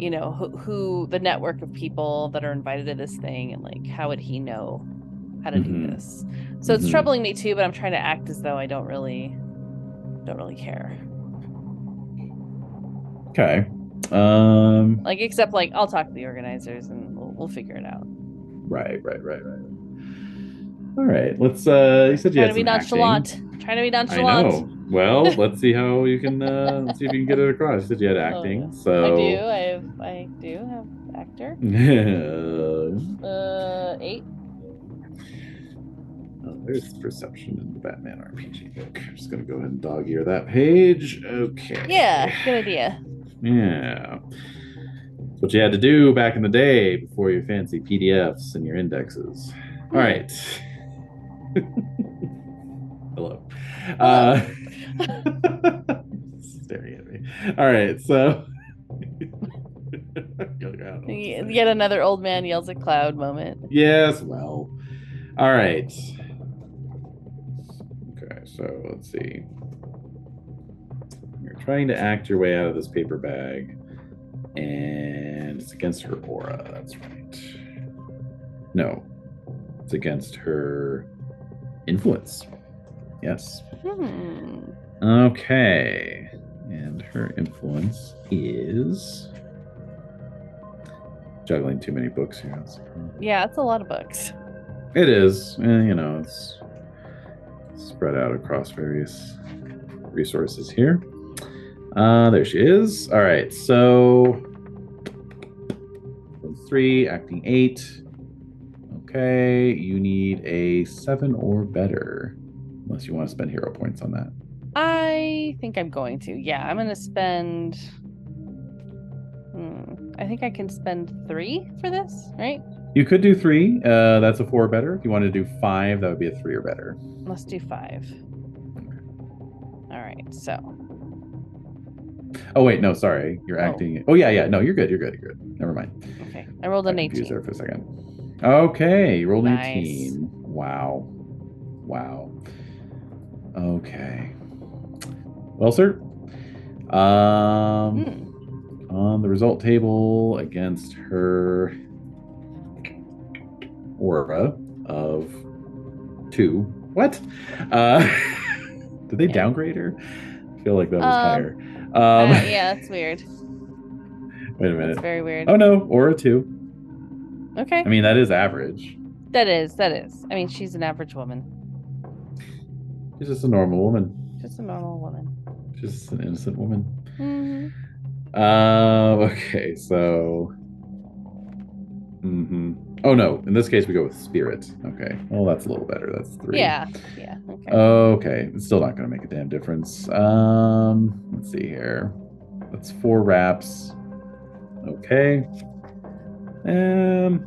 [SPEAKER 4] you know who, who the network of people that are invited to this thing, and like how would he know how to
[SPEAKER 1] Mhm.
[SPEAKER 4] do this? So it's
[SPEAKER 1] Mhm.
[SPEAKER 4] troubling me too, but I'm trying to act as though I don't really, don't really care.
[SPEAKER 1] Okay. Um.
[SPEAKER 4] Like except like I'll talk to the organizers and we'll, we'll figure it out.
[SPEAKER 1] Right. Right. Right. Right. All right. Let's. Uh. You said you
[SPEAKER 4] Trying
[SPEAKER 1] had
[SPEAKER 4] to be
[SPEAKER 1] some acting.
[SPEAKER 4] nonchalant. Trying to be
[SPEAKER 1] I
[SPEAKER 4] nonchalant.
[SPEAKER 1] know.
[SPEAKER 4] *laughs*
[SPEAKER 1] Well, let's see how you can. Uh, let's see if you can get it across. You said you had acting.
[SPEAKER 4] Oh, yeah.
[SPEAKER 1] So.
[SPEAKER 4] I do. I have. I do have actor. Uh, eight.
[SPEAKER 1] *laughs* Oh, there's perception in the Batman RPG book. I'm just gonna go ahead and dog ear that page. Okay.
[SPEAKER 4] Yeah, good idea.
[SPEAKER 1] Yeah. That's what you had to do back in the day before your fancy PDFs and your indexes. All right. *laughs* Hello. Uh, *laughs* staring at me. All right. So. *laughs* Going around all
[SPEAKER 4] Y-
[SPEAKER 1] the
[SPEAKER 4] Yet another old man yells at cloud moment.
[SPEAKER 1] Yes, well. All right. Okay, so let's see. You're trying to act your way out of this paper bag, and it's against her aura. That's right. No, it's against her influence. Yes.
[SPEAKER 4] Hmm.
[SPEAKER 1] Okay. And her influence is. Juggling too many books here. Let's see.
[SPEAKER 4] Yeah, it's a lot of books.
[SPEAKER 1] It is, eh, you know, it's spread out across various resources here. Uh, there she is. All right, so three, acting eight. Okay, you need a seven or better, unless you want to spend hero points on that.
[SPEAKER 4] I think I'm going to. Yeah, I'm going to spend. Hmm. I think I can spend three for this, right?
[SPEAKER 1] You could do three. Uh, that's a four or better. If you wanted to do five, that would be a three or better.
[SPEAKER 4] Let's do five. All right, so.
[SPEAKER 1] Oh wait, no, sorry, you're
[SPEAKER 4] Oh.
[SPEAKER 1] acting. Oh yeah, yeah, no, you're good, you're good, you're good. Never mind.
[SPEAKER 4] Okay. I rolled an
[SPEAKER 1] I confused
[SPEAKER 4] 18.
[SPEAKER 1] there for a second. Okay, you rolled an
[SPEAKER 4] Nice.
[SPEAKER 1] 18. Wow. Wow. Okay. Well, sir. Um
[SPEAKER 4] Hmm.
[SPEAKER 1] on the result table against her aura of two. What? Uh *laughs* did they
[SPEAKER 4] Yeah.
[SPEAKER 1] downgrade her? I feel like that was
[SPEAKER 4] Um,
[SPEAKER 1] higher. Um
[SPEAKER 4] Uh,
[SPEAKER 1] *laughs*
[SPEAKER 4] yeah, that's weird.
[SPEAKER 1] wait a
[SPEAKER 4] That's
[SPEAKER 1] minute.
[SPEAKER 4] very weird.
[SPEAKER 1] Oh no, aura two.
[SPEAKER 4] Okay.
[SPEAKER 1] I mean that is average.
[SPEAKER 4] That is, that is. I mean, she's an average woman,
[SPEAKER 1] She's just a normal woman.
[SPEAKER 4] just a normal woman.
[SPEAKER 1] Just an innocent woman.
[SPEAKER 4] Mhm.
[SPEAKER 1] Um. Okay. So. Hmm. Oh no. In this case, we go with spirit. Okay. Well, that's a little better. That's three.
[SPEAKER 4] Yeah, yeah. Okay.
[SPEAKER 1] Uh, Okay. It's still not going to make a damn difference. Um. Let's see here. That's four wraps. Okay. Um.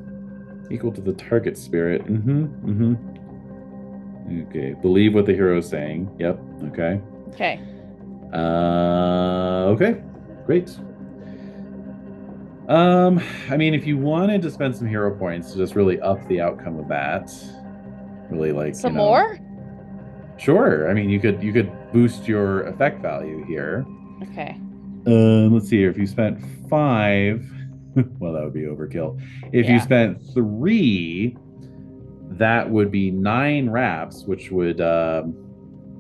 [SPEAKER 1] Equal to the target spirit. Mm-hmm. Mm-hmm. Okay. Believe what the hero is saying. Yep. Okay.
[SPEAKER 4] Okay.
[SPEAKER 1] Uh, okay, great. Um, I mean, if you wanted to spend some hero points to just really up the outcome of that, really like
[SPEAKER 4] Some
[SPEAKER 1] you know-
[SPEAKER 4] more?
[SPEAKER 1] Sure. I mean, you could you could boost your effect value here.
[SPEAKER 4] Okay.
[SPEAKER 1] Um, let's see here. If you spent five, *laughs* well, that would be overkill. If
[SPEAKER 4] Yeah.
[SPEAKER 1] you spent three, that would be nine wraps, which would um,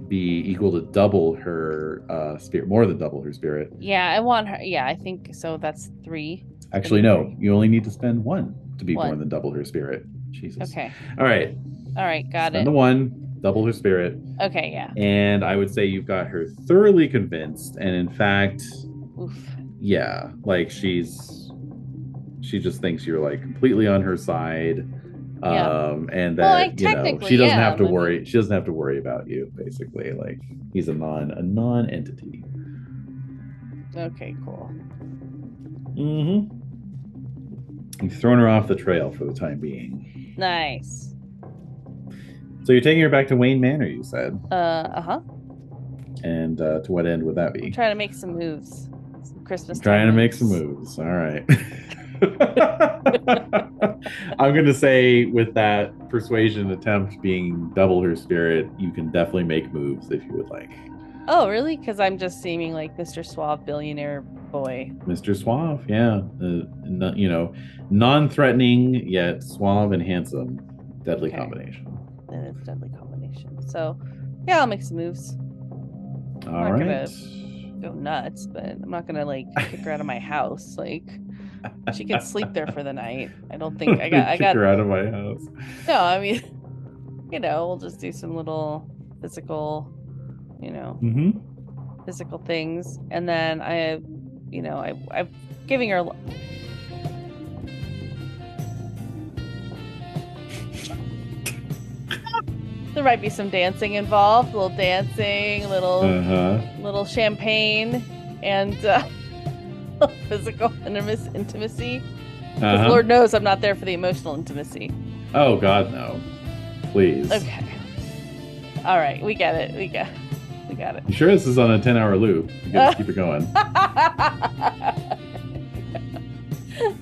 [SPEAKER 1] be equal to double her uh, spirit, more than double her spirit.
[SPEAKER 4] Yeah, I want her. Yeah, I think so. That's three.
[SPEAKER 1] Actually, no, you only need to spend one to be more
[SPEAKER 4] One.
[SPEAKER 1] than double her spirit. Jesus.
[SPEAKER 4] Okay.
[SPEAKER 1] All right.
[SPEAKER 4] All right. Got
[SPEAKER 1] spend
[SPEAKER 4] it.
[SPEAKER 1] the one, double her spirit.
[SPEAKER 4] Okay. Yeah.
[SPEAKER 1] And I would say you've got her thoroughly convinced. And in fact,
[SPEAKER 4] Oof.
[SPEAKER 1] yeah like she's she just thinks you're like completely on her side
[SPEAKER 4] Yeah.
[SPEAKER 1] um and that
[SPEAKER 4] Well, I
[SPEAKER 1] you know
[SPEAKER 4] technically
[SPEAKER 1] she doesn't
[SPEAKER 4] am,
[SPEAKER 1] have to
[SPEAKER 4] I mean-
[SPEAKER 1] worry she doesn't have to worry about you basically like he's a non a non-entity
[SPEAKER 4] Okay. Cool.
[SPEAKER 1] mm-hmm you've thrown her off the trail for the time being
[SPEAKER 4] Nice.
[SPEAKER 1] so you're taking her back to wayne manor you said
[SPEAKER 4] Uh. Uh huh.
[SPEAKER 1] and uh, to what end would that
[SPEAKER 4] I'm
[SPEAKER 1] be
[SPEAKER 4] trying to make some moves. Some Christmas. time
[SPEAKER 1] trying to make some
[SPEAKER 4] moves.
[SPEAKER 1] moves all right *laughs* i'm gonna say with that persuasion attempt being double her spirit you can definitely make moves if you would like
[SPEAKER 4] Oh, really? Because I'm just seeming like Mr. Suave billionaire boy.
[SPEAKER 1] mr suave yeah uh, no- you know non-threatening yet suave and handsome deadly
[SPEAKER 4] Okay.
[SPEAKER 1] combination
[SPEAKER 4] And it's deadly combination. So, yeah, I'll make some moves.
[SPEAKER 1] All
[SPEAKER 4] not
[SPEAKER 1] right.
[SPEAKER 4] gonna- Go nuts, but I'm not gonna like kick her out
[SPEAKER 1] *laughs*
[SPEAKER 4] of my house. Like she can sleep there for the night. I
[SPEAKER 1] *laughs*
[SPEAKER 4] don't think I got. I
[SPEAKER 1] Kick
[SPEAKER 4] got.
[SPEAKER 1] her out of my house
[SPEAKER 4] No, I mean, *laughs* you know, we'll just do some little physical, you know,
[SPEAKER 1] mm-hmm.
[SPEAKER 4] physical things, and then I, you know, I, I'm giving her. l- *laughs* There might be some dancing involved, a little dancing, a little
[SPEAKER 1] uh-huh
[SPEAKER 4] little champagne, and uh, *laughs* physical *laughs* intimis- intimacy. 'Cause
[SPEAKER 1] uh-huh
[SPEAKER 4] Lord knows I'm not there for the emotional intimacy.
[SPEAKER 1] oh god no please
[SPEAKER 4] Okay. All right, we get it. We got, we got it. *laughs*
[SPEAKER 1] you sure this is on a 10-hour loop you can just keep it going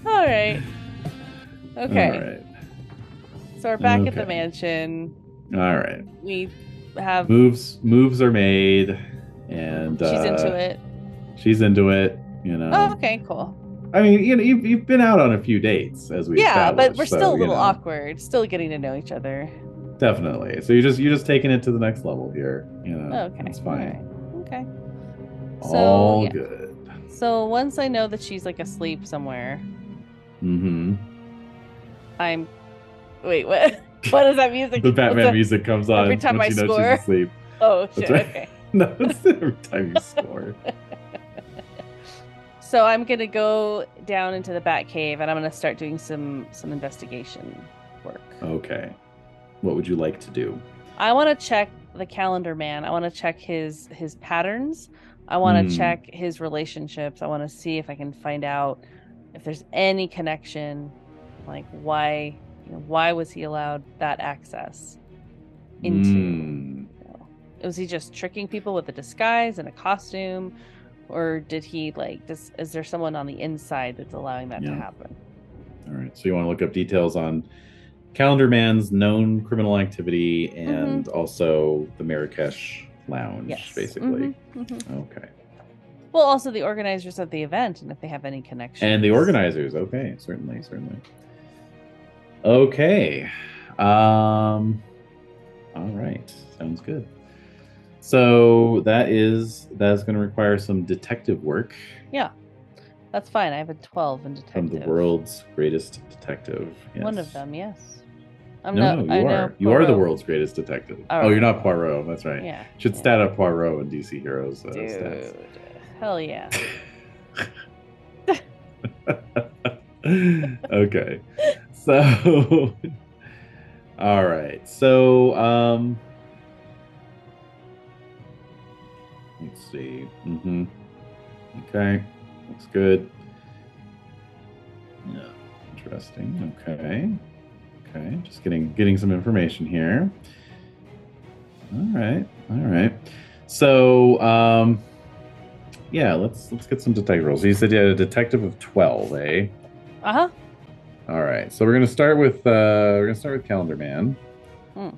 [SPEAKER 4] All right. *laughs* Okay.
[SPEAKER 1] all right
[SPEAKER 4] So we're back at the
[SPEAKER 1] Okay.
[SPEAKER 4] mansion.
[SPEAKER 1] All right.
[SPEAKER 4] We have.
[SPEAKER 1] Moves moves are made, and
[SPEAKER 4] she's into
[SPEAKER 1] uh, um,
[SPEAKER 4] it.
[SPEAKER 1] She's into it. You
[SPEAKER 4] Oh,
[SPEAKER 1] know.
[SPEAKER 4] okay, cool.
[SPEAKER 1] I mean, you know, you've, you've been out on a few dates as we.
[SPEAKER 4] Yeah, but
[SPEAKER 1] established,
[SPEAKER 4] we're
[SPEAKER 1] so,
[SPEAKER 4] still a
[SPEAKER 1] you
[SPEAKER 4] little
[SPEAKER 1] know,
[SPEAKER 4] awkward. Still getting to know each other.
[SPEAKER 1] Definitely. So you're just you're just taking it to the next level here. You know.
[SPEAKER 4] okay.
[SPEAKER 1] It's fine.
[SPEAKER 4] all right, Okay.
[SPEAKER 1] All,
[SPEAKER 4] So, yeah.
[SPEAKER 1] good.
[SPEAKER 4] So once I know that she's like asleep somewhere,
[SPEAKER 1] Mm-hmm.
[SPEAKER 4] I'm. Wait, what? *laughs* What is that music?
[SPEAKER 1] The
[SPEAKER 4] What's
[SPEAKER 1] Batman
[SPEAKER 4] that-
[SPEAKER 1] music comes on
[SPEAKER 4] every time
[SPEAKER 1] when
[SPEAKER 4] I
[SPEAKER 1] she knows
[SPEAKER 4] score.
[SPEAKER 1] she's asleep. *laughs*
[SPEAKER 4] Oh
[SPEAKER 1] That's
[SPEAKER 4] shit.
[SPEAKER 1] right.
[SPEAKER 4] Okay.
[SPEAKER 1] No, it's every time
[SPEAKER 4] *laughs*
[SPEAKER 1] you score.
[SPEAKER 4] So I'm gonna go down into the Bat Cave and I'm gonna start doing some some investigation work.
[SPEAKER 1] Okay. What would you like to do?
[SPEAKER 4] I want to check the calendar man. I want to check his his patterns. I want to
[SPEAKER 1] Hmm.
[SPEAKER 4] check his relationships. I want to see if I can find out if there's any connection, like why you know, why was he allowed that access? Into.
[SPEAKER 1] Mm.
[SPEAKER 4] Was he just tricking people with a disguise and a costume, or did he like? Does is there someone on the inside that's allowing that to
[SPEAKER 1] Yeah.
[SPEAKER 4] happen?
[SPEAKER 1] All right. So you want to look up details on Calendar Man's known criminal activity
[SPEAKER 4] Mm-hmm.
[SPEAKER 1] and also the Marrakesh Lounge,
[SPEAKER 4] Yes.
[SPEAKER 1] basically.
[SPEAKER 4] Mhm, mhm.
[SPEAKER 1] Okay.
[SPEAKER 4] Well, also the organizers of the event and if they have any connection.
[SPEAKER 1] And the organizers. Okay. Certainly. Certainly. Okay. Um, all right. Sounds good. So that is that's going to require some detective work
[SPEAKER 4] That's fine. I have a 12 in
[SPEAKER 1] from
[SPEAKER 4] detective.
[SPEAKER 1] the world's greatest detective.
[SPEAKER 4] One of
[SPEAKER 1] Yes.
[SPEAKER 4] them, yes. I'm
[SPEAKER 1] no,
[SPEAKER 4] not,
[SPEAKER 1] no,
[SPEAKER 4] I
[SPEAKER 1] you
[SPEAKER 4] know
[SPEAKER 1] are. You are the
[SPEAKER 4] Poirot-
[SPEAKER 1] world's greatest detective.
[SPEAKER 4] All
[SPEAKER 1] Oh,
[SPEAKER 4] right.
[SPEAKER 1] you're not Poirot. That's right.
[SPEAKER 4] Yeah.
[SPEAKER 1] Should
[SPEAKER 4] yeah.
[SPEAKER 1] stat up Poirot and DC Heroes uh,
[SPEAKER 4] Dude.
[SPEAKER 1] stats.
[SPEAKER 4] Hell yeah.
[SPEAKER 1] *laughs* okay. So, *laughs* all right. So, um, let's see. Mm-hmm. Okay. Looks good. Yeah. Interesting. Okay. Okay. Just getting getting some information here. All right. All right. So, um, yeah, let's let's get some detective rolls. You said you had a detective of twelve, eh?
[SPEAKER 4] Uh huh.
[SPEAKER 1] All right, so we're gonna start with uh, we're gonna start with Calendar Man,
[SPEAKER 4] Hmm.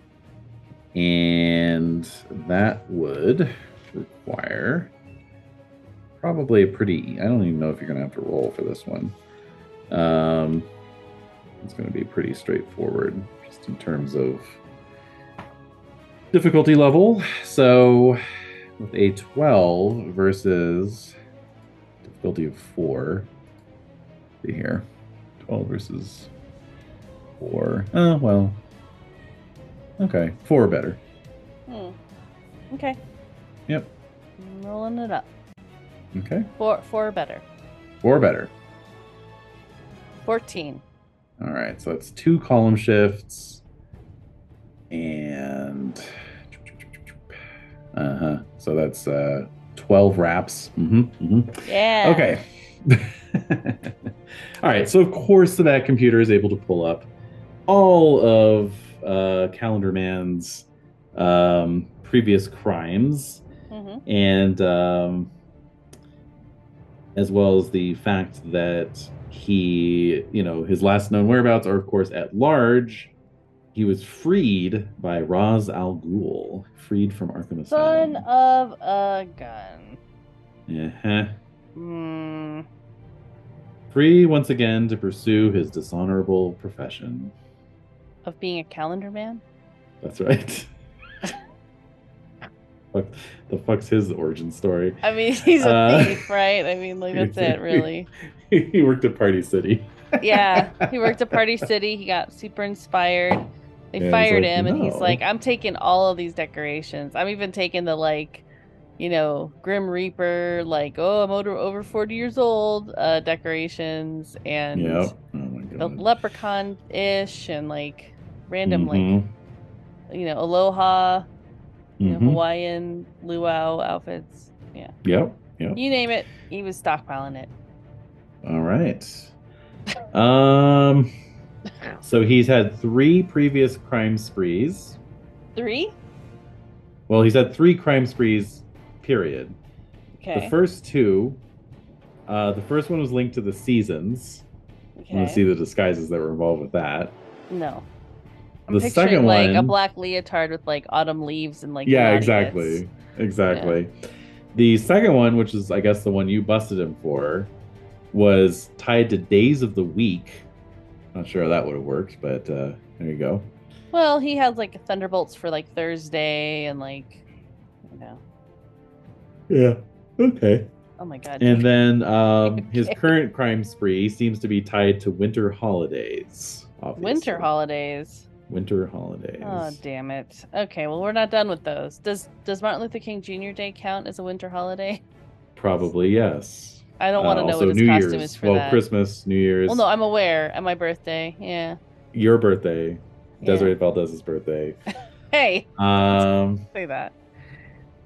[SPEAKER 1] and that would require probably a pretty. I don't even know if you're gonna have to roll for this one. Um, it's gonna be pretty straightforward, just in terms of difficulty level. So with a twelve versus difficulty of four, see here. 12 versus 4. Oh, well. Okay, 4 better.
[SPEAKER 4] Hmm. Okay.
[SPEAKER 1] Yep.
[SPEAKER 4] I'm rolling it up.
[SPEAKER 1] Okay,
[SPEAKER 4] Four, four better.
[SPEAKER 1] 4 better.
[SPEAKER 4] Fourteen.
[SPEAKER 1] All right, so that's two column shifts. And. Uh huh. So that's uh, 12 wraps. hmm. hmm.
[SPEAKER 4] Yeah.
[SPEAKER 1] Okay. mm-hmm. *laughs* all right. So of course that computer is able to pull up all of uh, Calendar Man's um, previous crimes,
[SPEAKER 4] hmm
[SPEAKER 1] and um, as well as the fact that he, you know, his last known whereabouts are of course at large. He was freed by Raz Al Ghul, freed from Arkham
[SPEAKER 4] Son
[SPEAKER 1] Asylum.
[SPEAKER 4] of a gun.
[SPEAKER 1] Uh-huh.
[SPEAKER 4] Hmm.
[SPEAKER 1] Free once again to pursue his dishonorable profession.
[SPEAKER 4] Of being a calendar man.
[SPEAKER 1] That's right. *laughs* Fuck, the fuck's his origin story? *laughs*
[SPEAKER 4] I mean, *laughs* he's a
[SPEAKER 1] Uh,
[SPEAKER 4] thief, right? I mean, like that's it, really.
[SPEAKER 1] he worked at Party City. *laughs*
[SPEAKER 4] Yeah. He worked at Party City. He got super inspired. They
[SPEAKER 1] And he's
[SPEAKER 4] fired
[SPEAKER 1] like,
[SPEAKER 4] him, and he's
[SPEAKER 1] "No."
[SPEAKER 4] like, "I'm taking all of these decorations. I'm even taking the like, you know, Grim Reaper, like, oh, I'm over over 40 years old, uh, decorations, and
[SPEAKER 1] Yep. Oh my
[SPEAKER 4] the
[SPEAKER 1] god.
[SPEAKER 4] leprechaun ish, and like random
[SPEAKER 1] Mhm,
[SPEAKER 4] like, you know, aloha, you know,
[SPEAKER 1] mhm.
[SPEAKER 4] Hawaiian luau outfits. Yeah,
[SPEAKER 1] Yep. Yep.
[SPEAKER 4] you name it, he was stockpiling it.
[SPEAKER 1] All right. Um. So he's had three previous crime sprees.
[SPEAKER 4] Three.
[SPEAKER 1] Well, he's had three crime sprees. Period.
[SPEAKER 4] Okay.
[SPEAKER 1] The first two. Uh, the first one was linked to the seasons. I want
[SPEAKER 4] okay.
[SPEAKER 1] to see the disguises that were involved with that.
[SPEAKER 4] No. I'm
[SPEAKER 1] The
[SPEAKER 4] picturing
[SPEAKER 1] second
[SPEAKER 4] like a
[SPEAKER 1] one-
[SPEAKER 4] black leotard with like autumn leaves and like
[SPEAKER 1] yeah
[SPEAKER 4] knotty
[SPEAKER 1] exactly
[SPEAKER 4] bits.
[SPEAKER 1] exactly the second one which is i guess the one you busted him for was tied to days of the week not sure how that would have worked but uh there you go
[SPEAKER 4] Well, he has like thunderbolts for like Thursday and like you know.
[SPEAKER 1] yeah okay
[SPEAKER 4] Oh my god.
[SPEAKER 1] and
[SPEAKER 4] *laughs*
[SPEAKER 1] then um his
[SPEAKER 4] Okay.
[SPEAKER 1] current crime spree seems to be tied to winter holidays obviously.
[SPEAKER 4] winter holidays.
[SPEAKER 1] winter holidays
[SPEAKER 4] Oh damn it. Okay, well we're not done with those. Does does Martin Luther King Jr. Day count as a winter holiday? *laughs*
[SPEAKER 1] probably yes
[SPEAKER 4] I don't want
[SPEAKER 1] Uh,
[SPEAKER 4] to know
[SPEAKER 1] also
[SPEAKER 4] what his
[SPEAKER 1] new
[SPEAKER 4] costume
[SPEAKER 1] year's
[SPEAKER 4] is for
[SPEAKER 1] well
[SPEAKER 4] that.
[SPEAKER 1] christmas new year's
[SPEAKER 4] Well no, I'm aware. At my birthday. Yeah.
[SPEAKER 1] your birthday
[SPEAKER 4] yeah.
[SPEAKER 1] desiree valdez's birthday
[SPEAKER 4] Hey,
[SPEAKER 1] um
[SPEAKER 4] say that.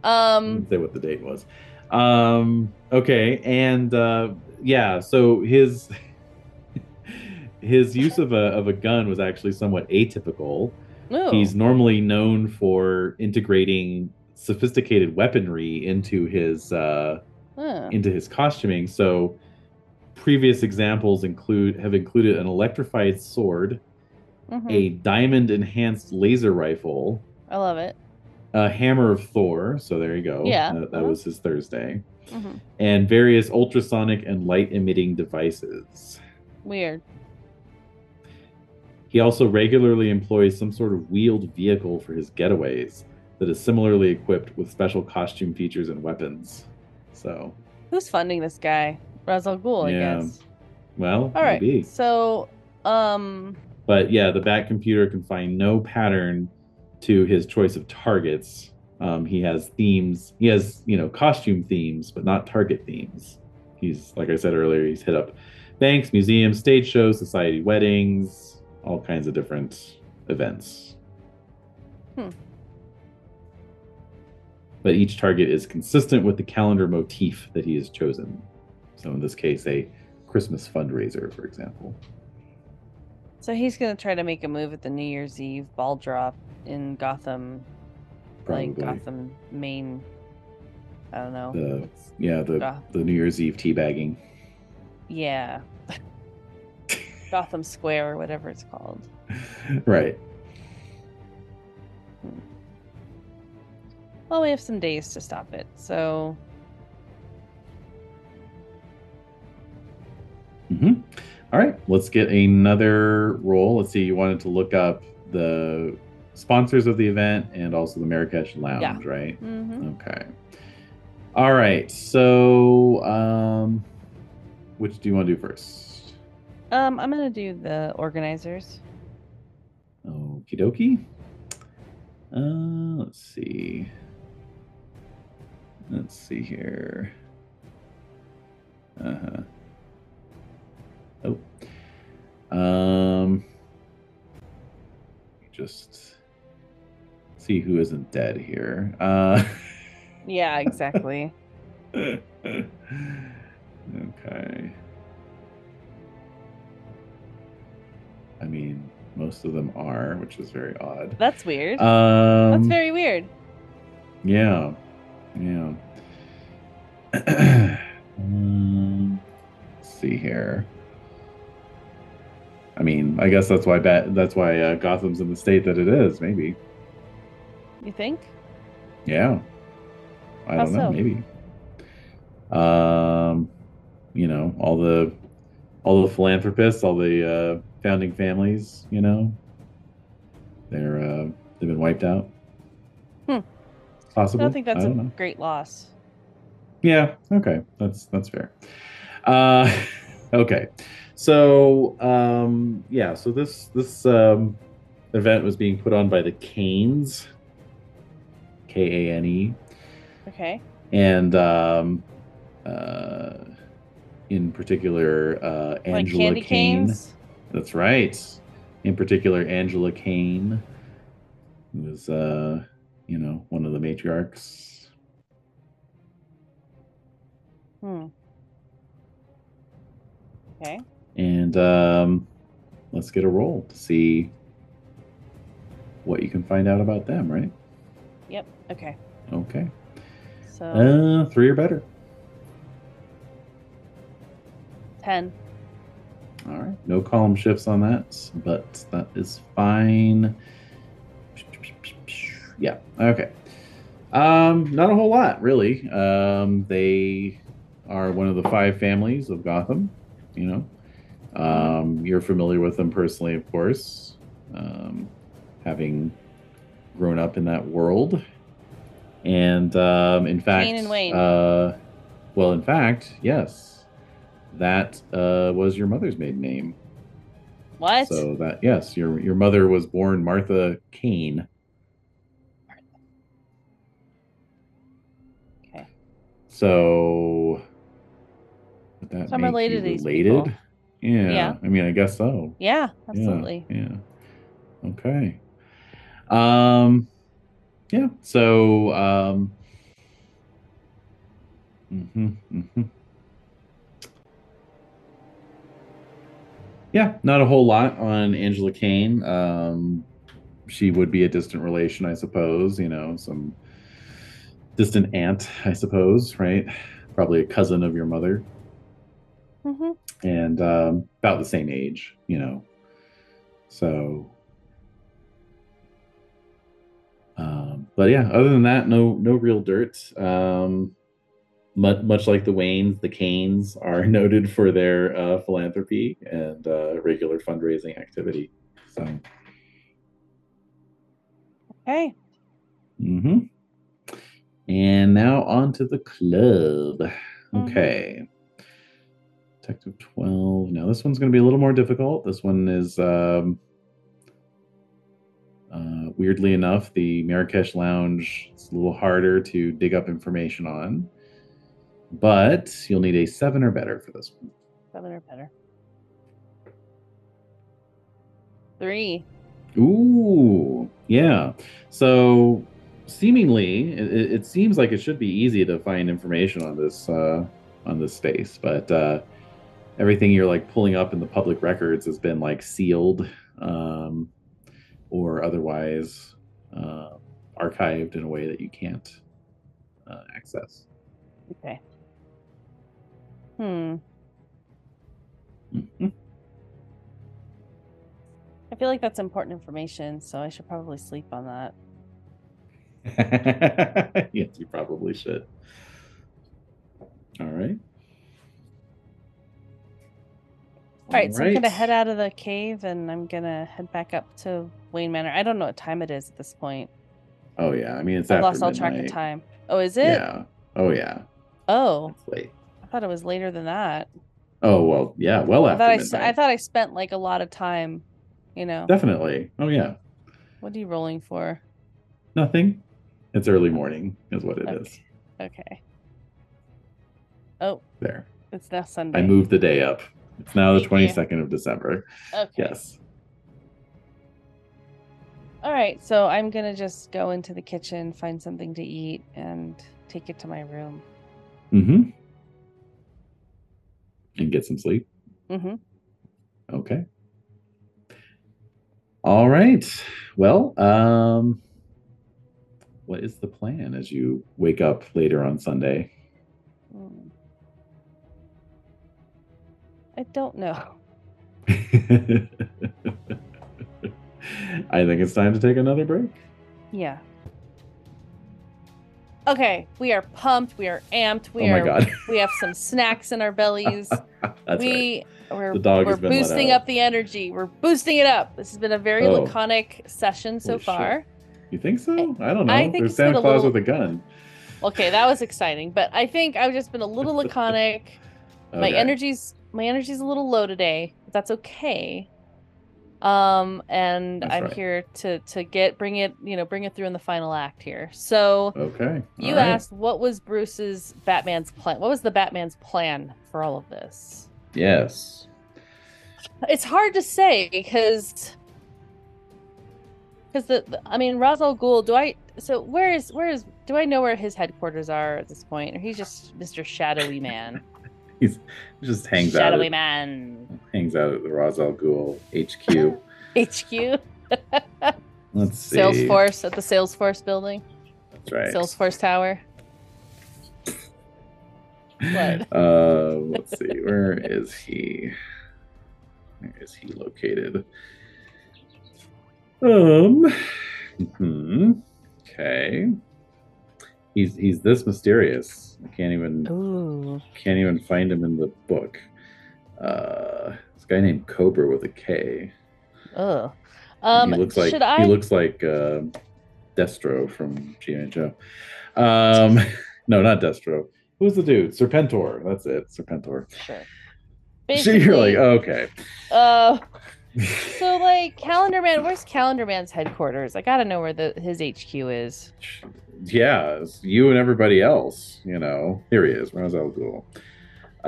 [SPEAKER 1] I
[SPEAKER 4] Um
[SPEAKER 1] didn't say what the date was. Um, okay, and uh, yeah, so his *laughs* his use of a of a gun was actually somewhat atypical.
[SPEAKER 4] ooh,
[SPEAKER 1] Mm. He's normally known for integrating sophisticated weaponry into his uh,
[SPEAKER 4] huh.
[SPEAKER 1] into his costuming. So previous examples include have included an electrified sword,
[SPEAKER 4] Mhm.
[SPEAKER 1] a diamond enhanced laser rifle,
[SPEAKER 4] I love it.
[SPEAKER 1] a hammer of Thor. So there you go.
[SPEAKER 4] Yeah.
[SPEAKER 1] that, that
[SPEAKER 4] Uh-huh.
[SPEAKER 1] was his Thursday.
[SPEAKER 4] hmm
[SPEAKER 1] and various ultrasonic and light emitting devices.
[SPEAKER 4] Weird.
[SPEAKER 1] He also regularly employs some sort of wheeled vehicle for his getaways that is similarly equipped with special costume features and weapons. So,
[SPEAKER 4] Who's funding this guy? Ra's al Ghul,
[SPEAKER 1] Yeah,
[SPEAKER 4] I guess.
[SPEAKER 1] well,
[SPEAKER 4] All right.
[SPEAKER 1] maybe.
[SPEAKER 4] So, um,
[SPEAKER 1] But yeah, the Bat computer can find no pattern to his choice of targets. Um, he has themes, he has, you know, costume themes, but not target themes. He's, like I said earlier, he's hit up banks, museums, stage shows, society weddings, all kinds of different events.
[SPEAKER 4] Hmm.
[SPEAKER 1] But each target is consistent with the calendar motif that he has chosen. So in this case, a Christmas fundraiser, for example.
[SPEAKER 4] so he's gonna try to make a move at the New Year's Eve ball drop in Gotham,
[SPEAKER 1] Probably.
[SPEAKER 4] like Gotham main I don't know.
[SPEAKER 1] The-
[SPEAKER 4] It's-
[SPEAKER 1] Yeah, the
[SPEAKER 4] Ah.
[SPEAKER 1] the New Year's Eve teabagging. *laughs*
[SPEAKER 4] yeah. Gotham Square or whatever it's called.
[SPEAKER 1] right.
[SPEAKER 4] Well, we have some days to stop it, so
[SPEAKER 1] Mhm. All right, let's get another roll. Let's see. You wanted to look up the sponsors of the event and also the Marrakesh Lounge,
[SPEAKER 4] Yeah.
[SPEAKER 1] right?
[SPEAKER 4] mhm.
[SPEAKER 1] Okay. All right. So, um, which do you want to do first?
[SPEAKER 4] um, I'm gonna do the organizers.
[SPEAKER 1] Okie dokie. Uh, let's see. Let's see here. Uh huh. Oh. Um. Just see who isn't dead here. Uh. *laughs*
[SPEAKER 4] Yeah, exactly.
[SPEAKER 1] okay. I mean, most of them are, which is very odd.
[SPEAKER 4] That's weird.
[SPEAKER 1] Um,
[SPEAKER 4] That's very weird.
[SPEAKER 1] yeah, yeah. *clears throat* um, let's see here. I mean, I guess that's why bat- that's why uh, Gotham's in the state that it is. Maybe.
[SPEAKER 4] You think?
[SPEAKER 1] Yeah. I
[SPEAKER 4] How
[SPEAKER 1] don't know,
[SPEAKER 4] so?
[SPEAKER 1] maybe. Um, you know, all the all the philanthropists, all the uh, founding families, you know, they're uh, they've been wiped out.
[SPEAKER 4] Hmm. I
[SPEAKER 1] Possible.
[SPEAKER 4] don't think that's a
[SPEAKER 1] don't know.
[SPEAKER 4] great loss.
[SPEAKER 1] Yeah. Okay. That's that's fair. Uh, *laughs* okay. So um, yeah. So this this um, event was being put on by the Canes. K A N E
[SPEAKER 4] Okay.
[SPEAKER 1] and um, uh, in particular, uh, Angela
[SPEAKER 4] like candy
[SPEAKER 1] Kane.
[SPEAKER 4] canes.
[SPEAKER 1] That's right. In particular, Angela Kane who was, uh, you know, one of the matriarchs.
[SPEAKER 4] Hmm. Okay.
[SPEAKER 1] And um, let's get a roll to see what you can find out about them. Right?
[SPEAKER 4] Yep. Okay.
[SPEAKER 1] Okay.
[SPEAKER 4] So
[SPEAKER 1] Uh, three or better.
[SPEAKER 4] ten.
[SPEAKER 1] All right. No column shifts on that, but that is fine. Yeah. Okay. Um, not a whole lot, really. Um, they are one of the five families of Gotham, you know. Um, you're familiar with them personally, of course, um, having grown up in that world. And um, in fact,
[SPEAKER 4] and Wayne.
[SPEAKER 1] Uh, well, in fact, yes, that uh, was your mother's maiden name.
[SPEAKER 4] What?
[SPEAKER 1] So that yes, your your mother was born Martha Kane.
[SPEAKER 4] Okay.
[SPEAKER 1] So would that
[SPEAKER 4] So I'm
[SPEAKER 1] make you
[SPEAKER 4] related to these people.
[SPEAKER 1] related? Yeah,
[SPEAKER 4] Yeah.
[SPEAKER 1] I mean, I guess so.
[SPEAKER 4] Yeah,
[SPEAKER 1] Yeah,
[SPEAKER 4] absolutely.
[SPEAKER 1] Yeah. Okay. Um. Yeah. So. Um, hmm hmm Yeah, not a whole lot on Angela Kane. Um, she would be a distant relation, I suppose. You know, some distant aunt, I suppose, right? Probably a cousin of your mother
[SPEAKER 4] hmm
[SPEAKER 1] and um, about the same age, you know. So, um, but yeah, other than that, no, no real dirt. Um, much, much like the Waynes, the Canes are *laughs* noted for their uh, philanthropy and uh, regular fundraising activity. So,
[SPEAKER 4] Okay.
[SPEAKER 1] mm-hmm. and now on to the club.
[SPEAKER 4] Mhm.
[SPEAKER 1] Okay. Detective 12. Now, this one's going to be a little more difficult. This one is, um, uh, weirdly enough, the Marrakesh Lounge is a little harder to dig up information on. But you'll need a seven or better for this one.
[SPEAKER 4] Seven or better. Three.
[SPEAKER 1] Ooh, yeah. So, seemingly, it, it it seems like it should be easy to find information on this uh, on this space, but uh, everything you're like pulling up in the public records has been like sealed um, or otherwise uh, archived in a way that you can't uh, access. *laughs*
[SPEAKER 4] Okay. Hmm.
[SPEAKER 1] Mhm.
[SPEAKER 4] I feel like that's important information, so I should probably sleep on that.
[SPEAKER 1] yes, you probably should. All right.
[SPEAKER 4] All right, so I'm gonna head out of the cave and I'm gonna head back up to Wayne Manor. I don't know what time it is at this point.
[SPEAKER 1] Oh yeah, I mean it's
[SPEAKER 4] I've
[SPEAKER 1] after
[SPEAKER 4] lost all track of
[SPEAKER 1] midnight.
[SPEAKER 4] time. Oh, is it?
[SPEAKER 1] Yeah. Oh yeah.
[SPEAKER 4] Oh,
[SPEAKER 1] It's late.
[SPEAKER 4] I thought it was later than that.
[SPEAKER 1] Oh well, yeah. Well
[SPEAKER 4] I
[SPEAKER 1] after
[SPEAKER 4] thought I,
[SPEAKER 1] midnight.
[SPEAKER 4] s- I thought I spent like a lot of time. You know,
[SPEAKER 1] Definitely. Oh yeah.
[SPEAKER 4] what are you rolling for?
[SPEAKER 1] Nothing. It's early morning, is what it is.
[SPEAKER 4] okay. Okay, Oh,
[SPEAKER 1] There.
[SPEAKER 4] it's now Sunday.
[SPEAKER 1] I moved the day up. It's now the
[SPEAKER 4] Thank you.
[SPEAKER 1] twenty second of December.
[SPEAKER 4] Okay.
[SPEAKER 1] Yes.
[SPEAKER 4] All right, so I'm gonna just go into the kitchen, find something to eat, and take it to my room.
[SPEAKER 1] Mm-hmm. And get some sleep.
[SPEAKER 4] Mm-hmm.
[SPEAKER 1] Okay. All right. Well, um, what is the plan as you wake up later on Sunday?
[SPEAKER 4] Mm. I don't know. *laughs*
[SPEAKER 1] *laughs* I think it's time to take another break.
[SPEAKER 4] Yeah. Okay, we are pumped. We are amped. We
[SPEAKER 1] oh my
[SPEAKER 4] are.
[SPEAKER 1] god,
[SPEAKER 4] We have some snacks in
[SPEAKER 1] *laughs*
[SPEAKER 4] our bellies.
[SPEAKER 1] that's
[SPEAKER 4] *laughs*
[SPEAKER 1] right.
[SPEAKER 4] we we're,
[SPEAKER 1] The dog
[SPEAKER 4] we're
[SPEAKER 1] has been let
[SPEAKER 4] boosting
[SPEAKER 1] out.
[SPEAKER 4] up the energy. We're boosting it up. This has been a very
[SPEAKER 1] Oh.
[SPEAKER 4] laconic session so
[SPEAKER 1] Holy shit.
[SPEAKER 4] far.
[SPEAKER 1] You think so? I don't know.
[SPEAKER 4] I think
[SPEAKER 1] There's
[SPEAKER 4] it's been
[SPEAKER 1] Santa
[SPEAKER 4] a
[SPEAKER 1] Claus
[SPEAKER 4] little-
[SPEAKER 1] with a gun.
[SPEAKER 4] Okay, that was exciting, but I think I've just been
[SPEAKER 1] *laughs*
[SPEAKER 4] a little laconic. my
[SPEAKER 1] Okay.
[SPEAKER 4] energy's my energy's a little low today but that's okay um and
[SPEAKER 1] That's
[SPEAKER 4] i'm
[SPEAKER 1] right.
[SPEAKER 4] here to to get bring it you know bring it through in the final act here so
[SPEAKER 1] Okay. all
[SPEAKER 4] you
[SPEAKER 1] right.
[SPEAKER 4] asked what was bruce's batman's plan what was the batman's plan for all of this
[SPEAKER 1] Yes.
[SPEAKER 4] it's hard to say because because the, the i mean Ra's al Ghul, do i so where is where is do i know where his headquarters are at this point or he's just mr shadowy man
[SPEAKER 1] Just *laughs* hangs
[SPEAKER 4] shadowy
[SPEAKER 1] out.
[SPEAKER 4] man
[SPEAKER 1] At, hangs out at the Ra's al Ghul
[SPEAKER 4] *laughs*
[SPEAKER 1] HQ.
[SPEAKER 4] hq
[SPEAKER 1] Let's see.
[SPEAKER 4] Salesforce at the Salesforce building,
[SPEAKER 1] That's right.
[SPEAKER 4] Salesforce Tower.
[SPEAKER 1] *laughs*
[SPEAKER 4] What?
[SPEAKER 1] Uh, let's see. Where is he? Where is he located? Um. hmm, Okay. He's he's this mysterious. I can't even
[SPEAKER 4] Ooh.
[SPEAKER 1] can't even find him in the book. Uh, this guy named Cobra with a K.
[SPEAKER 4] Ugh. Um,
[SPEAKER 1] he looks like
[SPEAKER 4] should I?
[SPEAKER 1] he looks like uh, Destro from GI Joe. Um, *laughs* no, not Destro. Who's the dude? Serpentor. That's it. Serpentor.
[SPEAKER 4] sure.
[SPEAKER 1] So you're like,
[SPEAKER 4] Basically,
[SPEAKER 1] okay. *laughs*
[SPEAKER 4] uh, so like Calendar Man, where's Calendar Man's headquarters? I gotta know where the his HQ is.
[SPEAKER 1] yeah, it's you and everybody else, you know. Here he is, Ra's al Ghul.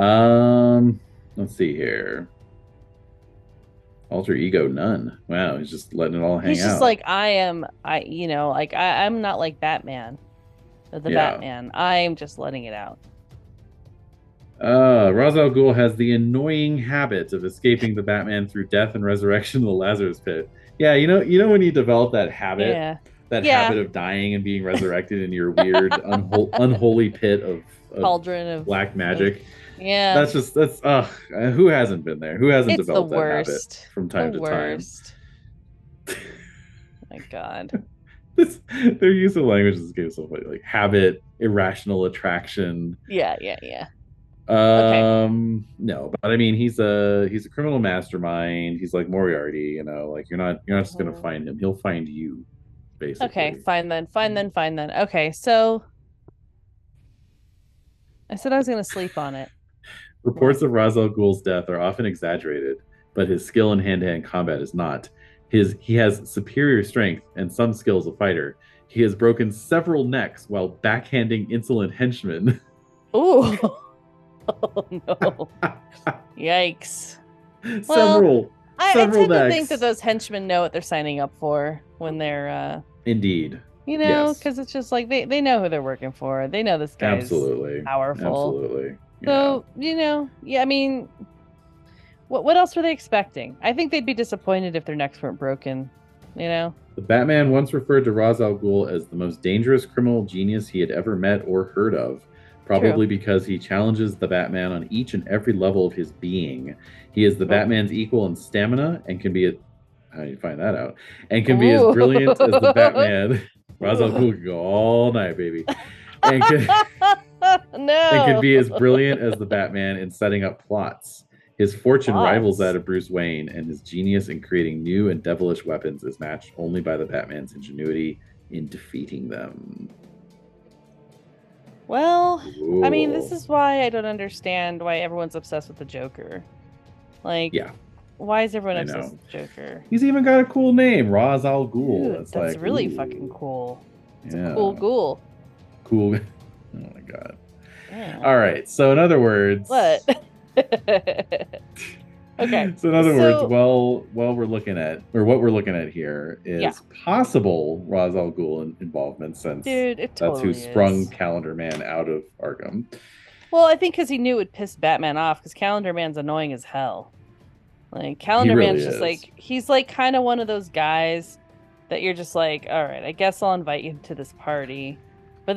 [SPEAKER 1] Um, let's see here. Alter ego, none. Wow, he's just letting it all hang
[SPEAKER 4] He's
[SPEAKER 1] out.
[SPEAKER 4] just like I am. I you know like I I'm not like Batman, the
[SPEAKER 1] Yeah.
[SPEAKER 4] Batman. I'm just letting it out.
[SPEAKER 1] Uh, Ra's al Ghul has the annoying habit of escaping the Batman through death and resurrection of the Lazarus Pit. Yeah, you know, you know when you develop that habit,
[SPEAKER 4] Yeah.
[SPEAKER 1] that
[SPEAKER 4] Yeah.
[SPEAKER 1] habit of dying and being resurrected in your weird, unho- unholy pit of, of
[SPEAKER 4] Cauldron of
[SPEAKER 1] black magic.
[SPEAKER 4] yeah.
[SPEAKER 1] That's just that's uh who hasn't been there? Who hasn't
[SPEAKER 4] it's the
[SPEAKER 1] developed that habit
[SPEAKER 4] worst.
[SPEAKER 1] from time
[SPEAKER 4] the
[SPEAKER 1] to
[SPEAKER 4] worst. My God.
[SPEAKER 1] time? *laughs* This, their use of language in this game is so funny. Like habit, irrational attraction,
[SPEAKER 4] Yeah, yeah,
[SPEAKER 1] *laughs*
[SPEAKER 4] yeah.
[SPEAKER 1] Um, no, but I mean, he's a he's a criminal mastermind. He's like Moriarty, you know. Like you're not you're not just gonna
[SPEAKER 4] Mhm.
[SPEAKER 1] find him. He'll find you, basically.
[SPEAKER 4] Okay, fine then, fine then, fine then. Okay, so I said I was gonna sleep on it.
[SPEAKER 1] Reports of Ra's al Ghul's death are often exaggerated, but his skill in hand-to-hand combat is not. His he has superior strength and some skill as a fighter. He has broken several necks while backhanding insolent henchmen. *laughs*
[SPEAKER 4] Ooh. *laughs* oh no. Yikes.
[SPEAKER 1] several,
[SPEAKER 4] I, I tend
[SPEAKER 1] several
[SPEAKER 4] to think
[SPEAKER 1] necks.
[SPEAKER 4] that those henchmen know what they're signing up for when they're uh
[SPEAKER 1] indeed,
[SPEAKER 4] you know,
[SPEAKER 1] Yes.
[SPEAKER 4] because it's just like they, they know who they're working for. They know this guy's
[SPEAKER 1] absolutely,
[SPEAKER 4] powerful.
[SPEAKER 1] absolutely.
[SPEAKER 4] So, you know, yeah, I mean what what else were they expecting? I think they'd be disappointed if their necks weren't broken, you know? *laughs*
[SPEAKER 1] The Batman once referred to Ra's al Ghul as the most dangerous criminal genius he had ever met or heard of, Probably because he challenges the Batman on each and every level of his being. He is the Batman's equal in stamina and can be a how do you find that out? And can be
[SPEAKER 4] Ooh.
[SPEAKER 1] as brilliant as the Batman. Ra's al Ghul can go all night, baby. And
[SPEAKER 4] *laughs*
[SPEAKER 1] can,
[SPEAKER 4] no.
[SPEAKER 1] and can be as brilliant as the Batman in setting up plots. His fortune
[SPEAKER 4] Plots.
[SPEAKER 1] rivals that of Bruce Wayne, and his genius in creating new and devilish weapons is matched only by the Batman's ingenuity in defeating them.
[SPEAKER 4] Well, I mean, this
[SPEAKER 1] Cool.
[SPEAKER 4] is why I don't understand why everyone's obsessed with the Joker. Like,
[SPEAKER 1] Yeah.
[SPEAKER 4] why is everyone
[SPEAKER 1] I
[SPEAKER 4] obsessed
[SPEAKER 1] know.
[SPEAKER 4] with the Joker?
[SPEAKER 1] He's even got a cool name, Ra's al Ghul.
[SPEAKER 4] Dude,
[SPEAKER 1] It's
[SPEAKER 4] that's
[SPEAKER 1] like,
[SPEAKER 4] really
[SPEAKER 1] ooh,
[SPEAKER 4] fucking cool. It's
[SPEAKER 1] yeah,
[SPEAKER 4] a cool ghoul.
[SPEAKER 1] *laughs* cool. Oh my god!
[SPEAKER 4] Yeah.
[SPEAKER 1] All right. So in other words, *laughs*
[SPEAKER 4] What? *laughs* okay.
[SPEAKER 1] So in other
[SPEAKER 4] So-
[SPEAKER 1] words, well, well, we're looking at, or what we're looking at here is
[SPEAKER 4] Yeah.
[SPEAKER 1] possible Ra's al Ghul in- involvement, since
[SPEAKER 4] Dude, it
[SPEAKER 1] that's
[SPEAKER 4] totally
[SPEAKER 1] who sprung
[SPEAKER 4] is.
[SPEAKER 1] Calendar Man out of Arkham.
[SPEAKER 4] Well, I think because he knew it would piss Batman off because Calendar Man's annoying as hell. Like Calendar
[SPEAKER 1] really
[SPEAKER 4] Man's just
[SPEAKER 1] is.
[SPEAKER 4] like he's like kind of one of those guys that you're just like, all right, I guess I'll invite you to this party, but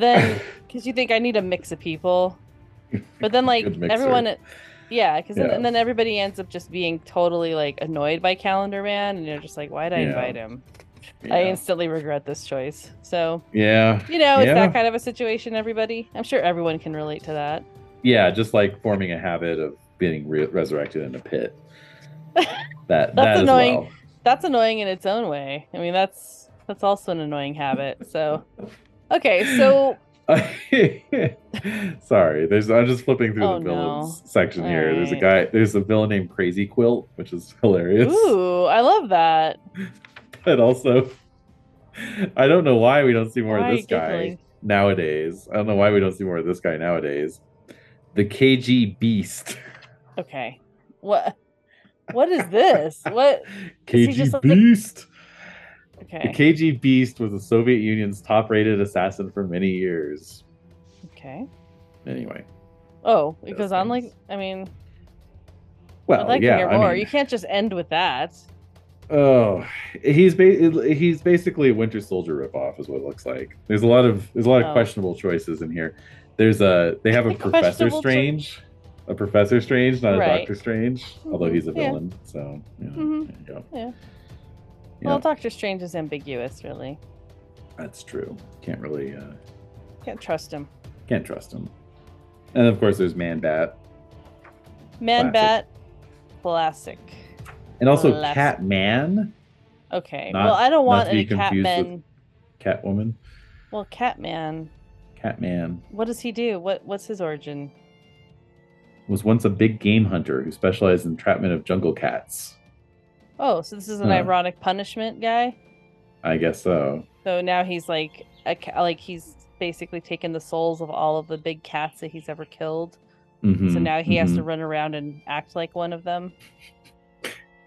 [SPEAKER 1] *laughs*
[SPEAKER 4] then because you think *laughs* I need a mix of people,
[SPEAKER 1] *laughs*
[SPEAKER 4] but then like
[SPEAKER 1] Good mixer.
[SPEAKER 4] everyone, yeah, because
[SPEAKER 1] Yeah.
[SPEAKER 4] and then everybody ends up just being totally like annoyed by Calendar Man, and you're just like, why'd I
[SPEAKER 1] Yeah.
[SPEAKER 4] invite him? I
[SPEAKER 1] Yeah.
[SPEAKER 4] instantly regret this choice. So
[SPEAKER 1] yeah,
[SPEAKER 4] you know, it's
[SPEAKER 1] Yeah.
[SPEAKER 4] that kind of a situation. Everybody, I'm sure everyone can relate to that.
[SPEAKER 1] yeah, just like forming a habit of being re- resurrected in a
[SPEAKER 4] *laughs*
[SPEAKER 1] pit. That that
[SPEAKER 4] That's
[SPEAKER 1] as
[SPEAKER 4] annoying.
[SPEAKER 1] well.
[SPEAKER 4] that's annoying in its own way. I mean, that's that's also an annoying habit. So, okay,
[SPEAKER 1] *laughs*
[SPEAKER 4] so
[SPEAKER 1] Sorry, there's. I'm just flipping through
[SPEAKER 4] Oh,
[SPEAKER 1] the
[SPEAKER 4] no.
[SPEAKER 1] villains section
[SPEAKER 4] All
[SPEAKER 1] here. There's a
[SPEAKER 4] right.
[SPEAKER 1] guy. There's a villain named Crazy Quilt, which is hilarious.
[SPEAKER 4] ooh, I love that.
[SPEAKER 1] *laughs* but also I don't know why we don't see more
[SPEAKER 4] Why are
[SPEAKER 1] of
[SPEAKER 4] you
[SPEAKER 1] this guy
[SPEAKER 4] giggling?
[SPEAKER 1] nowadays. I don't know why we don't see more of this guy nowadays. The KG Beast.
[SPEAKER 4] Okay, what what is this? What Is he just
[SPEAKER 1] KG
[SPEAKER 4] like-
[SPEAKER 1] Beast. The
[SPEAKER 4] okay
[SPEAKER 1] KG Beast was the Soviet Union's top-rated assassin for many years.
[SPEAKER 4] okay?
[SPEAKER 1] Anyway,
[SPEAKER 4] Oh,
[SPEAKER 1] Those
[SPEAKER 4] it goes on like
[SPEAKER 1] things.
[SPEAKER 4] I mean,
[SPEAKER 1] well,
[SPEAKER 4] I'd like
[SPEAKER 1] yeah,
[SPEAKER 4] to hear
[SPEAKER 1] I
[SPEAKER 4] more.
[SPEAKER 1] mean-
[SPEAKER 4] you can't just end with that.
[SPEAKER 1] Oh, he's ba- he's basically a Winter Soldier ripoff, is what it looks like. There's a lot of there's a lot of
[SPEAKER 4] Oh.
[SPEAKER 1] questionable choices in here. There's a they have a Professor
[SPEAKER 4] Questionable
[SPEAKER 1] Strange, a Professor Strange, not a
[SPEAKER 4] Right.
[SPEAKER 1] Doctor Strange, although
[SPEAKER 4] Mhm,
[SPEAKER 1] he's a
[SPEAKER 4] yeah.
[SPEAKER 1] villain. So you know,
[SPEAKER 4] Mhm,
[SPEAKER 1] there you go.
[SPEAKER 4] yeah.
[SPEAKER 1] You
[SPEAKER 4] Well,
[SPEAKER 1] know,
[SPEAKER 4] Doctor Strange is ambiguous, really.
[SPEAKER 1] that's true. Can't really uh,
[SPEAKER 4] Can't trust him.
[SPEAKER 1] can't trust him. And of course, there's Man Bat, Classic.
[SPEAKER 4] Man, bat, plastic.
[SPEAKER 1] and also
[SPEAKER 4] Less-
[SPEAKER 1] Cat Man,
[SPEAKER 4] Okay.
[SPEAKER 1] Not-
[SPEAKER 4] well, I don't
[SPEAKER 1] not
[SPEAKER 4] want
[SPEAKER 1] to be
[SPEAKER 4] any cat
[SPEAKER 1] confused with-
[SPEAKER 4] men.
[SPEAKER 1] Catwoman,
[SPEAKER 4] Well, Catman.
[SPEAKER 1] Cat Man.
[SPEAKER 4] What does he do? What What's his origin?
[SPEAKER 1] Was once a big game hunter who specialized in entrapment of jungle cats.
[SPEAKER 4] Oh, so this is an
[SPEAKER 1] Huh.
[SPEAKER 4] ironic punishment guy.
[SPEAKER 1] I guess so.
[SPEAKER 4] So now he's like a ca- like he's basically taken the souls of all of the big cats that he's ever killed. So
[SPEAKER 1] Mhm,
[SPEAKER 4] now he has
[SPEAKER 1] mhm.
[SPEAKER 4] to run around and act like one of them.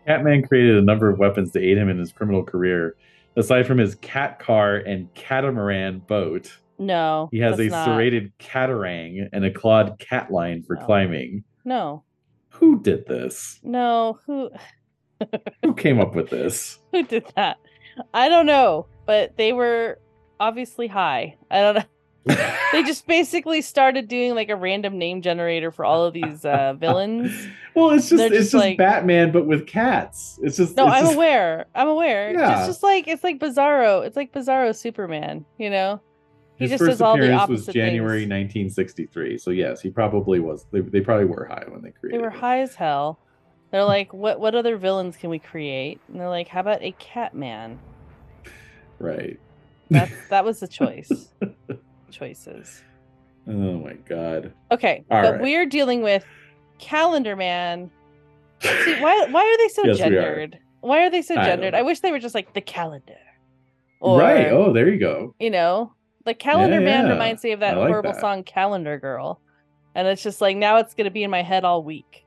[SPEAKER 1] Catman created a number of weapons to aid him in his criminal career. Aside from his cat car and catamaran boat,
[SPEAKER 4] No,
[SPEAKER 1] he has
[SPEAKER 4] that's
[SPEAKER 1] a
[SPEAKER 4] not. Oh.
[SPEAKER 1] serrated catarang and a clawed cat line for
[SPEAKER 4] No.
[SPEAKER 1] climbing.
[SPEAKER 4] No,
[SPEAKER 1] Who did this?
[SPEAKER 4] no, who *laughs*
[SPEAKER 1] Who came up with this?
[SPEAKER 4] who did that? I don't know, but they were obviously high. I don't know. *laughs* They just basically started doing like a random name generator for all of these uh,
[SPEAKER 1] *laughs*
[SPEAKER 4] villains.
[SPEAKER 1] *laughs* well, it's just
[SPEAKER 4] They're
[SPEAKER 1] it's
[SPEAKER 4] just
[SPEAKER 1] just
[SPEAKER 4] like-
[SPEAKER 1] Batman, but with cats. It's just
[SPEAKER 4] No,
[SPEAKER 1] it's
[SPEAKER 4] I'm
[SPEAKER 1] just-
[SPEAKER 4] aware. I'm aware.
[SPEAKER 1] Yeah.
[SPEAKER 4] It's just like it's like Bizarro. It's like Bizarro Superman. You know, he
[SPEAKER 1] His
[SPEAKER 4] just
[SPEAKER 1] first
[SPEAKER 4] does all the
[SPEAKER 1] appearance was
[SPEAKER 4] opposite
[SPEAKER 1] January
[SPEAKER 4] things.
[SPEAKER 1] 1963. So yes, he probably was. They, they probably were high when they
[SPEAKER 4] They
[SPEAKER 1] created.
[SPEAKER 4] were
[SPEAKER 1] it.
[SPEAKER 4] high as hell. They're like, what what other villains can we create? And they're like, how about a Catman?
[SPEAKER 1] right?
[SPEAKER 4] That's that was the choice.
[SPEAKER 1] *laughs*
[SPEAKER 4] Choices.
[SPEAKER 1] Oh my god!
[SPEAKER 4] Okay,
[SPEAKER 1] All
[SPEAKER 4] but
[SPEAKER 1] right.
[SPEAKER 4] we're dealing with Calendar Man.
[SPEAKER 1] *laughs*
[SPEAKER 4] See, why why are they so
[SPEAKER 1] Yes, we are.
[SPEAKER 4] gendered? Why are they so
[SPEAKER 1] I don't
[SPEAKER 4] gendered?
[SPEAKER 1] know.
[SPEAKER 4] I wish they were just like the calendar. Or
[SPEAKER 1] right? Oh, there you go.
[SPEAKER 4] you know the calendar man
[SPEAKER 1] yeah.
[SPEAKER 4] reminds me of that
[SPEAKER 1] I like
[SPEAKER 4] horrible
[SPEAKER 1] that.
[SPEAKER 4] song calendar girl and it's just like now it's going to be in my head all week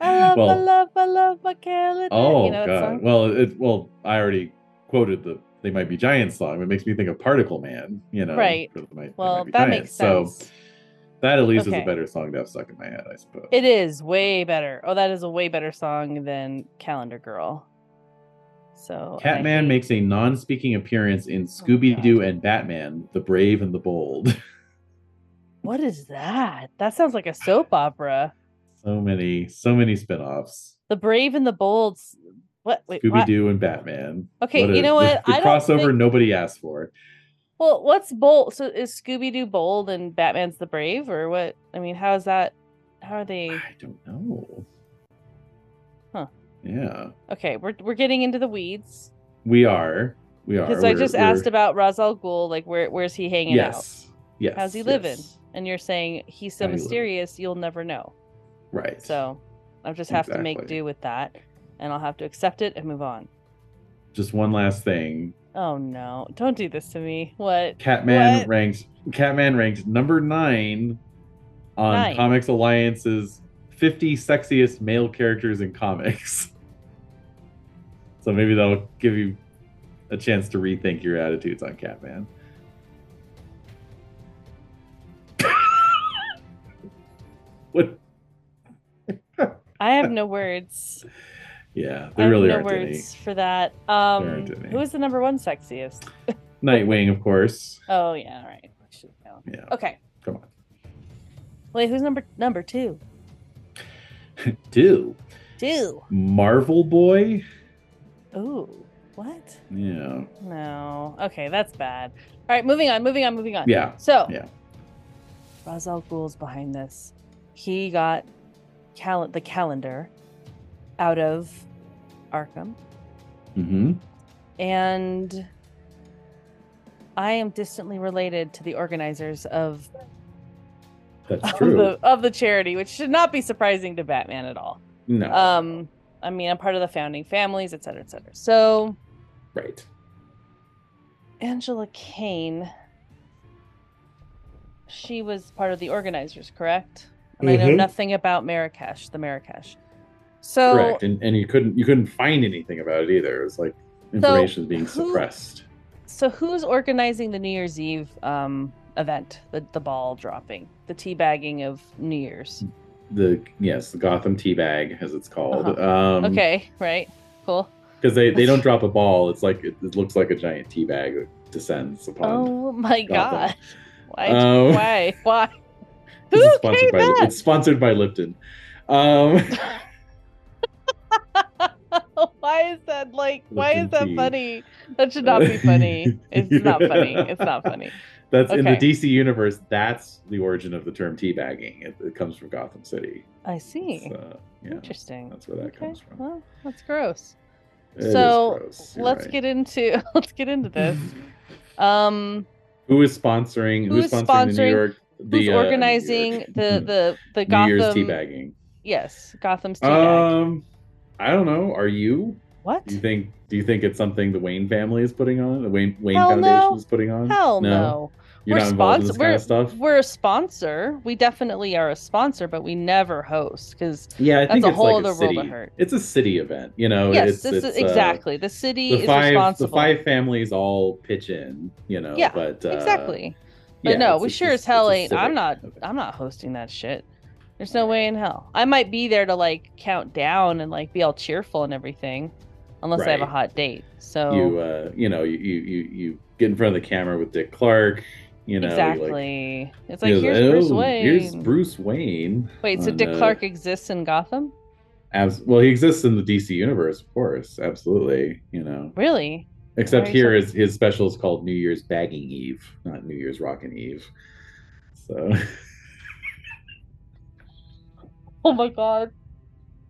[SPEAKER 4] i love i
[SPEAKER 1] Well-
[SPEAKER 4] love i love my calendar
[SPEAKER 1] Oh
[SPEAKER 4] *laughs* you know
[SPEAKER 1] god.
[SPEAKER 4] that song
[SPEAKER 1] Well, it well, I already quoted the "They Might Be Giants" song. It makes me think of Particle Man. You know,
[SPEAKER 4] Right.
[SPEAKER 1] for They Might- They
[SPEAKER 4] well
[SPEAKER 1] Might Be
[SPEAKER 4] that
[SPEAKER 1] Giants.
[SPEAKER 4] makes sense
[SPEAKER 1] So that at least is a
[SPEAKER 4] Okay.
[SPEAKER 1] better song to have stuck in my head, I suppose.
[SPEAKER 4] it is way better oh that is a way better song than calendar girl so I
[SPEAKER 1] Catman
[SPEAKER 4] hate-
[SPEAKER 1] makes a
[SPEAKER 4] Oh
[SPEAKER 1] non-speaking appearance in Scooby Doo and Batman: The Brave and the Bold. *laughs*
[SPEAKER 4] What is that? That sounds like a soap opera.
[SPEAKER 1] So many, so many spin-offs.
[SPEAKER 4] The Brave and the Bold. s- What? Wait,
[SPEAKER 1] Scooby
[SPEAKER 4] what?
[SPEAKER 1] Doo and Batman.
[SPEAKER 4] Okay, you know
[SPEAKER 1] the-
[SPEAKER 4] what?
[SPEAKER 1] The,
[SPEAKER 4] I don't
[SPEAKER 1] crossover
[SPEAKER 4] think-
[SPEAKER 1] nobody asked for.
[SPEAKER 4] Well, what's bold? So is Scooby Doo bold and Batman's the brave, or what? I mean, how is that? How are they?
[SPEAKER 1] I don't know.
[SPEAKER 4] Huh.
[SPEAKER 1] Yeah,
[SPEAKER 4] Okay, we're we're getting into the weeds
[SPEAKER 1] we are. We are.
[SPEAKER 4] because I
[SPEAKER 1] We're-
[SPEAKER 4] just
[SPEAKER 1] we're-
[SPEAKER 4] asked about Ra's al Ghul. Like, where where's he hanging out?
[SPEAKER 1] Yes. Yes.
[SPEAKER 4] How's he
[SPEAKER 1] yes.
[SPEAKER 4] living? And you're saying he's so
[SPEAKER 1] How you living?
[SPEAKER 4] mysterious, you'll never know.
[SPEAKER 1] Right.
[SPEAKER 4] So I just have to make
[SPEAKER 1] Exactly.
[SPEAKER 4] do with that, and I'll have to accept it and move on.
[SPEAKER 1] just one last thing.
[SPEAKER 4] Oh no! Don't do this to me. What?
[SPEAKER 1] Catman
[SPEAKER 4] What?
[SPEAKER 1] ranked Catman ranked number nine on
[SPEAKER 4] Nine.
[SPEAKER 1] Comics Alliance's 50 sexiest male characters in comics. *laughs* So maybe that'll give you a chance to rethink your attitudes on Catman. *laughs* what? *laughs*
[SPEAKER 4] I have no words.
[SPEAKER 1] Yeah,
[SPEAKER 4] I
[SPEAKER 1] there
[SPEAKER 4] have
[SPEAKER 1] really
[SPEAKER 4] Oh, no
[SPEAKER 1] aren't any.
[SPEAKER 4] words for that. Um,
[SPEAKER 1] aren't any.
[SPEAKER 4] who is the number one sexiest?
[SPEAKER 1] Nightwing, of course.
[SPEAKER 4] Oh yeah, all right. I should know.
[SPEAKER 1] Yeah,
[SPEAKER 4] Okay.
[SPEAKER 1] come on.
[SPEAKER 4] Wait, who's number number two?
[SPEAKER 1] Two.
[SPEAKER 4] Two.
[SPEAKER 1] Marvel Boy.
[SPEAKER 4] Ooh. What?
[SPEAKER 1] Yeah.
[SPEAKER 4] No. Okay, that's bad. All right, moving on. Moving on. Moving on.
[SPEAKER 1] Yeah.
[SPEAKER 4] So.
[SPEAKER 1] Yeah.
[SPEAKER 4] Ra's al Ghul's behind this. He got cal- the calendar out of Arkham,
[SPEAKER 1] Mm-hmm.
[SPEAKER 4] and I am distantly related to the organizers of,
[SPEAKER 1] That's
[SPEAKER 4] *laughs* of
[SPEAKER 1] true.
[SPEAKER 4] the of the charity, which should not be surprising to Batman at all.
[SPEAKER 1] No.
[SPEAKER 4] um i mean i'm part of the founding families et cetera et cetera so
[SPEAKER 1] right.
[SPEAKER 4] angela kane she was part of the organizers correct and i know
[SPEAKER 1] Mhm.
[SPEAKER 4] nothing about marrakesh the marrakesh so
[SPEAKER 1] Correct. And and you couldn't you couldn't find anything about it either. It was like information is being
[SPEAKER 4] who-
[SPEAKER 1] suppressed.
[SPEAKER 4] so who's organizing the new year's eve um event the, the ball dropping the teabagging of new year's
[SPEAKER 1] The yes, the Gotham tea bag as it's called.
[SPEAKER 4] Uh-huh.
[SPEAKER 1] Um
[SPEAKER 4] okay right cool
[SPEAKER 1] Because they,
[SPEAKER 4] *laughs*
[SPEAKER 1] they don't drop a ball. It's like it, it looks like a giant tea bag that descends upon.
[SPEAKER 4] oh my god
[SPEAKER 1] Gotham.
[SPEAKER 4] why *laughs*
[SPEAKER 1] Um, *laughs*
[SPEAKER 4] why why
[SPEAKER 1] This
[SPEAKER 4] who
[SPEAKER 1] is sponsored
[SPEAKER 4] came
[SPEAKER 1] by Lip- it's sponsored by Lipton. Um, *laughs*
[SPEAKER 4] why is that like why
[SPEAKER 1] Looking
[SPEAKER 4] is that
[SPEAKER 1] tea.
[SPEAKER 4] funny that should not be *laughs* funny it's not funny it's not funny
[SPEAKER 1] that's in the
[SPEAKER 4] Okay.
[SPEAKER 1] DC universe. That's the origin of the term teabagging. It, it comes from Gotham City.
[SPEAKER 4] i
[SPEAKER 1] It's,
[SPEAKER 4] see
[SPEAKER 1] uh, yeah,
[SPEAKER 4] interesting
[SPEAKER 1] that's where that comes from.
[SPEAKER 4] well that's gross
[SPEAKER 1] It is
[SPEAKER 4] So,
[SPEAKER 1] gross, you're
[SPEAKER 4] let's
[SPEAKER 1] right.
[SPEAKER 4] get into *laughs* let's get into this
[SPEAKER 1] *laughs*
[SPEAKER 4] um
[SPEAKER 1] Who is sponsoring? Who's,
[SPEAKER 4] Who's
[SPEAKER 1] sponsoring, the
[SPEAKER 4] sponsoring-
[SPEAKER 1] New York? The,
[SPEAKER 4] who's
[SPEAKER 1] uh, New
[SPEAKER 4] organizing
[SPEAKER 1] York- Hmm.
[SPEAKER 4] the the the
[SPEAKER 1] New Year's
[SPEAKER 4] gotham
[SPEAKER 1] teabagging?
[SPEAKER 4] yes gotham's tea bag.
[SPEAKER 1] Um, I don't know. Are you?
[SPEAKER 4] what
[SPEAKER 1] Do you think? Do you think it's something the Wayne family is putting on? The Wayne Wayne
[SPEAKER 4] Hell no.
[SPEAKER 1] Foundation is putting on?
[SPEAKER 4] hell no,
[SPEAKER 1] You're not involved in this kind
[SPEAKER 4] we're,
[SPEAKER 1] of stuff.
[SPEAKER 4] we're a sponsor we definitely are a sponsor but we never host because
[SPEAKER 1] yeah, I think
[SPEAKER 4] a
[SPEAKER 1] it's
[SPEAKER 4] whole
[SPEAKER 1] like
[SPEAKER 4] other
[SPEAKER 1] a
[SPEAKER 4] world
[SPEAKER 1] city.
[SPEAKER 4] of hurt.
[SPEAKER 1] It's a city event. You know.
[SPEAKER 4] yes
[SPEAKER 1] it's,
[SPEAKER 4] this
[SPEAKER 1] it's,
[SPEAKER 4] is
[SPEAKER 1] uh,
[SPEAKER 4] exactly the city
[SPEAKER 1] the
[SPEAKER 4] is
[SPEAKER 1] five, the
[SPEAKER 4] responsible
[SPEAKER 1] five families all pitch in, you know.
[SPEAKER 4] Yeah,
[SPEAKER 1] but, uh,
[SPEAKER 4] exactly but
[SPEAKER 1] yeah,
[SPEAKER 4] no
[SPEAKER 1] it's-
[SPEAKER 4] we
[SPEAKER 1] it's
[SPEAKER 4] sure
[SPEAKER 1] just-
[SPEAKER 4] as hell
[SPEAKER 1] it's a
[SPEAKER 4] ain't i'm
[SPEAKER 1] civic
[SPEAKER 4] not
[SPEAKER 1] event.
[SPEAKER 4] i'm not hosting that shit there's no way in hell i might be there to like count down and like be all cheerful and everything unless i have a
[SPEAKER 1] Right.
[SPEAKER 4] hot date so
[SPEAKER 1] you uh you know you you you, you get in front of the camera with dick clark you know like,
[SPEAKER 4] exactly it's like
[SPEAKER 1] you know,
[SPEAKER 4] here's
[SPEAKER 1] oh,
[SPEAKER 4] bruce wayne
[SPEAKER 1] here's bruce wayne
[SPEAKER 4] wait so
[SPEAKER 1] on,
[SPEAKER 4] dick
[SPEAKER 1] uh,
[SPEAKER 4] clark exists in gotham
[SPEAKER 1] Abs- well he exists in the dc universe of course absolutely you know
[SPEAKER 4] really
[SPEAKER 1] except
[SPEAKER 4] Why is
[SPEAKER 1] here
[SPEAKER 4] that-
[SPEAKER 1] is his special is called new year's bagging eve not new year's rockin' eve so *laughs*
[SPEAKER 4] oh
[SPEAKER 1] *laughs*
[SPEAKER 4] my god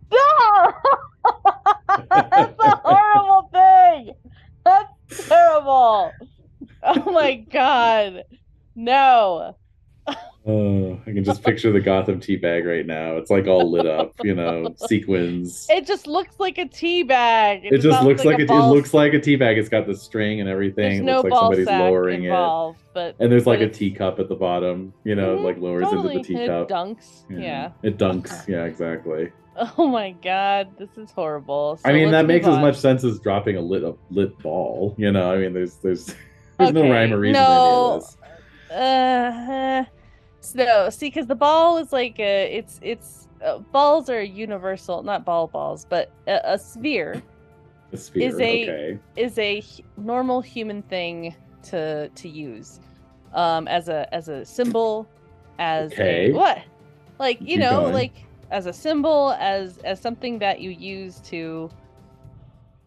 [SPEAKER 4] no *laughs* that's a horrible thing that's terrible oh my god no
[SPEAKER 1] uh, i can just picture the gotham tea bag right now it's like all lit up you know
[SPEAKER 4] *laughs*
[SPEAKER 1] sequins
[SPEAKER 4] It just looks like a tea bag.
[SPEAKER 1] it
[SPEAKER 4] does
[SPEAKER 1] just
[SPEAKER 4] not
[SPEAKER 1] looks
[SPEAKER 4] look
[SPEAKER 1] like, it, it
[SPEAKER 4] ball-
[SPEAKER 1] looks like a tea bag. It's got the string and everything.
[SPEAKER 4] There's
[SPEAKER 1] it
[SPEAKER 4] no
[SPEAKER 1] looks like
[SPEAKER 4] ball
[SPEAKER 1] somebody's
[SPEAKER 4] sack
[SPEAKER 1] lowering it.
[SPEAKER 4] involved, but
[SPEAKER 1] And there's like
[SPEAKER 4] But
[SPEAKER 1] a
[SPEAKER 4] it's-
[SPEAKER 1] teacup at the bottom, you know, it,
[SPEAKER 4] Mhm,
[SPEAKER 1] like *laughs* lowers
[SPEAKER 4] totally
[SPEAKER 1] into the
[SPEAKER 4] it
[SPEAKER 1] teacup.
[SPEAKER 4] dunks. Yeah. *laughs*
[SPEAKER 1] It dunks. Yeah, exactly.
[SPEAKER 4] Oh my god, this is horrible.
[SPEAKER 1] I
[SPEAKER 4] So
[SPEAKER 1] mean,
[SPEAKER 4] let's
[SPEAKER 1] that makes
[SPEAKER 4] move
[SPEAKER 1] as
[SPEAKER 4] on.
[SPEAKER 1] much sense as dropping a lit a lit ball. You know, I mean, there's there's *laughs* there's no
[SPEAKER 4] Okay,
[SPEAKER 1] rhyme or reason
[SPEAKER 4] no.
[SPEAKER 1] to any of this.
[SPEAKER 4] Uh, uh, no, see, because the ball is like a, it's it's uh, balls are universal, not ball balls, but a, a sphere
[SPEAKER 1] The sphere,
[SPEAKER 4] is a-
[SPEAKER 1] okay.
[SPEAKER 4] is a h- normal human thing to to use um, as a as a symbol as a-
[SPEAKER 1] Okay.
[SPEAKER 4] what like you
[SPEAKER 1] Keep
[SPEAKER 4] know
[SPEAKER 1] going.
[SPEAKER 4] like as a symbol as as something that you use to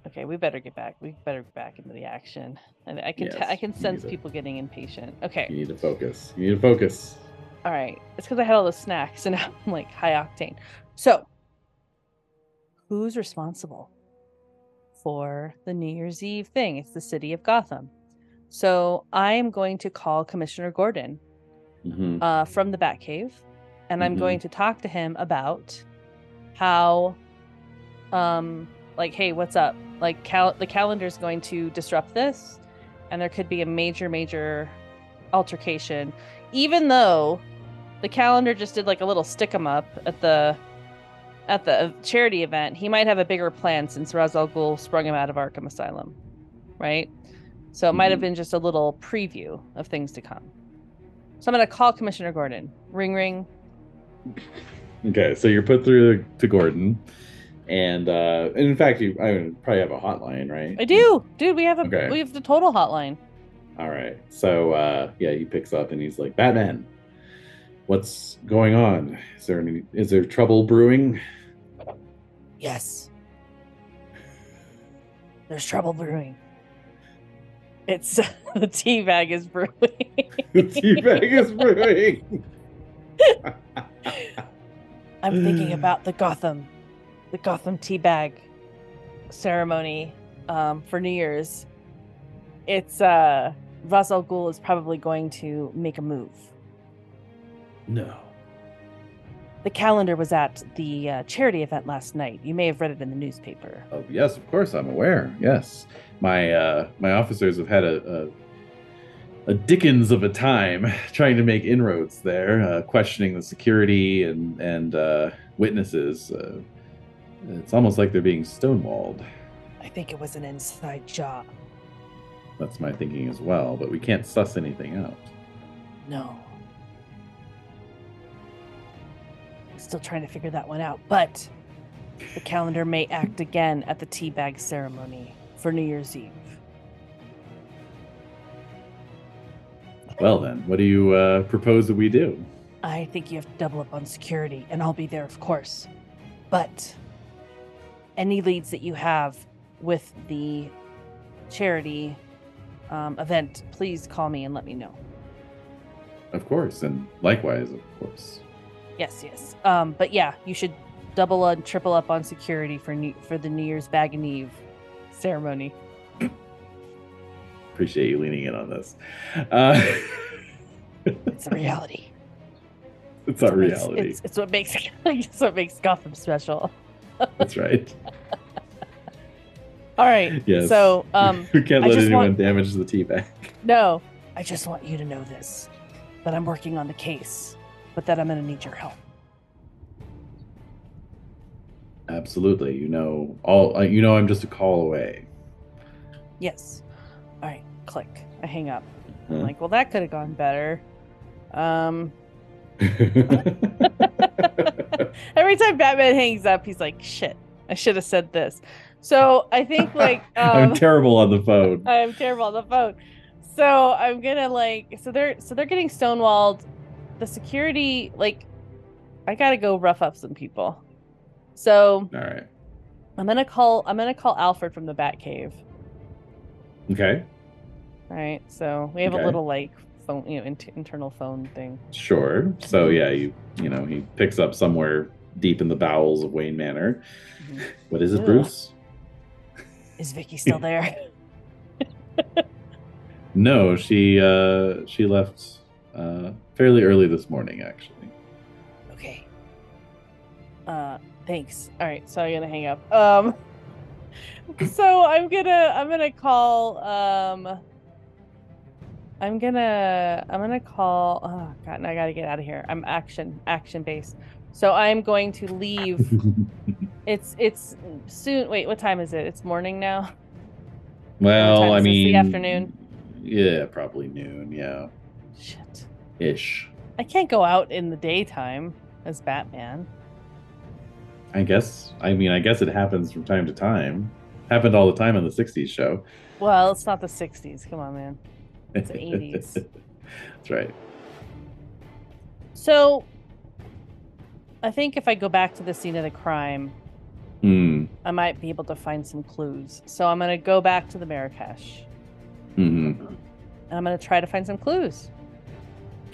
[SPEAKER 4] okay we better get back we better get back into the action and i can t-
[SPEAKER 1] Yes,
[SPEAKER 4] I can
[SPEAKER 1] we
[SPEAKER 4] sense
[SPEAKER 1] need to-
[SPEAKER 4] people getting impatient okay
[SPEAKER 1] You need to focus. You need to focus.
[SPEAKER 4] all right it's because i had all the snacks and *laughs* i'm like high octane so who's responsible for the new year's eve thing it's the city of gotham so i am going to call commissioner gordon
[SPEAKER 1] Mhm.
[SPEAKER 4] uh, from the Batcave, and I'm
[SPEAKER 1] Mhm.
[SPEAKER 4] going to talk to him about how, um, like, hey, what's up? Like, cal- the calendar's going to disrupt this, and there could be a major, major altercation. Even though the calendar just did like a little stick 'em up at the at the charity event, he might have a bigger plan since Ra's al Ghul sprung him out of Arkham Asylum, right? So it might have
[SPEAKER 1] Mhm.
[SPEAKER 4] been just a little preview of things to come. So I'm gonna call Commissioner Gordon. Ring ring.
[SPEAKER 1] Okay, so you're put through to Gordon, and uh, and in fact, you I mean, probably have a hotline, right?
[SPEAKER 4] I do, dude. We have a
[SPEAKER 1] Okay.
[SPEAKER 4] we have the total hotline.
[SPEAKER 1] All right. So uh, yeah, he picks up and he's like, Batman, what's going on? Is there any? Is there trouble brewing? *laughs*
[SPEAKER 4] Yes. There's trouble brewing. It's *laughs* the tea bag is brewing.
[SPEAKER 1] The
[SPEAKER 4] *laughs*
[SPEAKER 1] teabag is brewing.
[SPEAKER 4] I'm thinking about the Gotham, the Gotham tea bag ceremony um, for New Year's. It's uh, Ra's al Ghul is probably going to make a move.
[SPEAKER 1] no.
[SPEAKER 4] The calendar was at the uh, charity event last night. You may have read it in the newspaper.
[SPEAKER 1] Oh, yes, of course, I'm aware. Yes, my uh, my officers have had a, a a Dickens of a time *laughs* trying to make inroads there, uh, questioning the security and and uh, witnesses. Uh, it's almost like they're being stonewalled.
[SPEAKER 4] I think it was an inside job.
[SPEAKER 1] That's my thinking as well, but we can't suss anything out.
[SPEAKER 4] No. Still trying to figure that one out, but the calendar may act again at the teabag ceremony for New Year's Eve.
[SPEAKER 1] Well then, what do you uh, propose that we do?
[SPEAKER 4] I think you have to double up on security, and I'll be there, of course. But any leads that you have with the charity um, event, please call me and let me know.
[SPEAKER 1] Of course, and likewise, of course.
[SPEAKER 4] Yes, yes. Um, but yeah, you should double and triple up on security for new, for the New Year's Bag and Eve ceremony.
[SPEAKER 1] Appreciate you leaning in on this. Uh, *laughs*
[SPEAKER 4] It's a reality.
[SPEAKER 1] it's our
[SPEAKER 4] What makes-
[SPEAKER 1] reality.
[SPEAKER 4] It's, it's what makes *laughs* it's what makes Gotham special.
[SPEAKER 1] That's right.
[SPEAKER 4] All right.
[SPEAKER 1] *laughs* Yes.
[SPEAKER 4] So um,
[SPEAKER 1] we can't
[SPEAKER 4] I
[SPEAKER 1] let
[SPEAKER 4] just
[SPEAKER 1] anyone
[SPEAKER 4] want-
[SPEAKER 1] damage the tea bag.
[SPEAKER 4] no, I just want you to know this, that I'm working on the case, but that I'm gonna need your help.
[SPEAKER 1] Absolutely. You know, all uh, you know. I'm just a call away.
[SPEAKER 4] Yes. All right. Click. I hang up. I'm
[SPEAKER 1] Huh?
[SPEAKER 4] like, well, that could have gone better. Um, *laughs* every time Batman hangs up, he's like, shit, I should have said this. So I think like um,
[SPEAKER 1] *laughs*
[SPEAKER 4] uh,
[SPEAKER 1] I'm
[SPEAKER 4] *laughs*
[SPEAKER 1] terrible on the phone.
[SPEAKER 4] I am terrible on the phone. So I'm gonna like so they're so they're getting stonewalled. The security like I gotta go rough up some people. So
[SPEAKER 1] All right.
[SPEAKER 4] I'm gonna call I'm gonna call Alfred from the Batcave.
[SPEAKER 1] Okay.
[SPEAKER 4] Right. So we have
[SPEAKER 1] Okay.
[SPEAKER 4] a little like phone you know int- internal phone thing.
[SPEAKER 1] Sure. So
[SPEAKER 4] Mhm.
[SPEAKER 1] yeah, you you know he picks up somewhere deep in the bowels of Wayne Manor.
[SPEAKER 4] Mhm.
[SPEAKER 1] What is it,
[SPEAKER 4] Ugh.
[SPEAKER 1] Bruce?
[SPEAKER 4] Is Vicky still there?
[SPEAKER 1] No, she uh she left uh fairly early this morning *laughs* actually.
[SPEAKER 4] okay. Uh thanks. Alright, so I'm gonna hang up. Um *laughs* so I'm gonna I'm gonna call um I'm gonna I'm gonna call oh god now I gotta get out of here. I'm action action based. So I'm going to leave. it's it's soon wait, what time is it? It's morning now. *laughs*
[SPEAKER 1] well,
[SPEAKER 4] time
[SPEAKER 1] I
[SPEAKER 4] is this? The
[SPEAKER 1] mean
[SPEAKER 4] afternoon?
[SPEAKER 1] Yeah, probably noon, yeah.
[SPEAKER 4] Shit.
[SPEAKER 1] Ish.
[SPEAKER 4] I can't go out in the daytime as Batman.
[SPEAKER 1] I guess I mean I guess it happens from time to time. Happened all the time on the 60s show.
[SPEAKER 4] Well, it's not
[SPEAKER 1] *laughs*
[SPEAKER 4] the sixties. Come on, man. It's the 80s.
[SPEAKER 1] That's right.
[SPEAKER 4] So, I think if I go back to the scene of the crime,
[SPEAKER 1] Mm,
[SPEAKER 4] I might be able to find some clues. So I'm gonna go back to the Marrakesh
[SPEAKER 1] hmm
[SPEAKER 4] and I'm gonna try to find some clues.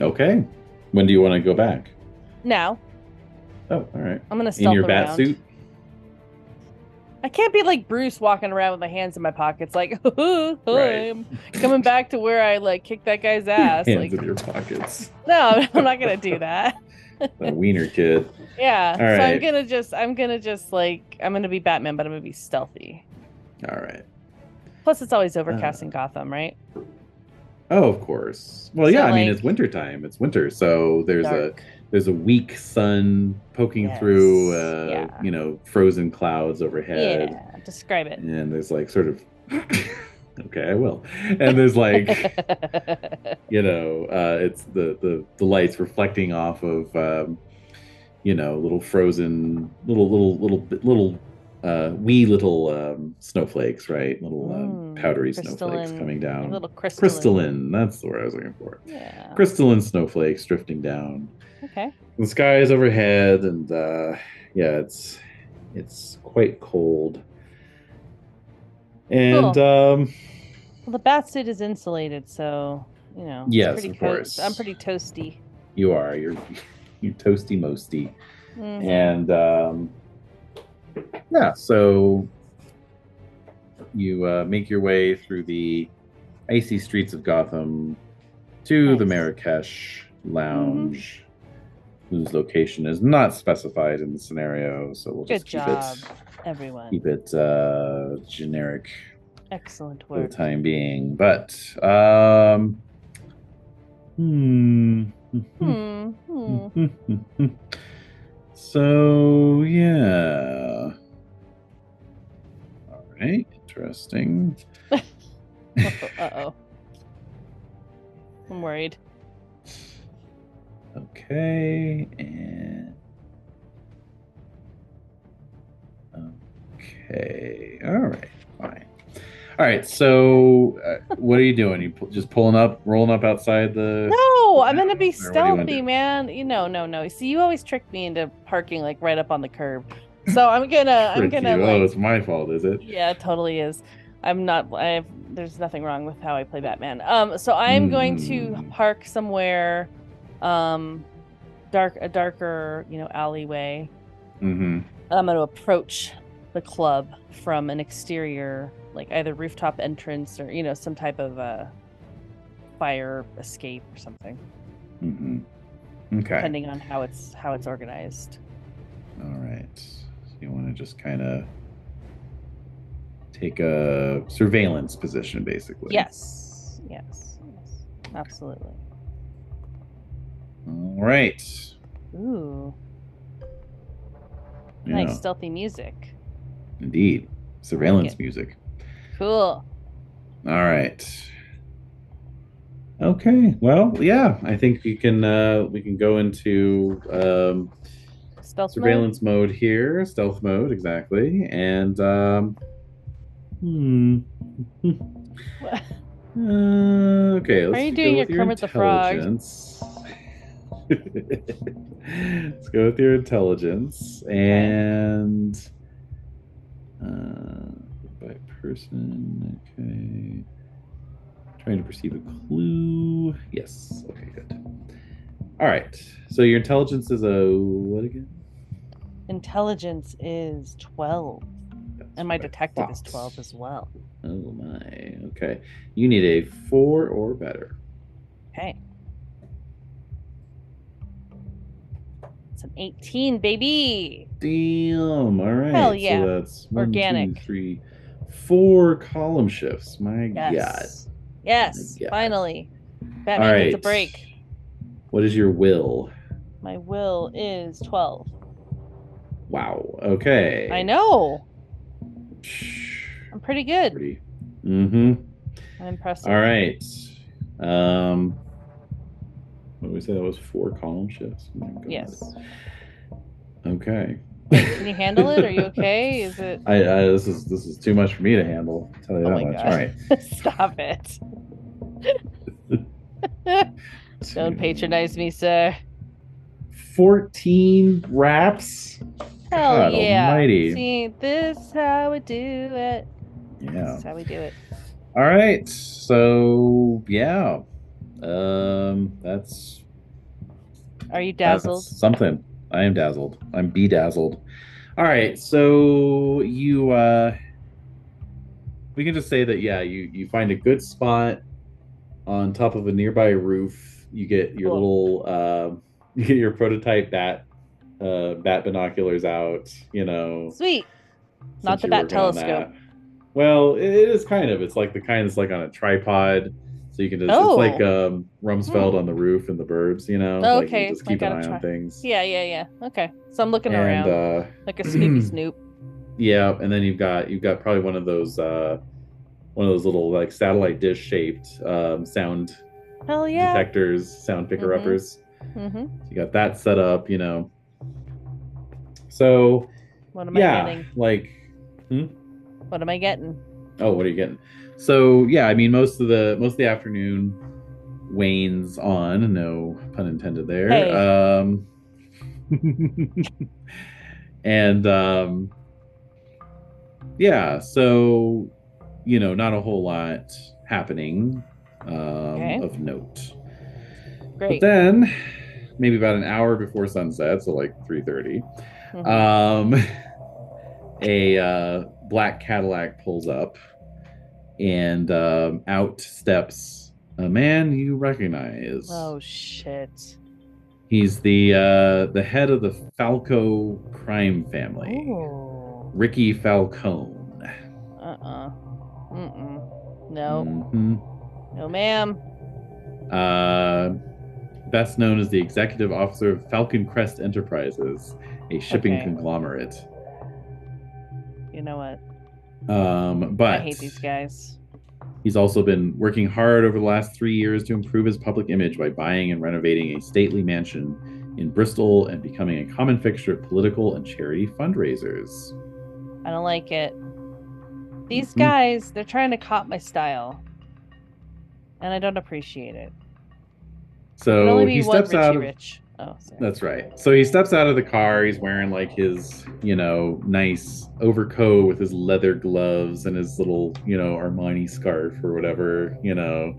[SPEAKER 1] Okay. When do you want to go back?
[SPEAKER 4] Now
[SPEAKER 1] Oh, all right.
[SPEAKER 4] I'm gonna
[SPEAKER 1] In
[SPEAKER 4] stealth
[SPEAKER 1] your
[SPEAKER 4] around.
[SPEAKER 1] bat
[SPEAKER 4] *laughs*
[SPEAKER 1] suit?
[SPEAKER 4] I can't be like Bruce walking around with my hands in my pockets, like *laughs*
[SPEAKER 1] Right.
[SPEAKER 4] I'm coming back to where I like kicked
[SPEAKER 1] *laughs*
[SPEAKER 4] that guy's ass.
[SPEAKER 1] Hands
[SPEAKER 4] like,
[SPEAKER 1] in
[SPEAKER 4] *laughs*
[SPEAKER 1] your pockets.
[SPEAKER 4] no, *laughs* I'm not gonna do that.
[SPEAKER 1] The wiener kid.
[SPEAKER 4] Yeah.
[SPEAKER 1] All
[SPEAKER 4] so I'm
[SPEAKER 1] right.
[SPEAKER 4] gonna just, I'm gonna just like, I'm gonna be Batman, but I'm gonna be stealthy.
[SPEAKER 1] All right.
[SPEAKER 4] Plus, it's always overcast
[SPEAKER 1] Uh,
[SPEAKER 4] in Gotham, right?
[SPEAKER 1] Oh, of course. Well,
[SPEAKER 4] So,
[SPEAKER 1] yeah. I mean,
[SPEAKER 4] like-
[SPEAKER 1] it's winter time. It's winter, so there's a
[SPEAKER 4] Dark.
[SPEAKER 1] there's a weak sun poking
[SPEAKER 4] Yes.
[SPEAKER 1] through, uh,
[SPEAKER 4] Yeah.
[SPEAKER 1] you know, frozen clouds overhead,
[SPEAKER 4] yeah. Describe it. *laughs*
[SPEAKER 1] and there's like sort of. *laughs* okay, I will. And there's like.
[SPEAKER 4] *laughs*
[SPEAKER 1] you know uh, it's the, the the lights reflecting off of um, you know little frozen little little little bit- little uh, wee little um, snowflakes right little um,
[SPEAKER 4] Mm,
[SPEAKER 1] powdery snowflakes
[SPEAKER 4] crystalline-
[SPEAKER 1] coming down
[SPEAKER 4] little crystalline.
[SPEAKER 1] Um,
[SPEAKER 4] Oh.
[SPEAKER 1] crystalline that's the word i was looking for
[SPEAKER 4] Yeah.
[SPEAKER 1] crystalline snowflakes drifting down
[SPEAKER 4] Okay.
[SPEAKER 1] the sky is overhead and uh, yeah it's it's quite cold and
[SPEAKER 4] Cool.
[SPEAKER 1] um,
[SPEAKER 4] Well, the bat suit is insulated, so you know. it's
[SPEAKER 1] Yes,
[SPEAKER 4] pretty
[SPEAKER 1] of course.
[SPEAKER 4] I'm pretty toasty.
[SPEAKER 1] you are you're *laughs* you toasty mosty
[SPEAKER 4] Mhm.
[SPEAKER 1] and um, yeah, so you uh, make your way through the icy streets of Gotham to the
[SPEAKER 4] Nice.
[SPEAKER 1] Marrakesh Lounge,
[SPEAKER 4] Mm-hmm.
[SPEAKER 1] whose location is not specified in the scenario. So we'll just
[SPEAKER 4] Good
[SPEAKER 1] keep
[SPEAKER 4] job,
[SPEAKER 1] it
[SPEAKER 4] everyone.
[SPEAKER 1] keep it uh, generic
[SPEAKER 4] Excellent
[SPEAKER 1] for the
[SPEAKER 4] work.
[SPEAKER 1] time being. But um, hmm. *laughs*
[SPEAKER 4] Hmm. hmm.
[SPEAKER 1] so yeah. All right, interesting.
[SPEAKER 4] Uh oh. I'm worried.
[SPEAKER 1] Okay, and okay. All right, fine. All right, so uh, what are you doing? You pu- just pulling up, rolling up outside the.
[SPEAKER 4] No, I'm gonna be
[SPEAKER 1] Or what do you wanna
[SPEAKER 4] stealthy,
[SPEAKER 1] do?
[SPEAKER 4] man. You know, no, no. See, you always trick me into parking like right up on the curb. So
[SPEAKER 1] *laughs*
[SPEAKER 4] I'm gonna, I'm
[SPEAKER 1] Frick
[SPEAKER 4] gonna
[SPEAKER 1] you.
[SPEAKER 4] like.
[SPEAKER 1] oh, it's my fault, is it?
[SPEAKER 4] Yeah, it totally is. I'm not. I've. There's nothing wrong with how I play Batman. Um. So I'm going to
[SPEAKER 1] Mm.
[SPEAKER 4] park somewhere, um, dark a darker you know alleyway.
[SPEAKER 1] Mm-hmm.
[SPEAKER 4] I'm going to approach the club from an exterior, like either rooftop entrance or you know some type of uh, fire escape or something,
[SPEAKER 1] Mm-hmm. Okay.
[SPEAKER 4] depending on how it's how it's organized.
[SPEAKER 1] All right. So you want to just kind of take a surveillance position, basically.
[SPEAKER 4] Yes. Yes. Yes. Absolutely.
[SPEAKER 1] All right.
[SPEAKER 4] Ooh.
[SPEAKER 1] Yeah,
[SPEAKER 4] Nice stealthy music.
[SPEAKER 1] Indeed. Surveillance
[SPEAKER 4] it.
[SPEAKER 1] music.
[SPEAKER 4] Cool.
[SPEAKER 1] All right. Okay. Well, yeah. I think we can uh, we can go into um,
[SPEAKER 4] Stealth
[SPEAKER 1] surveillance mode here, stealth mode, exactly, and um,
[SPEAKER 4] *laughs*
[SPEAKER 1] hmm.
[SPEAKER 4] What?
[SPEAKER 1] Uh, okay, let's
[SPEAKER 4] you
[SPEAKER 1] go
[SPEAKER 4] doing your
[SPEAKER 1] with
[SPEAKER 4] Kermit the Frog?
[SPEAKER 1] intelligence. *laughs* let's go with your intelligence and uh, by person. Okay, trying to perceive a clue. Yes. Okay. Good. All right. So your intelligence is a what again?
[SPEAKER 4] mode. Intelligence is 12. And my
[SPEAKER 1] That's what I
[SPEAKER 4] detective is
[SPEAKER 1] thought.
[SPEAKER 4] 12 as well.
[SPEAKER 1] Oh my. Okay. You need a four or better.
[SPEAKER 4] Okay. It's an 18, baby.
[SPEAKER 1] Damn. All right.
[SPEAKER 4] Hell yeah.
[SPEAKER 1] So that's one, two,
[SPEAKER 4] Organic.
[SPEAKER 1] three, four column shifts. My God.
[SPEAKER 4] Yes. Yes.
[SPEAKER 1] Yeah.
[SPEAKER 4] Finally.
[SPEAKER 1] All
[SPEAKER 4] Batman
[SPEAKER 1] right.
[SPEAKER 4] gets a break.
[SPEAKER 1] What is your will?
[SPEAKER 4] My will is 12.
[SPEAKER 1] Wow. Okay.
[SPEAKER 4] I know.
[SPEAKER 1] Psh,
[SPEAKER 4] I'm pretty good.
[SPEAKER 1] Pretty. Mm-hmm.
[SPEAKER 4] I'm impressed.
[SPEAKER 1] All right. Um, what did we say? That was four column shifts. My God.
[SPEAKER 4] Yes.
[SPEAKER 1] Okay.
[SPEAKER 4] Can you handle it?
[SPEAKER 1] *laughs*
[SPEAKER 4] Are *laughs* you okay? Is it.
[SPEAKER 1] I, I this is this is too much for me to handle. I'll tell you
[SPEAKER 4] Oh
[SPEAKER 1] that
[SPEAKER 4] my
[SPEAKER 1] much.
[SPEAKER 4] gosh.
[SPEAKER 1] All right.
[SPEAKER 4] Stop it. Don't patronize me, sir.
[SPEAKER 1] 14 raps.
[SPEAKER 4] Hell
[SPEAKER 1] God
[SPEAKER 4] yeah.
[SPEAKER 1] almighty.
[SPEAKER 4] See, this is how we do it. This
[SPEAKER 1] Yeah.
[SPEAKER 4] is how we do it.
[SPEAKER 1] All right. So, yeah. Um, that's
[SPEAKER 4] Are you
[SPEAKER 1] That's
[SPEAKER 4] dazzled?
[SPEAKER 1] something. I am dazzled. I'm bedazzled. All right, so you uh we can just say that yeah, you you find a good spot on top of a nearby roof. You get your little um *laughs* you get your prototype bat uh bat binoculars out, you know.
[SPEAKER 4] Sweet. Not
[SPEAKER 1] since
[SPEAKER 4] the
[SPEAKER 1] you're
[SPEAKER 4] bat
[SPEAKER 1] working on that.
[SPEAKER 4] telescope.
[SPEAKER 1] Well, it, it is kind of. It's like the kind that's like on a tripod. So you can just
[SPEAKER 4] Oh.
[SPEAKER 1] it's like um Rumsfeld on the roof and the burbs, you know.
[SPEAKER 4] Oh,
[SPEAKER 1] like you
[SPEAKER 4] okay,
[SPEAKER 1] can just
[SPEAKER 4] I
[SPEAKER 1] keep an
[SPEAKER 4] gotta
[SPEAKER 1] eye
[SPEAKER 4] try.
[SPEAKER 1] on things.
[SPEAKER 4] Yeah, yeah, yeah. Okay. So I'm looking
[SPEAKER 1] and
[SPEAKER 4] around
[SPEAKER 1] uh
[SPEAKER 4] like a
[SPEAKER 1] *clears throat*
[SPEAKER 4] snoopy snoop.
[SPEAKER 1] yeah and then you've got you've got probably one of those uh one of those little like satellite dish shaped um sound
[SPEAKER 4] Hell yeah.
[SPEAKER 1] detectors sound picker uppers
[SPEAKER 4] Mm-hmm.
[SPEAKER 1] you got that set up you know so
[SPEAKER 4] What am
[SPEAKER 1] yeah
[SPEAKER 4] I getting?
[SPEAKER 1] like
[SPEAKER 4] What am I getting?
[SPEAKER 1] oh what are you getting so yeah i mean most of the most of the afternoon wanes on no pun intended there
[SPEAKER 4] Hey. *laughs*
[SPEAKER 1] um and um yeah so you know not a whole lot happening um
[SPEAKER 4] Okay.
[SPEAKER 1] of note
[SPEAKER 4] Great.
[SPEAKER 1] but then maybe about an hour before sunset so like 3:30
[SPEAKER 4] Mhm.
[SPEAKER 1] um, *laughs* a uh, black Cadillac pulls up, and um, out steps a man you recognize.
[SPEAKER 4] oh shit.
[SPEAKER 1] He's the uh, the head of the Falco crime family,
[SPEAKER 4] Ooh.
[SPEAKER 1] Ricky Falcone.
[SPEAKER 4] Uh-uh. Mm-mm. No.
[SPEAKER 1] Mhm.
[SPEAKER 4] No, ma'am.
[SPEAKER 1] Uh, best known as the executive officer of Falcon Crest Enterprises, a shipping
[SPEAKER 4] Okay.
[SPEAKER 1] conglomerate.
[SPEAKER 4] You know what?
[SPEAKER 1] Um, but
[SPEAKER 4] I hate these guys.
[SPEAKER 1] He's also been working hard over the last three years to improve his public image by buying and renovating a stately mansion in Bristol and becoming a common fixture of political and charity fundraisers.
[SPEAKER 4] I don't like it. These
[SPEAKER 1] Mhm.
[SPEAKER 4] guys, they're trying to cop my style. And I don't appreciate it. There'd
[SPEAKER 1] So
[SPEAKER 4] only be
[SPEAKER 1] he
[SPEAKER 4] one
[SPEAKER 1] steps
[SPEAKER 4] Richie
[SPEAKER 1] out. Of,
[SPEAKER 4] Rich. Oh, sorry.
[SPEAKER 1] That's right. So he steps out of the car. He's wearing like his, you know, nice overcoat with his leather gloves and his little, you know, Armani scarf or whatever, you know.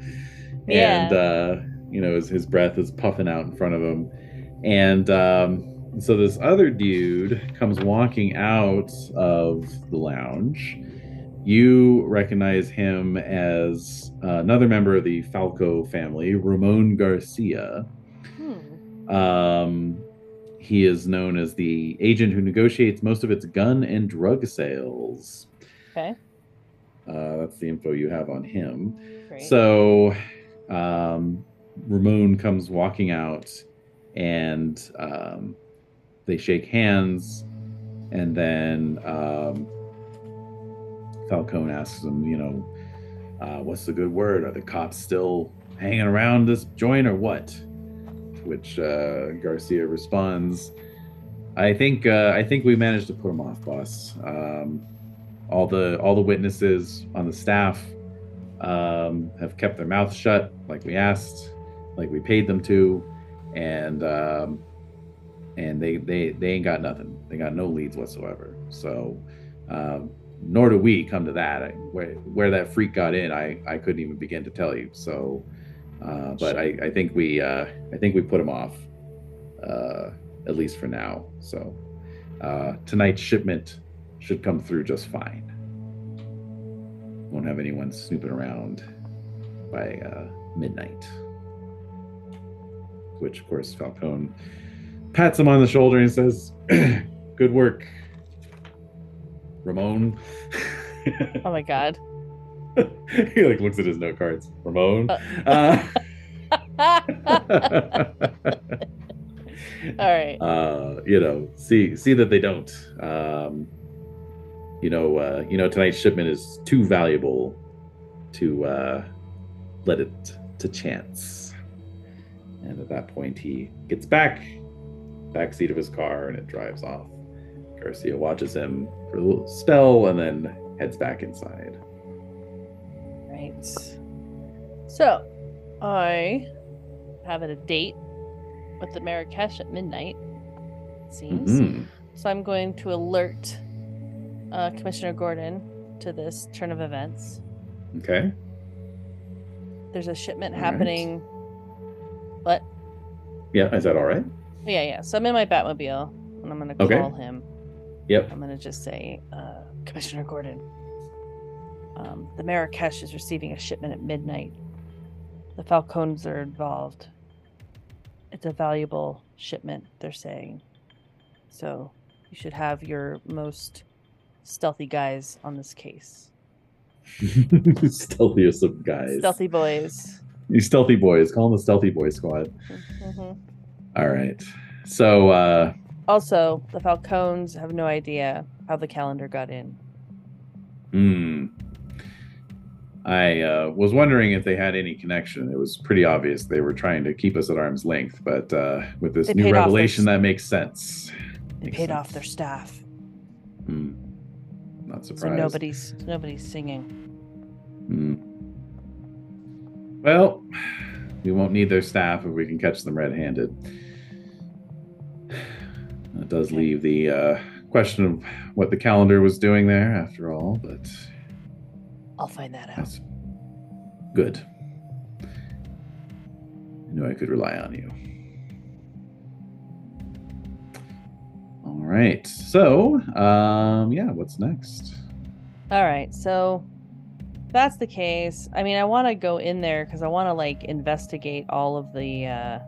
[SPEAKER 4] Yeah.
[SPEAKER 1] And uh, you know, his his breath is puffing out in front of him. And um so this other dude comes walking out of the lounge. You recognize him as uh, another member of the Falco family, Ramon Garcia.
[SPEAKER 4] Hmm.
[SPEAKER 1] Um, he is known as the agent who negotiates most of its gun and drug sales.
[SPEAKER 4] Okay.
[SPEAKER 1] Uh, that's the info you have on him.
[SPEAKER 4] Great.
[SPEAKER 1] So, um, Ramon comes walking out and um, they shake hands. And then um, Falcone asks him, you know, uh, what's the good word? Are the cops still hanging around this joint or what? To Which uh, Garcia responds, I think uh, I think we managed to put him off, boss. Um, all the all the witnesses on the staff um, have kept their mouths shut, like we asked, like we paid them to, and um, and they they they ain't got nothing. They got no leads whatsoever. So, um, nor do we come to that. I, where where that freak got in, I I couldn't even begin to tell you. So, uh, but I I think we uh, I think we put him off, uh, at least for now. So, uh, tonight's shipment should come through just fine won't have anyone snooping around by uh, midnight. Which, of course, Falcone pats him on the shoulder and says, *clears throat* "Good work, Ramon." *laughs*
[SPEAKER 4] oh my god. *laughs*
[SPEAKER 1] he like looks at his note cards. Ramon. Uh, *laughs*
[SPEAKER 4] All right.
[SPEAKER 1] uh, you know, see see that they don't. Um, you know, uh, you know, tonight's shipment is too valuable to uh, let it to chance. And at that point, he gets back, backseat of his car, and it drives off. Garcia watches him for a little spell and then heads back inside.
[SPEAKER 4] Right. So, I have a date with the Marrakesh at midnight. seems.
[SPEAKER 1] Mhm.
[SPEAKER 4] So I'm going to alert uh, Commissioner Gordon to this turn of events.
[SPEAKER 1] Okay.
[SPEAKER 4] There's a shipment
[SPEAKER 1] All right.
[SPEAKER 4] happening.
[SPEAKER 1] Yeah, is that all right?
[SPEAKER 4] Yeah, yeah. So I'm in my Batmobile and I'm going to
[SPEAKER 1] Okay.
[SPEAKER 4] call him.
[SPEAKER 1] Yep. *laughs*
[SPEAKER 4] *laughs* I'm going to just say, uh, Commissioner Gordon, um, the Marrakesh is receiving a shipment at midnight. The Falcons are involved. It's a valuable shipment, they're saying. So you should have your most stealthy guys on this case.
[SPEAKER 1] Stealthiest of guys.
[SPEAKER 4] Stealthy boys.
[SPEAKER 1] You stealthy boys. Call them the stealthy boy squad.
[SPEAKER 4] Mhm.
[SPEAKER 1] All right. So uh
[SPEAKER 4] Also, the Falcons have no idea how the calendar got in.
[SPEAKER 1] Hmm. I uh, was wondering if they had any connection. It was pretty obvious they were trying to keep us at arm's length, but uh, with this
[SPEAKER 4] They
[SPEAKER 1] new
[SPEAKER 4] paid off their
[SPEAKER 1] revelation,
[SPEAKER 4] s-
[SPEAKER 1] that makes sense.
[SPEAKER 4] They
[SPEAKER 1] Makes
[SPEAKER 4] paid off
[SPEAKER 1] sense.
[SPEAKER 4] their staff,
[SPEAKER 1] Hmm. Not surprised.
[SPEAKER 4] so nobody's nobody's singing.
[SPEAKER 1] Hmm. Well, we won't need their staff if we can catch them red-handed. That does leave the uh, question of what the calendar was doing there, after all. But
[SPEAKER 4] I'll find
[SPEAKER 1] *laughs*
[SPEAKER 4] that out.
[SPEAKER 1] That's good. I knew I could rely on you. All right. So, um, yeah, what's next?
[SPEAKER 4] All right, so if that's the case. I mean, I want to go in there because I want to like investigate all of the uh,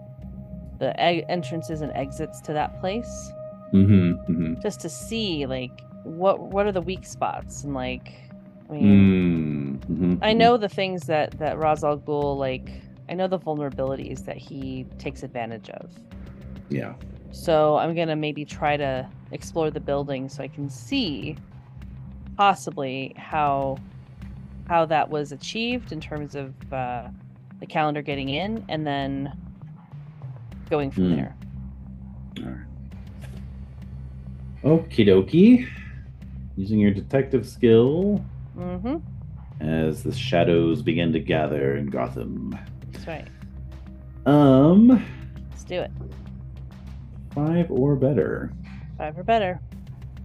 [SPEAKER 4] the e- entrances and exits to that place
[SPEAKER 1] Mm-hmm. mm-hmm.
[SPEAKER 4] just to see like what what are the weak spots and like I mean.
[SPEAKER 1] Mm, hmm
[SPEAKER 4] Mm-hmm. I know the things that that Ra's al Ghul like. I know the vulnerabilities that he takes advantage of.
[SPEAKER 1] mm-hmm. Yeah.
[SPEAKER 4] So I'm gonna maybe try to explore the building so I can see possibly how how that was achieved in terms of uh, the calendar getting in and then going from
[SPEAKER 1] Hmm.
[SPEAKER 4] there.
[SPEAKER 1] Okie dokie. Using your detective skill
[SPEAKER 4] Mm-hmm.
[SPEAKER 1] as the shadows begin to gather in Gotham.
[SPEAKER 4] That's right.
[SPEAKER 1] Um,
[SPEAKER 4] Let's do it.
[SPEAKER 1] five or better.
[SPEAKER 4] Five or better.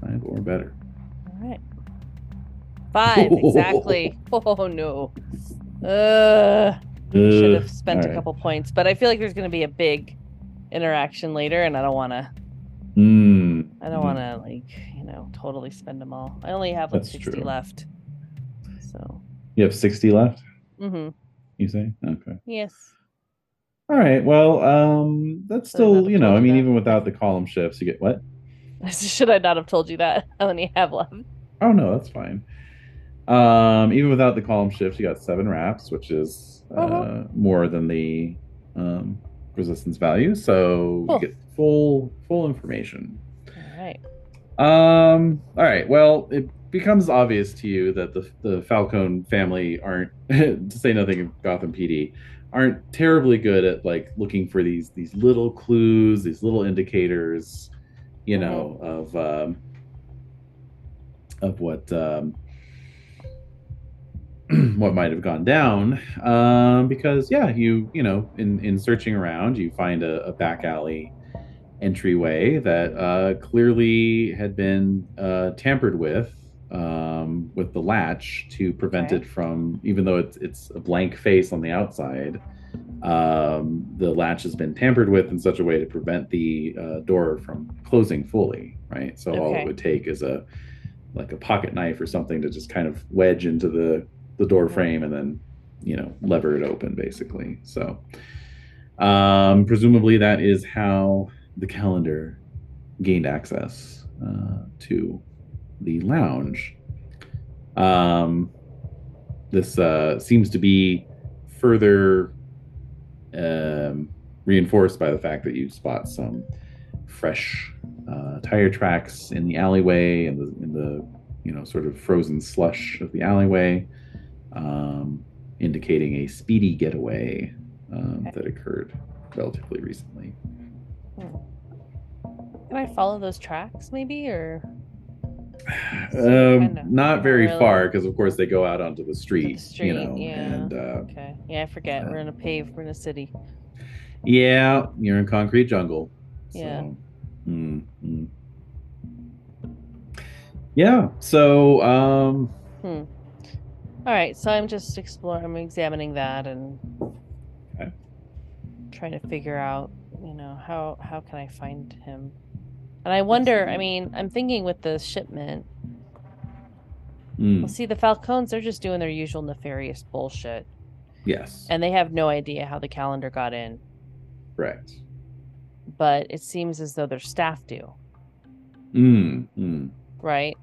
[SPEAKER 1] Five or better.
[SPEAKER 4] All right. Five exactly. *laughs* Oh no. Uh. We should have spent a
[SPEAKER 1] Alright.
[SPEAKER 4] couple points, but I feel like there's going to be a big interaction later, and I don't want to.
[SPEAKER 1] Mm.
[SPEAKER 4] I don't want to like you know totally spend them all. I only have like
[SPEAKER 1] That's
[SPEAKER 4] sixty
[SPEAKER 1] true.
[SPEAKER 4] left. So.
[SPEAKER 1] You have 60 left,
[SPEAKER 4] Mm-hmm.
[SPEAKER 1] you say? Okay.
[SPEAKER 4] Yes.
[SPEAKER 1] All right. Well, um that's
[SPEAKER 4] Should I not
[SPEAKER 1] still,
[SPEAKER 4] have
[SPEAKER 1] you know,
[SPEAKER 4] told
[SPEAKER 1] I
[SPEAKER 4] you
[SPEAKER 1] mean
[SPEAKER 4] that?
[SPEAKER 1] even without the column shifts, you get what?
[SPEAKER 4] *laughs* should I not have told you that? I only have left.
[SPEAKER 1] Oh no, that's fine. Um even without the column shifts, you got 7 wraps, which is uh,
[SPEAKER 4] Uh-huh.
[SPEAKER 1] more than the um resistance value. So
[SPEAKER 4] Cool.
[SPEAKER 1] you get full full information.
[SPEAKER 4] All right.
[SPEAKER 1] Um. All right. Well, it becomes obvious to you that the the Falcone family aren't, *laughs* to say nothing of Gotham PD, aren't terribly good at like looking for these these little clues, these little indicators, you know, of um, of what um, *clears throat* what might have gone down. Um, because yeah, you you know, in in searching around, you find a, a back alley entryway that uh, clearly had been uh, tampered with um, with the latch to prevent
[SPEAKER 4] Okay.
[SPEAKER 1] it from even though it's it's a blank face on the outside um, the latch has been tampered with in such a way to prevent the uh, door from closing fully right so all
[SPEAKER 4] Okay.
[SPEAKER 1] it would take is a like a pocket knife or something to just kind of wedge into the the door
[SPEAKER 4] Yeah.
[SPEAKER 1] frame and then you know lever it open basically so um presumably that is how the calendar gained access uh, to the lounge um this uh seems to be further um reinforced by the fact that you spot some fresh uh, tire tracks in the alleyway and the, in the you know sort of frozen slush of the alleyway, um, indicating a speedy getaway um, that occurred relatively recently.
[SPEAKER 4] Can I follow those tracks maybe, or
[SPEAKER 1] Um,
[SPEAKER 4] Kinda.
[SPEAKER 1] not very
[SPEAKER 4] Really?
[SPEAKER 1] far because of course they go out onto the street,
[SPEAKER 4] street,
[SPEAKER 1] you know,
[SPEAKER 4] yeah.
[SPEAKER 1] and uh,
[SPEAKER 4] okay? Yeah, I forget.
[SPEAKER 1] Yeah.
[SPEAKER 4] We're in a paved. We're in a city.
[SPEAKER 1] yeah, you're in concrete jungle.
[SPEAKER 4] Yeah.
[SPEAKER 1] So, mm mm. Yeah. So, um,
[SPEAKER 4] All right, so I'm just exploring, I'm examining that and
[SPEAKER 1] Okay.
[SPEAKER 4] trying to figure out, you know, how how can I find him? And I wonder, I mean, I'm thinking with the shipment.
[SPEAKER 1] mm,
[SPEAKER 4] Well, see, the Falcons, they're just doing their usual nefarious bullshit,
[SPEAKER 1] yes,
[SPEAKER 4] and they have no idea how the calendar got in.
[SPEAKER 1] correct.
[SPEAKER 4] But it seems as though their staff do,
[SPEAKER 1] Mm, mm.
[SPEAKER 4] right?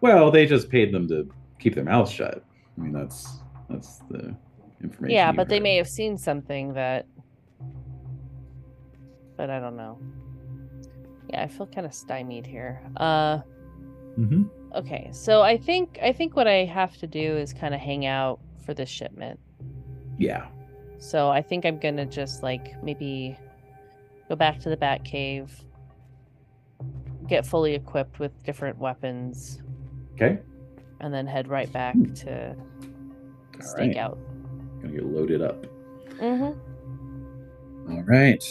[SPEAKER 1] Well, they just paid them to keep their mouths shut. I mean, that's that's the information.
[SPEAKER 4] yeah,
[SPEAKER 1] you
[SPEAKER 4] but they
[SPEAKER 1] heard.
[SPEAKER 4] may have seen something that. But I don't know. Yeah, I feel kind of stymied here. Uh.
[SPEAKER 1] Mhm.
[SPEAKER 4] Okay, so I think I think what I have to do is kind of hang out for this shipment.
[SPEAKER 1] Yeah.
[SPEAKER 4] So I think I'm gonna just like maybe go back to the Bat Cave, get fully equipped with different weapons,
[SPEAKER 1] Okay.
[SPEAKER 4] and then head right back to
[SPEAKER 1] All right.
[SPEAKER 4] sneak out.
[SPEAKER 1] Gonna get loaded up.
[SPEAKER 4] Mm-hmm.
[SPEAKER 1] All right.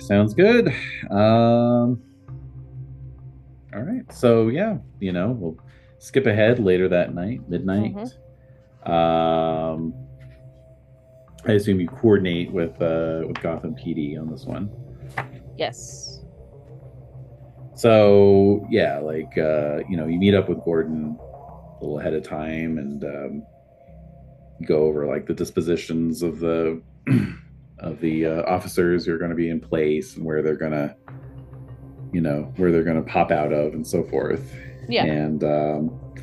[SPEAKER 1] Sounds good. Um, all right. So, yeah, you know, we'll skip ahead later that night, midnight.
[SPEAKER 4] Mm-hmm.
[SPEAKER 1] Um, I assume you coordinate with uh, with Gotham PD on this one.
[SPEAKER 4] Yes.
[SPEAKER 1] So, yeah, like, uh, you know, you meet up with Gordon a little ahead of time and um, go over like the dispositions of the *clears throat* of the uh, officers who are going to be in place and where they're going to you know where they're going to pop out of and so forth
[SPEAKER 4] Yeah.
[SPEAKER 1] and um,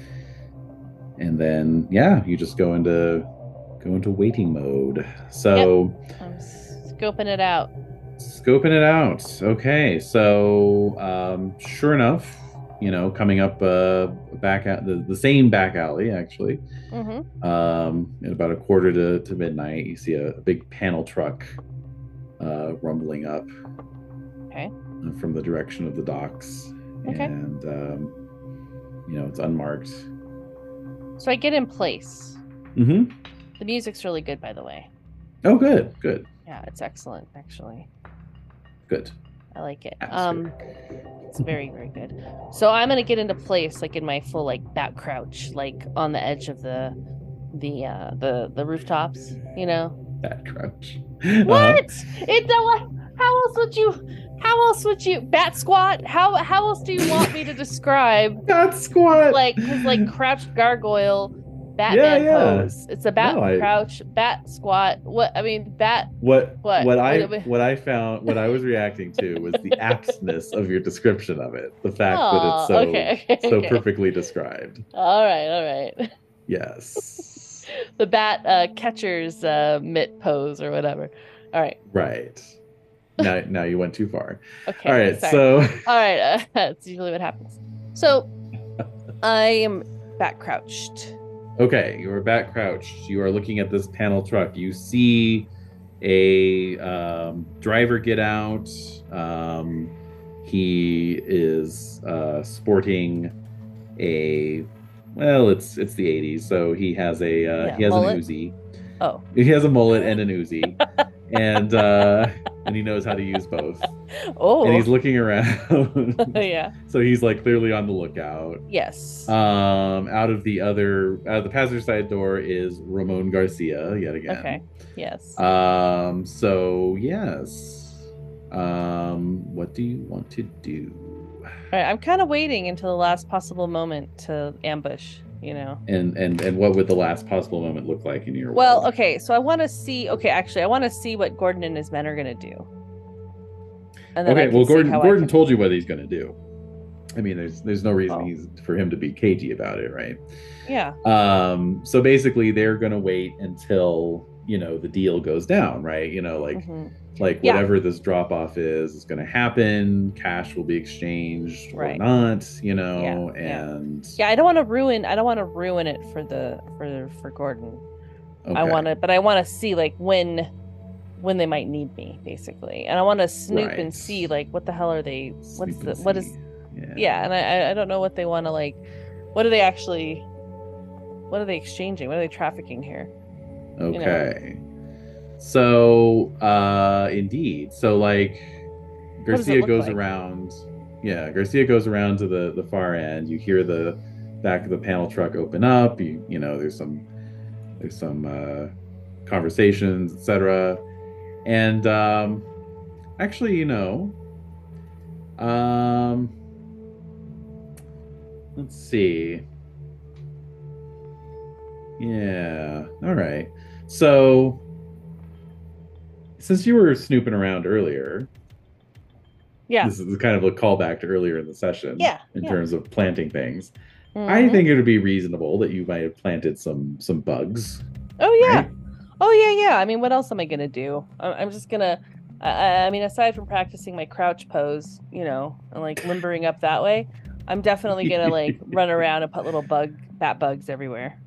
[SPEAKER 1] and then yeah you just go into go into waiting mode so
[SPEAKER 4] I'm scoping it out.
[SPEAKER 1] Scoping it out. Okay, so um, sure enough, you know, coming up uh, back at the, the same back alley actually,
[SPEAKER 4] Mm-hmm.
[SPEAKER 1] um, at about a quarter to, to midnight, you see a, a big panel truck uh, rumbling up.
[SPEAKER 4] Okay.
[SPEAKER 1] From the direction of the docks,
[SPEAKER 4] Okay.
[SPEAKER 1] and um, you know it's unmarked.
[SPEAKER 4] So I get in place.
[SPEAKER 1] Mm-hmm.
[SPEAKER 4] The music's really good, by the way.
[SPEAKER 1] Oh, good, good,
[SPEAKER 4] Yeah, it's excellent actually.
[SPEAKER 1] good.
[SPEAKER 4] I like it. Um.
[SPEAKER 1] Atmospheric.
[SPEAKER 4] It's very, very good. So I'm gonna get into place, like in my full like back crouch, like on the edge of the the uh the the rooftops, you know.
[SPEAKER 1] That crouch. *laughs* Uh-huh. *laughs*
[SPEAKER 4] What? It the what how else would you how else would you bat squat? How how else do you want me to describe
[SPEAKER 1] *laughs* That squat.
[SPEAKER 4] like his like crouched gargoyle Batman
[SPEAKER 1] yeah.
[SPEAKER 4] pose? It's a bat
[SPEAKER 1] No, I-
[SPEAKER 4] crouch, bat squat. What I mean bat
[SPEAKER 1] What
[SPEAKER 4] What?
[SPEAKER 1] what, I
[SPEAKER 4] What-
[SPEAKER 1] what I found what I
[SPEAKER 4] *laughs*
[SPEAKER 1] was reacting to was the aptness of your description of it. The fact that
[SPEAKER 4] oh,
[SPEAKER 1] it's so
[SPEAKER 4] okay, *laughs* okay,
[SPEAKER 1] so
[SPEAKER 4] okay.
[SPEAKER 1] perfectly described.
[SPEAKER 4] All right, all right. *laughs*
[SPEAKER 1] Yes.
[SPEAKER 4] the bat uh, catcher's uh, mitt pose or whatever. All right.
[SPEAKER 1] right. Now now you went too far.
[SPEAKER 4] Okay.
[SPEAKER 1] All right.
[SPEAKER 4] sorry.
[SPEAKER 1] So
[SPEAKER 4] All right. Uh, *laughs* that's usually what happens. So I am back crouched.
[SPEAKER 1] okay, you are back crouched. You are looking at this panel truck. You see a um, driver get out. Um, he is uh, sporting a well, it's it's the 80s, so he has a uh,
[SPEAKER 4] Yeah,
[SPEAKER 1] he has
[SPEAKER 4] mullet.
[SPEAKER 1] an Uzi.
[SPEAKER 4] Oh.
[SPEAKER 1] He has a mullet
[SPEAKER 4] *laughs*
[SPEAKER 1] and an Uzi, and uh, and he knows how to use both.
[SPEAKER 4] Oh.
[SPEAKER 1] And he's looking around,
[SPEAKER 4] *laughs* yeah.
[SPEAKER 1] so he's like clearly on the lookout.
[SPEAKER 4] Yes.
[SPEAKER 1] Um, out of the other, out of the passenger side door is Ramon Garcia yet again.
[SPEAKER 4] Okay. Yes.
[SPEAKER 1] Um, so yes. Um, what do you want to do?
[SPEAKER 4] All right. I'm kind of waiting until the last possible moment to ambush. You know.
[SPEAKER 1] And and and what would the last possible moment look like in your
[SPEAKER 4] Well,
[SPEAKER 1] world?
[SPEAKER 4] okay. So I want to see. Okay, actually, I want to see what Gordon and his men are gonna do. And I
[SPEAKER 1] Okay,
[SPEAKER 4] can
[SPEAKER 1] well
[SPEAKER 4] see
[SPEAKER 1] Gordon
[SPEAKER 4] how I
[SPEAKER 1] Gordon
[SPEAKER 4] can-
[SPEAKER 1] told you what he's gonna do. I mean, there's there's no reason
[SPEAKER 4] Oh.
[SPEAKER 1] he's for him to be cagey about it, right?
[SPEAKER 4] Yeah.
[SPEAKER 1] Um, so basically they're gonna wait until you know the deal goes down, right? You know, like
[SPEAKER 4] mhm.
[SPEAKER 1] like
[SPEAKER 4] Yeah.
[SPEAKER 1] whatever this drop off is is going to happen cash will be exchanged
[SPEAKER 4] Right.
[SPEAKER 1] or not you know
[SPEAKER 4] Yeah, yeah.
[SPEAKER 1] and
[SPEAKER 4] Yeah, I don't want to ruin. I don't want to ruin it for the for for Gordon. I
[SPEAKER 1] okay,
[SPEAKER 4] want to, but I want to see like when when they might need me, basically. And I want to snoop
[SPEAKER 1] Right.
[SPEAKER 4] and see like what the hell are they? What's
[SPEAKER 1] sleep
[SPEAKER 4] the
[SPEAKER 1] and
[SPEAKER 4] what is?
[SPEAKER 1] see. yeah,
[SPEAKER 4] Yeah, and I I- I don't know what they want to like. What are they actually? What are they exchanging? What are they trafficking here? know.
[SPEAKER 1] okay so uh indeed so like
[SPEAKER 4] does it
[SPEAKER 1] Garcia
[SPEAKER 4] look
[SPEAKER 1] goes
[SPEAKER 4] like?
[SPEAKER 1] around. Yeah, Garcia goes around to the the far end. You hear the back of the panel truck open up. You you know there's some there's some uh, conversations, etc. And um, actually, you know, um, let's see. Yeah. All right. So since you were snooping around earlier,
[SPEAKER 4] Yeah.
[SPEAKER 1] this is kind of a callback to earlier in the session
[SPEAKER 4] Yeah,
[SPEAKER 1] in
[SPEAKER 4] yeah.
[SPEAKER 1] terms of planting things i
[SPEAKER 4] Mhm.
[SPEAKER 1] think it would be reasonable that you might have planted some some bugs
[SPEAKER 4] Oh yeah.
[SPEAKER 1] right?
[SPEAKER 4] Oh yeah, yeah. I mean, what else am I gonna do? I- I'm just gonna. I- I, I mean, aside from practicing my crouch pose, you know, and like limbering up that way, I'm definitely
[SPEAKER 1] *laughs*
[SPEAKER 4] gonna like run around and put little bug bat bugs everywhere.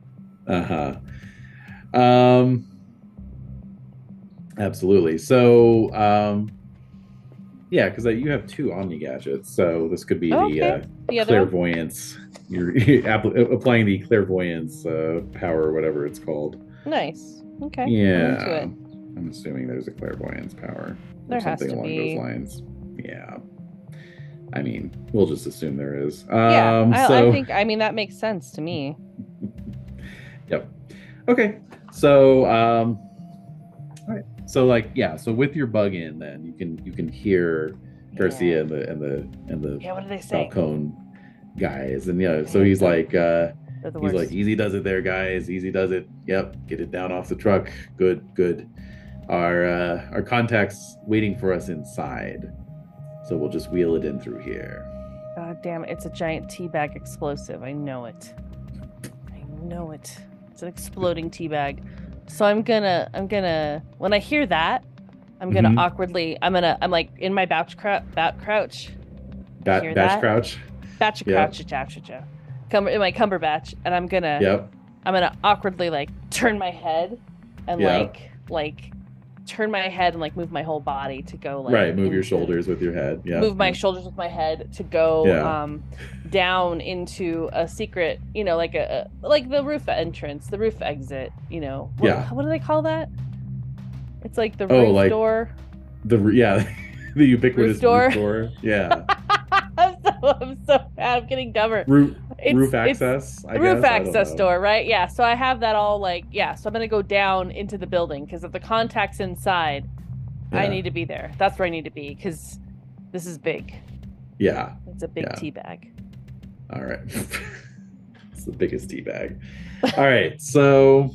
[SPEAKER 1] uh-huh um absolutely so um yeah because you have two omni gadgets so this could be the uh,
[SPEAKER 4] Okay. The other one?
[SPEAKER 1] clairvoyance *laughs* you're appl- applying the clairvoyance uh, power or whatever it's called
[SPEAKER 4] nice. Okay. I'm
[SPEAKER 1] yeah
[SPEAKER 4] into it.
[SPEAKER 1] i'm assuming there's a clairvoyance power
[SPEAKER 4] There
[SPEAKER 1] or
[SPEAKER 4] has
[SPEAKER 1] something
[SPEAKER 4] to
[SPEAKER 1] along
[SPEAKER 4] be.
[SPEAKER 1] those lines. Yeah. I mean, we'll just assume there is. Um,
[SPEAKER 4] Yeah, I,
[SPEAKER 1] so,
[SPEAKER 4] I think. I mean, that makes sense to me.
[SPEAKER 1] yep. Okay. So, um, all right. So, like, yeah. So, with your bug in, then you can you can hear Garcia and the and the and the
[SPEAKER 4] Yeah. What did they say?
[SPEAKER 1] Falcone guys, and yeah. So he's like, uh,
[SPEAKER 4] They're the
[SPEAKER 1] He's
[SPEAKER 4] worst.
[SPEAKER 1] like, easy does it there, guys. Easy does it. Yep, get it down off the truck. Good, good. Our uh, our contacts waiting for us inside, so we'll just wheel it in through here.
[SPEAKER 4] God damn it! It's a giant teabag explosive. I know it. I know it. It's an exploding teabag. So I'm gonna, I'm gonna. When I hear that, I'm gonna
[SPEAKER 1] Mhm.
[SPEAKER 4] awkwardly. I'm gonna. I'm like in my batch crouch, bat crouch,
[SPEAKER 1] Bat,
[SPEAKER 4] Hear
[SPEAKER 1] bash
[SPEAKER 4] that?
[SPEAKER 1] crouch.
[SPEAKER 4] batch
[SPEAKER 1] Yeah.
[SPEAKER 4] crouch, attach, attach, cum in my cumberbatch, and I'm gonna.
[SPEAKER 1] Yep.
[SPEAKER 4] I'm gonna awkwardly like turn my head, and
[SPEAKER 1] Yeah.
[SPEAKER 4] like like turn my head and like move my whole body to go like
[SPEAKER 1] right. Move your
[SPEAKER 4] into-
[SPEAKER 1] shoulders with your head. Yeah.
[SPEAKER 4] move my shoulders with my head to go
[SPEAKER 1] Yeah.
[SPEAKER 4] um, down into a secret, you know, like a a- like the roof entrance, the roof exit, you know. What,
[SPEAKER 1] Yeah.
[SPEAKER 4] What do they call that? It's like the
[SPEAKER 1] Oh,
[SPEAKER 4] roof
[SPEAKER 1] like-
[SPEAKER 4] door. *laughs*
[SPEAKER 1] The re- yeah, *laughs* the ubiquitous
[SPEAKER 4] Roof door.
[SPEAKER 1] roof door. Yeah.
[SPEAKER 4] I'm so I'm so bad. I'm getting dumber.
[SPEAKER 1] roof
[SPEAKER 4] *laughs* It's,
[SPEAKER 1] roof
[SPEAKER 4] it's
[SPEAKER 1] access. I
[SPEAKER 4] roof
[SPEAKER 1] guess? I don't
[SPEAKER 4] access
[SPEAKER 1] know.
[SPEAKER 4] door, right? Yeah. So I have that all like yeah. So I'm gonna go down into the building because if the contact's inside, I
[SPEAKER 1] Yeah.
[SPEAKER 4] need to be there. That's where I need to be because this is big.
[SPEAKER 1] Yeah.
[SPEAKER 4] It's a big
[SPEAKER 1] Yeah.
[SPEAKER 4] tea bag.
[SPEAKER 1] All right. *laughs* it's the biggest tea
[SPEAKER 4] *laughs*
[SPEAKER 1] bag. All right. So.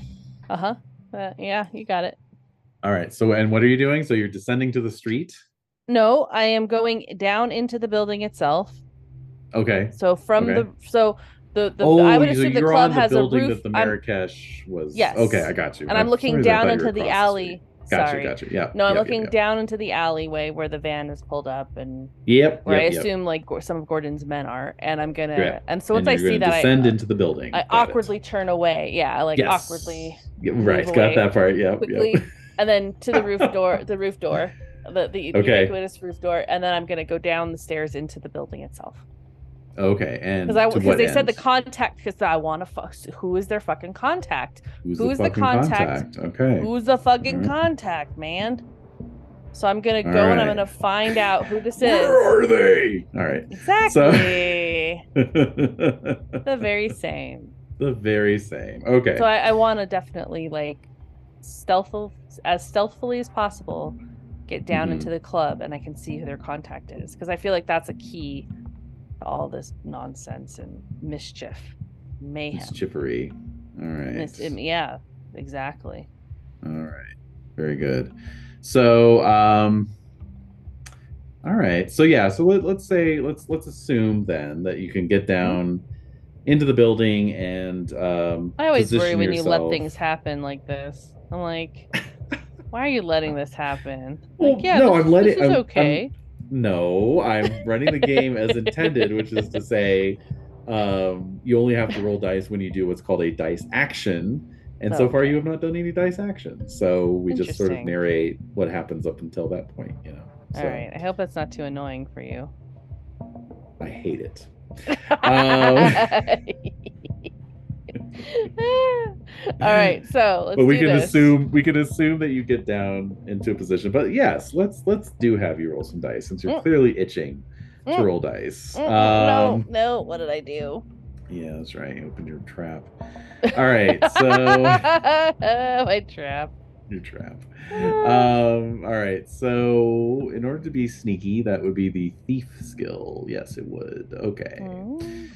[SPEAKER 4] Uh-huh. Uh, yeah, you got it.
[SPEAKER 1] All right. So, and what are you doing? So you're descending to the street.
[SPEAKER 4] No, I am going down into the building itself.
[SPEAKER 1] Okay.
[SPEAKER 4] So from
[SPEAKER 1] Okay.
[SPEAKER 4] the so the, the
[SPEAKER 1] oh,
[SPEAKER 4] I would
[SPEAKER 1] so
[SPEAKER 4] assume the
[SPEAKER 1] you're
[SPEAKER 4] club
[SPEAKER 1] on the
[SPEAKER 4] has a
[SPEAKER 1] building
[SPEAKER 4] roof.
[SPEAKER 1] that the
[SPEAKER 4] I'm-
[SPEAKER 1] Marrakesh was.
[SPEAKER 4] Yes.
[SPEAKER 1] Okay, I got you.
[SPEAKER 4] and I'm
[SPEAKER 1] For some
[SPEAKER 4] looking
[SPEAKER 1] reason, I
[SPEAKER 4] down
[SPEAKER 1] thought you were
[SPEAKER 4] into the
[SPEAKER 1] across
[SPEAKER 4] alley.
[SPEAKER 1] street. Gotcha.
[SPEAKER 4] Sorry.
[SPEAKER 1] Gotcha. Yeah.
[SPEAKER 4] No,
[SPEAKER 1] yep, yep,
[SPEAKER 4] I'm looking
[SPEAKER 1] yep.
[SPEAKER 4] down into the alleyway where the van is pulled up and
[SPEAKER 1] Yep.
[SPEAKER 4] where
[SPEAKER 1] yep,
[SPEAKER 4] I
[SPEAKER 1] yep.
[SPEAKER 4] assume like Gor- some of Gordon's men are. And I'm gonna
[SPEAKER 1] Yeah.
[SPEAKER 4] and so once
[SPEAKER 1] And
[SPEAKER 4] I
[SPEAKER 1] you're
[SPEAKER 4] see
[SPEAKER 1] gonna
[SPEAKER 4] that
[SPEAKER 1] descend
[SPEAKER 4] I, uh,
[SPEAKER 1] into the building.
[SPEAKER 4] I
[SPEAKER 1] Got it.
[SPEAKER 4] awkwardly turn away. Yeah, I like
[SPEAKER 1] Yes.
[SPEAKER 4] awkwardly
[SPEAKER 1] Yeah,
[SPEAKER 4] move
[SPEAKER 1] right.
[SPEAKER 4] away
[SPEAKER 1] Got that part. Yep.
[SPEAKER 4] quickly
[SPEAKER 1] Yep.
[SPEAKER 4] and then to the roof door the roof door. The
[SPEAKER 1] *laughs*
[SPEAKER 4] the
[SPEAKER 1] Okay.
[SPEAKER 4] ubiquitous roof door, and then I'm gonna go down the stairs into the building itself.
[SPEAKER 1] Okay. And
[SPEAKER 4] Because I
[SPEAKER 1] to
[SPEAKER 4] because
[SPEAKER 1] what
[SPEAKER 4] they said the
[SPEAKER 1] end?
[SPEAKER 4] contact because I want to fuck who is their fucking contact?
[SPEAKER 1] who's,
[SPEAKER 4] who's the
[SPEAKER 1] fucking
[SPEAKER 4] contact?
[SPEAKER 1] Okay.
[SPEAKER 4] Who's the fucking
[SPEAKER 1] Alright.
[SPEAKER 4] contact, man? So I'm gonna go
[SPEAKER 1] All
[SPEAKER 4] and I'm
[SPEAKER 1] right.
[SPEAKER 4] gonna find out
[SPEAKER 1] *laughs*
[SPEAKER 4] who this is.
[SPEAKER 1] Where are they? All right. *laughs*
[SPEAKER 4] Exactly. the
[SPEAKER 1] the
[SPEAKER 4] very same.
[SPEAKER 1] very same. Okay.
[SPEAKER 4] So I, I want to definitely like stealthful as stealthfully as possible get down
[SPEAKER 1] Mhm.
[SPEAKER 4] into the club and I can see who their contact is because I feel like that's a key to all this nonsense and mischief, mayhem.
[SPEAKER 1] it's chippery. All right.
[SPEAKER 4] Mis- yeah, exactly.
[SPEAKER 1] All right. Very good. So, um, all right. So yeah. So let, let's say let's let's assume then that you can get down into the building and um,
[SPEAKER 4] I always worry
[SPEAKER 1] position
[SPEAKER 4] when you let
[SPEAKER 1] yourself.
[SPEAKER 4] things happen like this. I'm
[SPEAKER 1] *laughs*
[SPEAKER 4] like, why are you letting this happen?
[SPEAKER 1] Well,
[SPEAKER 4] like, yeah,
[SPEAKER 1] no,
[SPEAKER 4] this,
[SPEAKER 1] I'm letting-
[SPEAKER 4] this is
[SPEAKER 1] I'm- I'm-
[SPEAKER 4] okay.
[SPEAKER 1] No, I'm running the game as intended, which is to say, um, you only have to roll dice when you do what's called a dice action. And so far,
[SPEAKER 4] Okay.
[SPEAKER 1] you have not done any dice action. So we just sort of
[SPEAKER 4] Interesting.
[SPEAKER 1] narrate what happens up until that point. You know. So
[SPEAKER 4] All right. I hope that's not too annoying for
[SPEAKER 1] *laughs*
[SPEAKER 4] you.
[SPEAKER 1] I hate it.
[SPEAKER 4] All right, so let's
[SPEAKER 1] but we
[SPEAKER 4] do
[SPEAKER 1] can
[SPEAKER 4] this.
[SPEAKER 1] assume we can assume that you get down into a position. But yes, let's let's do have you roll some dice since you're
[SPEAKER 4] Mm.
[SPEAKER 1] clearly itching to
[SPEAKER 4] Mm.
[SPEAKER 1] roll dice.
[SPEAKER 4] Mm,
[SPEAKER 1] Um,
[SPEAKER 4] no, no, what did I do?
[SPEAKER 1] Yeah, that's right. You opened your trap. All right, so
[SPEAKER 4] *laughs* my trap.
[SPEAKER 1] your trap. Um, all right, so in order to be sneaky, that would be the thief skill. Yes, it would. Okay,
[SPEAKER 4] Mm.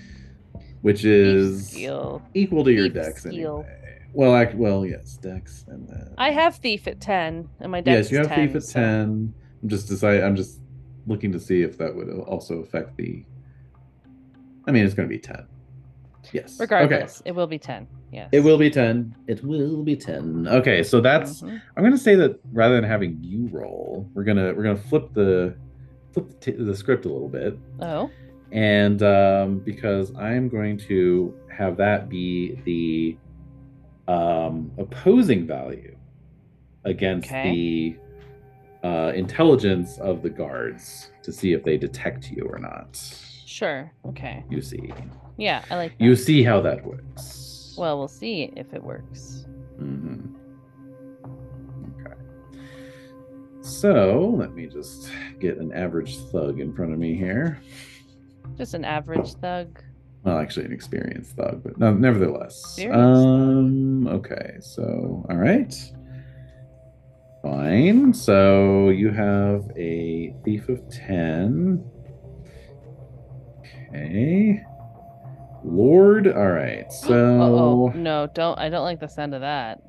[SPEAKER 1] which
[SPEAKER 4] Thief
[SPEAKER 1] is
[SPEAKER 4] skill.
[SPEAKER 1] equal to your
[SPEAKER 4] Thief
[SPEAKER 1] dex
[SPEAKER 4] skill.
[SPEAKER 1] anyway. Well, act well, yes, dex and then
[SPEAKER 4] I have thief at ten, and my dex
[SPEAKER 1] yes, you
[SPEAKER 4] is
[SPEAKER 1] have
[SPEAKER 4] 10,
[SPEAKER 1] thief at
[SPEAKER 4] so-
[SPEAKER 1] ten. I'm just decide. I'm just looking to see if that would also affect the. I mean, it's going to be ten. Yes. Okay.
[SPEAKER 4] Regardless, it will be ten. Yes,
[SPEAKER 1] It will be ten. It will be ten. Okay, so that's.
[SPEAKER 4] Mhm.
[SPEAKER 1] I'm going to say that rather than having you roll, we're gonna we're gonna flip the flip the, t- the script a little bit,
[SPEAKER 4] Oh,
[SPEAKER 1] and um, because I'm going to have that be the um, opposing value against
[SPEAKER 4] Okay.
[SPEAKER 1] the uh, intelligence of the guards to see if they detect you or not.
[SPEAKER 4] sure. Okay.
[SPEAKER 1] You see,
[SPEAKER 4] Yeah, I like. That.
[SPEAKER 1] you see how that works.
[SPEAKER 4] Well, we'll see if it works.
[SPEAKER 1] hmm Okay. So let me just get an average thug in front of me here.
[SPEAKER 4] Just an average thug.
[SPEAKER 1] well actually an experienced thug but no, nevertheless
[SPEAKER 4] Experienced
[SPEAKER 1] um okay so all right fine so you have a thief of 10 okay lord all right so
[SPEAKER 4] Oh no! Don't. I don't like the sound of that.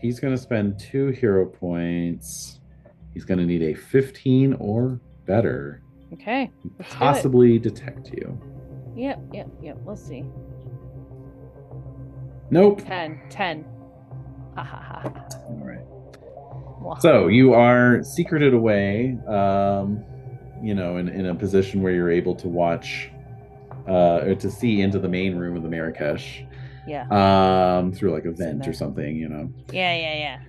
[SPEAKER 1] he's going to spend two hero points he's going to need a 15 or better to
[SPEAKER 4] Okay. Let's do it.
[SPEAKER 1] possibly detect you
[SPEAKER 4] Yep. Yep. Yep. We'll see.
[SPEAKER 1] nope
[SPEAKER 4] Ten. Ten. Ha ha ha, ha.
[SPEAKER 1] all right
[SPEAKER 4] Wah.
[SPEAKER 1] So you are secreted away, um, you know, in, in a position where you're able to watch uh, or to see into the main room of the Marrakesh
[SPEAKER 4] Yeah.
[SPEAKER 1] um, through like a vent or
[SPEAKER 4] there.
[SPEAKER 1] something, you know.
[SPEAKER 4] Yeah. Yeah. Yeah.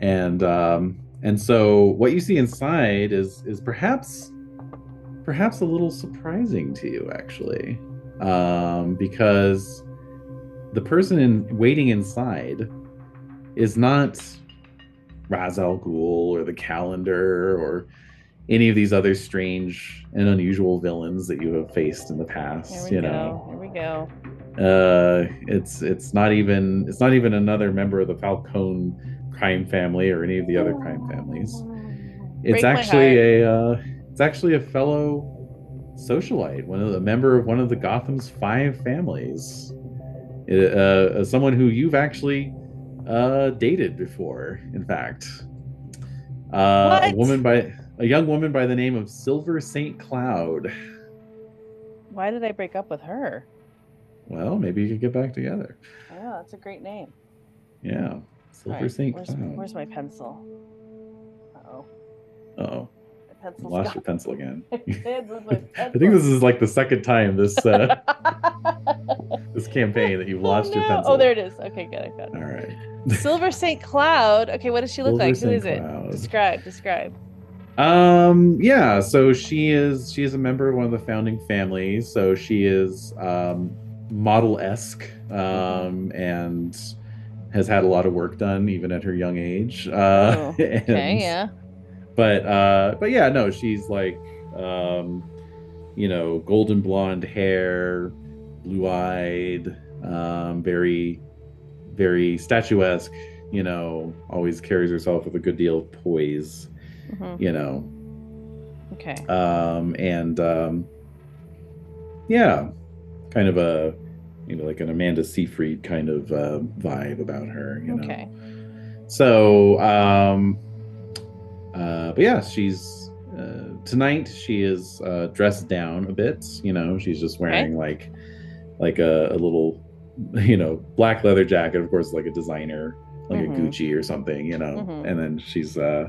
[SPEAKER 1] And um, and so what you see inside is is perhaps perhaps a little surprising to you actually, um, because the person in waiting inside is not Raz Al Ghul or the Calendar or any of these other strange and unusual villains that you have faced in the
[SPEAKER 4] Here
[SPEAKER 1] past.
[SPEAKER 4] we
[SPEAKER 1] You
[SPEAKER 4] go.
[SPEAKER 1] know,
[SPEAKER 4] Here we go.
[SPEAKER 1] uh, it's it's not even it's not even another member of the Falcone crime family or any of the other crime families. It's
[SPEAKER 4] Break my
[SPEAKER 1] actually a uh, it's actually a fellow socialite, one of the member of one of the Gotham's five families, Uh, uh, someone who you've actually uh, dated before, in fact. Uh, A
[SPEAKER 4] What?
[SPEAKER 1] woman by a young woman by the name of Silver Saint Cloud.
[SPEAKER 4] Why did I break up with her?
[SPEAKER 1] Well, maybe you could get back together.
[SPEAKER 4] Oh, that's a great name.
[SPEAKER 1] Yeah,
[SPEAKER 4] All
[SPEAKER 1] Silver
[SPEAKER 4] right,
[SPEAKER 1] Saint
[SPEAKER 4] where's,
[SPEAKER 1] Cloud.
[SPEAKER 4] where's my pencil? Uh-oh.
[SPEAKER 1] Oh,
[SPEAKER 4] My pencil's
[SPEAKER 1] lost your
[SPEAKER 4] gone. *laughs*
[SPEAKER 1] pencil again.
[SPEAKER 4] I did lose my
[SPEAKER 1] *laughs* I think this is like the second time this
[SPEAKER 4] *laughs*
[SPEAKER 1] uh,
[SPEAKER 4] pencil.
[SPEAKER 1] this campaign that you've
[SPEAKER 4] Oh,
[SPEAKER 1] lost your
[SPEAKER 4] no.
[SPEAKER 1] pencil.
[SPEAKER 4] Oh, there it is. Okay, good. I found
[SPEAKER 1] All right. *laughs*
[SPEAKER 4] it. Silver St. Cloud. Okay, what does she look
[SPEAKER 1] Silver
[SPEAKER 4] like?
[SPEAKER 1] Saint
[SPEAKER 4] Who is
[SPEAKER 1] Cloud.
[SPEAKER 4] it? Describe, describe.
[SPEAKER 1] Um. Yeah. So she is. She is a member of one of the founding families. So she is um, model esque um, and has had a lot of work done even at her young age. Uh,
[SPEAKER 4] Oh,
[SPEAKER 1] *laughs* and-
[SPEAKER 4] Okay, yeah.
[SPEAKER 1] But uh, but yeah. No. She's like, um, you know, golden blonde hair, blue eyed, um, very very statuesque. You know, always carries herself with a good deal of poise.
[SPEAKER 4] hmm
[SPEAKER 1] You know,
[SPEAKER 4] Okay.
[SPEAKER 1] um, and um, yeah, kind of a you know like an Amanda Seyfried kind of uh, vibe about her. You know?
[SPEAKER 4] Okay.
[SPEAKER 1] So, um, uh, but yeah, she's uh, tonight. She is uh, dressed down a bit. You know, she's just wearing like like a, a little *laughs* you know black leather jacket. Of course, like a designer, like
[SPEAKER 4] Mhm.
[SPEAKER 1] a Gucci or something. You know,
[SPEAKER 4] Mhm.
[SPEAKER 1] and then she's uh,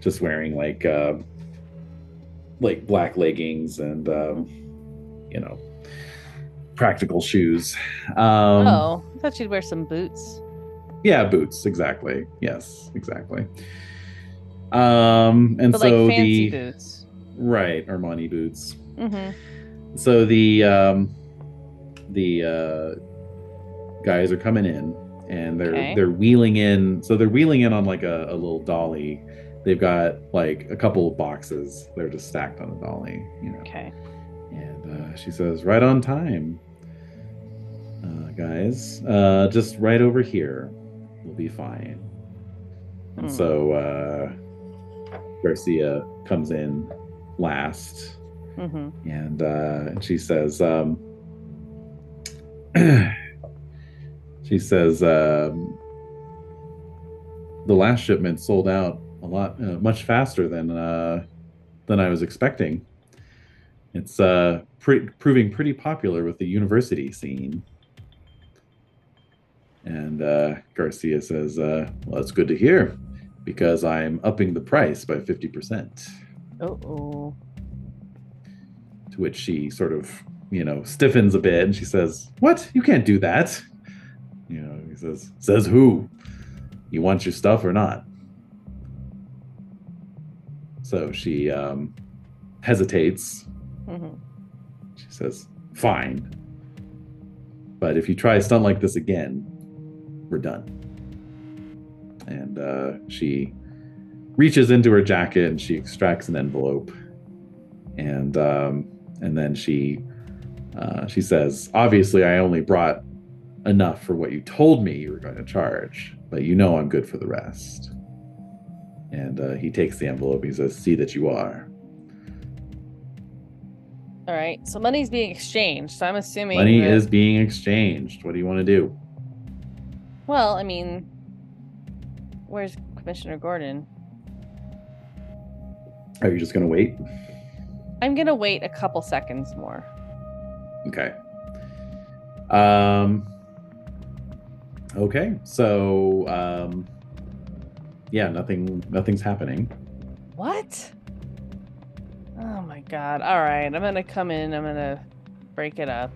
[SPEAKER 1] just wearing like uh, like black leggings and um, you know practical shoes. Um,
[SPEAKER 4] oh, I thought she'd wear some boots.
[SPEAKER 1] yeah, boots. Exactly. Yes, exactly. Um, and
[SPEAKER 4] But
[SPEAKER 1] so
[SPEAKER 4] like fancy
[SPEAKER 1] the
[SPEAKER 4] boots.
[SPEAKER 1] right Armani boots.
[SPEAKER 4] hmm
[SPEAKER 1] So the um, the uh, guys are coming in, and they're
[SPEAKER 4] Okay.
[SPEAKER 1] they're wheeling in. So they're wheeling in on like a, a little dolly. They've got like a couple of boxes. They're just stacked on a dolly, you know.
[SPEAKER 4] Okay.
[SPEAKER 1] And uh, she says, right on time, uh, guys. Uh, just right over here. We'll be fine.
[SPEAKER 4] Hmm.
[SPEAKER 1] And so uh, Garcia comes in last
[SPEAKER 4] Mm-hmm.
[SPEAKER 1] and uh, she says, um, *clears throat* she says, um, the last shipment sold out a lot, uh, much faster than uh, than I was expecting. It's uh, pre- proving pretty popular with the university scene. And uh, Garcia says, uh, "Well, that's good to hear, because I'm upping the price by fifty percent."
[SPEAKER 4] Oh, oh.
[SPEAKER 1] To which she sort of, you know, stiffens a bit and she says, What? You can't do that. You know, he says, Says who? You want your stuff or not? So she um, hesitates.
[SPEAKER 4] Mm-hmm.
[SPEAKER 1] She says, Fine. But if you try a stunt like this again, we're done. And uh, she reaches into her jacket and she extracts an envelope and um, and then she uh, she says, "Obviously, I only brought enough for what you told me you were going to charge, but you know I'm good for the rest." And uh, he takes the envelope. He says, "See that you are."
[SPEAKER 4] All right. So money's being exchanged. So I'm assuming
[SPEAKER 1] Money
[SPEAKER 4] that-
[SPEAKER 1] is being exchanged. What do you want to do?
[SPEAKER 4] Well, I mean, where's Commissioner Gordon?
[SPEAKER 1] Are you just going to wait?
[SPEAKER 4] I'm gonna wait a couple seconds more.
[SPEAKER 1] Okay. Um. Okay. So, um, yeah, nothing. Nothing's happening. *laughs*
[SPEAKER 4] What? Oh my god. All right. I'm gonna come in. I'm gonna break it up.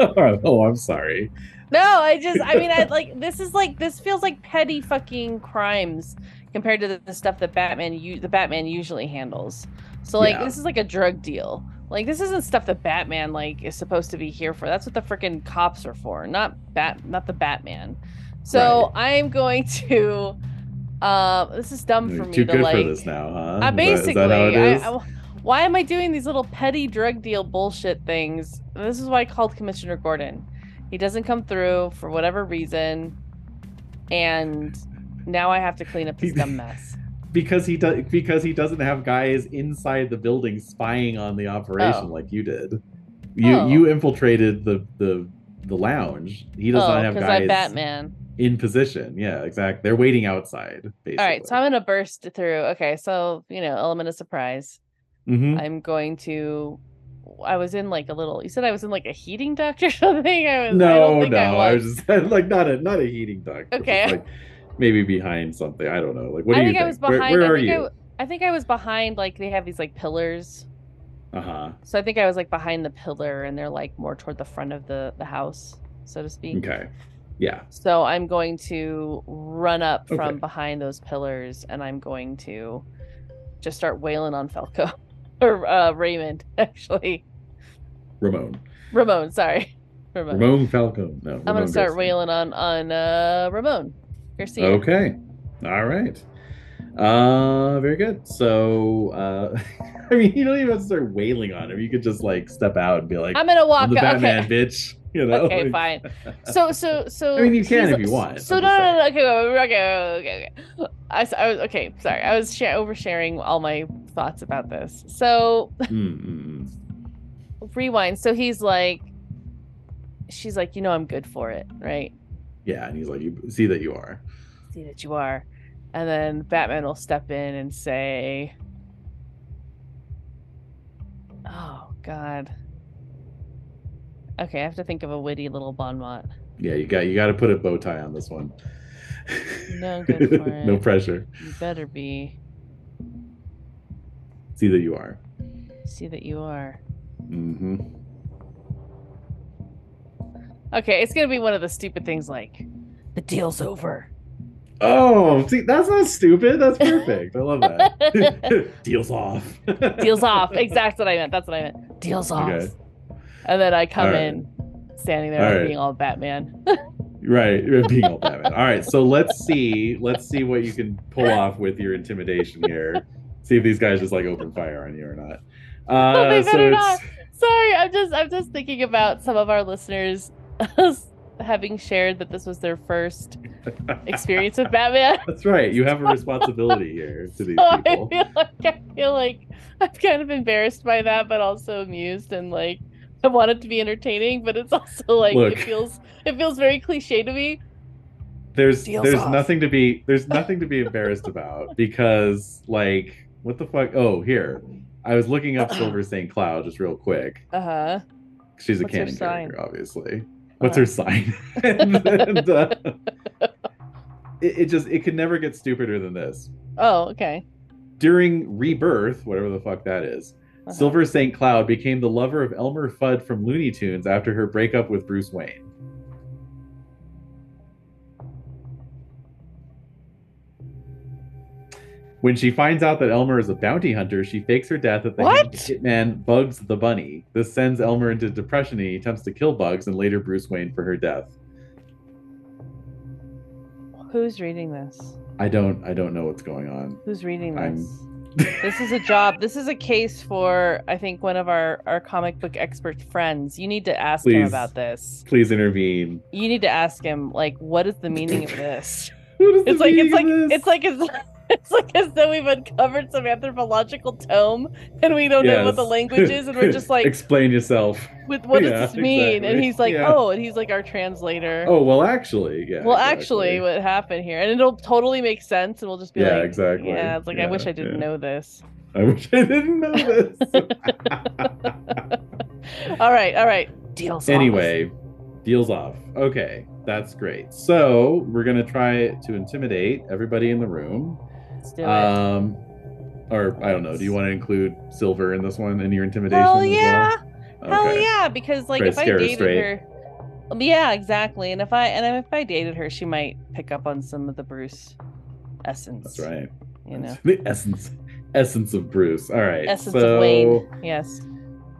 [SPEAKER 1] oh, I'm sorry.
[SPEAKER 4] No, I just, I mean,
[SPEAKER 1] *laughs*
[SPEAKER 4] I like this is like this feels like petty fucking crimes compared to the, the stuff that Batman u- the Batman usually handles. So like
[SPEAKER 1] Yeah.
[SPEAKER 4] this is like a drug deal. Like this isn't stuff that Batman like is supposed to be here for. That's what the freaking cops are for, not bat, not the Batman. So I'm going to. Uh, this is dumb for
[SPEAKER 1] You're
[SPEAKER 4] me
[SPEAKER 1] too
[SPEAKER 4] to
[SPEAKER 1] good
[SPEAKER 4] like.
[SPEAKER 1] for this now, huh?
[SPEAKER 4] I
[SPEAKER 1] Is that-
[SPEAKER 4] Uh, basically,
[SPEAKER 1] is that how it is?
[SPEAKER 4] I, I- why am I doing these little petty drug deal bullshit things? This is why I called Commissioner Gordon. He doesn't come through for whatever reason, and now I have to
[SPEAKER 1] *laughs*
[SPEAKER 4] clean up this dumb mess.
[SPEAKER 1] because he does because he doesn't have guys inside the building spying on the operation
[SPEAKER 4] Oh.
[SPEAKER 1] like you did. You
[SPEAKER 4] Oh.
[SPEAKER 1] you infiltrated the the the lounge. He does
[SPEAKER 4] oh,
[SPEAKER 1] not have
[SPEAKER 4] because I
[SPEAKER 1] guys
[SPEAKER 4] Batman.
[SPEAKER 1] in position. Yeah, exactly. They're waiting outside. Basically.
[SPEAKER 4] All right, so I'm gonna burst through. Okay, so you know, element of surprise.
[SPEAKER 1] Mhm.
[SPEAKER 4] I'm going to. I was in like a little. You said I was in like a heating duct *laughs* or something. I was. I
[SPEAKER 1] No,
[SPEAKER 4] don't think
[SPEAKER 1] no,
[SPEAKER 4] I was.
[SPEAKER 1] I was just *laughs* like not a not a heating duct. but just,
[SPEAKER 4] Okay.
[SPEAKER 1] Like, maybe behind something. I don't know. Like what do
[SPEAKER 4] I
[SPEAKER 1] you
[SPEAKER 4] think
[SPEAKER 1] think?
[SPEAKER 4] I was behind.
[SPEAKER 1] Where, where
[SPEAKER 4] I
[SPEAKER 1] are
[SPEAKER 4] think I
[SPEAKER 1] you?
[SPEAKER 4] w- I think I was behind. Like they have these like pillars.
[SPEAKER 1] Uh huh.
[SPEAKER 4] So I think I was like behind the pillar and they're like more toward the front of the the house, so to speak.
[SPEAKER 1] Okay. Yeah.
[SPEAKER 4] So I'm going to run up
[SPEAKER 1] Okay.
[SPEAKER 4] from behind those pillars and I'm going to just start wailing on Falco *laughs* or uh, Raymond *laughs* actually.
[SPEAKER 1] Ramon.
[SPEAKER 4] Ramon, sorry. Ramon.
[SPEAKER 1] Ramon Falcone. No.
[SPEAKER 4] I'm going
[SPEAKER 1] Ramon
[SPEAKER 4] to start
[SPEAKER 1] Garcia.
[SPEAKER 4] wailing on on uh Ramon Garcia.
[SPEAKER 1] Okay. All right. Uh very good. So uh *laughs* I mean you don't even have to start wailing on him. You could just like step out and be like
[SPEAKER 4] I'm going to walk *laughs*
[SPEAKER 1] I'm the
[SPEAKER 4] up. Okay.
[SPEAKER 1] Batman bitch. You know? *laughs*
[SPEAKER 4] Okay,
[SPEAKER 1] like-
[SPEAKER 4] fine. So, so, so.
[SPEAKER 1] I mean, you can
[SPEAKER 4] he's-
[SPEAKER 1] if you want,
[SPEAKER 4] So
[SPEAKER 1] I'm
[SPEAKER 4] no,
[SPEAKER 1] just
[SPEAKER 4] no, no. Okay, okay, okay, okay. I, s- I was okay. Sorry, I was share, oversharing all my thoughts about this. So
[SPEAKER 1] Mm, mm,
[SPEAKER 4] rewind. So he's like, she's like, you know, I'm good for it, right?
[SPEAKER 1] Yeah, and he's like, you see that you are.
[SPEAKER 4] See that you are, and then Batman will step in and say, oh God. Okay, I have to think of a witty little bon mot.
[SPEAKER 1] Yeah, you got you gotta put a bow tie on this one.
[SPEAKER 4] No good for
[SPEAKER 1] *laughs* no
[SPEAKER 4] it.
[SPEAKER 1] pressure.
[SPEAKER 4] You better be.
[SPEAKER 1] See that you are.
[SPEAKER 4] See that you are.
[SPEAKER 1] Mm-hmm.
[SPEAKER 4] Okay, it's gonna be one of the stupid things like the
[SPEAKER 1] *laughs*
[SPEAKER 4] deal's over.
[SPEAKER 1] Oh, see, that's not stupid. That's perfect. I love
[SPEAKER 4] *laughs*
[SPEAKER 1] that. Deals off.
[SPEAKER 4] Deal's off. Exactly what I meant. That's what I meant. Deal's off.
[SPEAKER 1] Okay.
[SPEAKER 4] And then I come
[SPEAKER 1] All right.
[SPEAKER 4] in standing there
[SPEAKER 1] All
[SPEAKER 4] like,
[SPEAKER 1] right.
[SPEAKER 4] being all Batman.
[SPEAKER 1] *laughs* Right, being all Batman. All right, so let's see. Let's see what you can pull off with your intimidation here. See if these guys just like open fire on you or not. Uh,
[SPEAKER 4] Oh, they
[SPEAKER 1] so
[SPEAKER 4] better
[SPEAKER 1] it's-
[SPEAKER 4] not. Sorry, I'm just I'm just thinking about some of our listeners *laughs* having shared that this was their
[SPEAKER 1] *laughs*
[SPEAKER 4] first experience with Batman.
[SPEAKER 1] That's right. You have a responsibility here to
[SPEAKER 4] *laughs*
[SPEAKER 1] these
[SPEAKER 4] So I
[SPEAKER 1] people.
[SPEAKER 4] feel like I feel like I'm kind of embarrassed by that, but also amused and like I want it to be entertaining, but it's also like
[SPEAKER 1] Look.
[SPEAKER 4] it feels it feels very cliche to me.
[SPEAKER 1] There's
[SPEAKER 4] Deals
[SPEAKER 1] there's
[SPEAKER 4] off.
[SPEAKER 1] nothing to be
[SPEAKER 4] *laughs*
[SPEAKER 1] there's nothing to be embarrassed about because like what the fuck? Oh, here. I was looking up
[SPEAKER 4] *clears throat*
[SPEAKER 1] Silver St. Cloud just real quick.
[SPEAKER 4] Uh huh.
[SPEAKER 1] She's a
[SPEAKER 4] What's her
[SPEAKER 1] canon
[SPEAKER 4] sign?
[SPEAKER 1] character, obviously. What's
[SPEAKER 4] Uh.
[SPEAKER 1] her sign? *laughs* and, and,
[SPEAKER 4] *laughs*
[SPEAKER 1] uh, it, it just it could never get stupider than this.
[SPEAKER 4] Oh, okay.
[SPEAKER 1] During rebirth, whatever the fuck that is,
[SPEAKER 4] Uh-huh.
[SPEAKER 1] Silver St. Cloud became the lover of Elmer Fudd from Looney Tunes after her breakup with Bruce Wayne. When she finds out that Elmer is a bounty hunter, she fakes her death at the hands of
[SPEAKER 4] What?
[SPEAKER 1] hitman Bugs the Bunny. This sends Elmer into depression and he attempts to kill Bugs and later Bruce Wayne for her death.
[SPEAKER 4] Who's reading this?
[SPEAKER 1] I don't I don't know what's going on.
[SPEAKER 4] Who's reading
[SPEAKER 1] I'm-
[SPEAKER 4] this?
[SPEAKER 1] *laughs*
[SPEAKER 4] this is a job. This is a case for I think one of our our comic book expert friends. You need to ask him
[SPEAKER 1] Please.
[SPEAKER 4] about this.
[SPEAKER 1] Please intervene.
[SPEAKER 4] You need to ask him like what is the meaning of this?
[SPEAKER 1] *laughs* What is the
[SPEAKER 4] It's like
[SPEAKER 1] meaning
[SPEAKER 4] it's like
[SPEAKER 1] of this?
[SPEAKER 4] it's like as *laughs* it's like as though we've uncovered some anthropological tome and we don't know what the
[SPEAKER 1] Yes.
[SPEAKER 4] language is and we're
[SPEAKER 1] *laughs*
[SPEAKER 4] just like
[SPEAKER 1] explain yourself.
[SPEAKER 4] with what
[SPEAKER 1] Yeah,
[SPEAKER 4] does this mean?
[SPEAKER 1] exactly.
[SPEAKER 4] And he's like,
[SPEAKER 1] Yeah.
[SPEAKER 4] Oh, and he's like our translator.
[SPEAKER 1] Oh well, actually, yeah.
[SPEAKER 4] well
[SPEAKER 1] exactly.
[SPEAKER 4] actually what happened here and it'll totally make sense and we'll just be
[SPEAKER 1] Yeah,
[SPEAKER 4] like
[SPEAKER 1] exactly.
[SPEAKER 4] Yeah, it's like I
[SPEAKER 1] Yeah,
[SPEAKER 4] wish I didn't
[SPEAKER 1] yeah.
[SPEAKER 4] know this.
[SPEAKER 1] I wish I didn't know
[SPEAKER 4] *laughs*
[SPEAKER 1] this.
[SPEAKER 4] All right, all right. Deals.
[SPEAKER 1] *laughs*
[SPEAKER 4] off.
[SPEAKER 1] anyway, deals off. Okay, that's great. So we're gonna try to intimidate everybody in the room.
[SPEAKER 4] Let's do it.
[SPEAKER 1] Um, or I don't know. Do you want to include Silver in this one in your intimidation?
[SPEAKER 4] Hell
[SPEAKER 1] as
[SPEAKER 4] yeah!
[SPEAKER 1] Well?
[SPEAKER 4] Hell
[SPEAKER 1] Okay.
[SPEAKER 4] yeah! Because like
[SPEAKER 1] Try to
[SPEAKER 4] if I
[SPEAKER 1] scare her
[SPEAKER 4] dated
[SPEAKER 1] straight.
[SPEAKER 4] her, um, yeah, exactly. And if I and if I dated her, she might pick up on some of the Bruce essence.
[SPEAKER 1] That's right.
[SPEAKER 4] You know,
[SPEAKER 1] *laughs* the essence, essence of Bruce. All right.
[SPEAKER 4] essence
[SPEAKER 1] so,
[SPEAKER 4] of Wayne. Yes.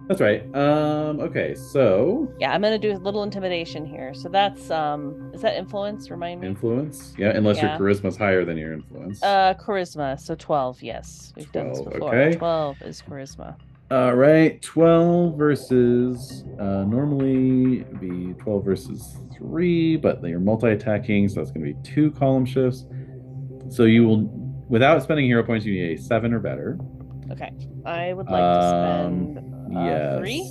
[SPEAKER 1] That's right. Um. Okay. So
[SPEAKER 4] Yeah, I'm gonna do a little intimidation here. So that's um, is that influence? Remind me.
[SPEAKER 1] influence. Yeah. Unless
[SPEAKER 4] Yeah.
[SPEAKER 1] your charisma's higher than your influence.
[SPEAKER 4] uh, charisma. So twelve. Yes, we've done this
[SPEAKER 1] 12,
[SPEAKER 4] before.
[SPEAKER 1] okay.
[SPEAKER 4] Twelve is charisma.
[SPEAKER 1] All right, 12 versus uh, normally be 12 versus 3, but you're multi attacking, so that's going to be two column shifts. So you will, without spending hero points, you need a 7 or better.
[SPEAKER 4] Okay. I would like to
[SPEAKER 1] Um,
[SPEAKER 4] spend
[SPEAKER 1] yes.
[SPEAKER 4] uh, three.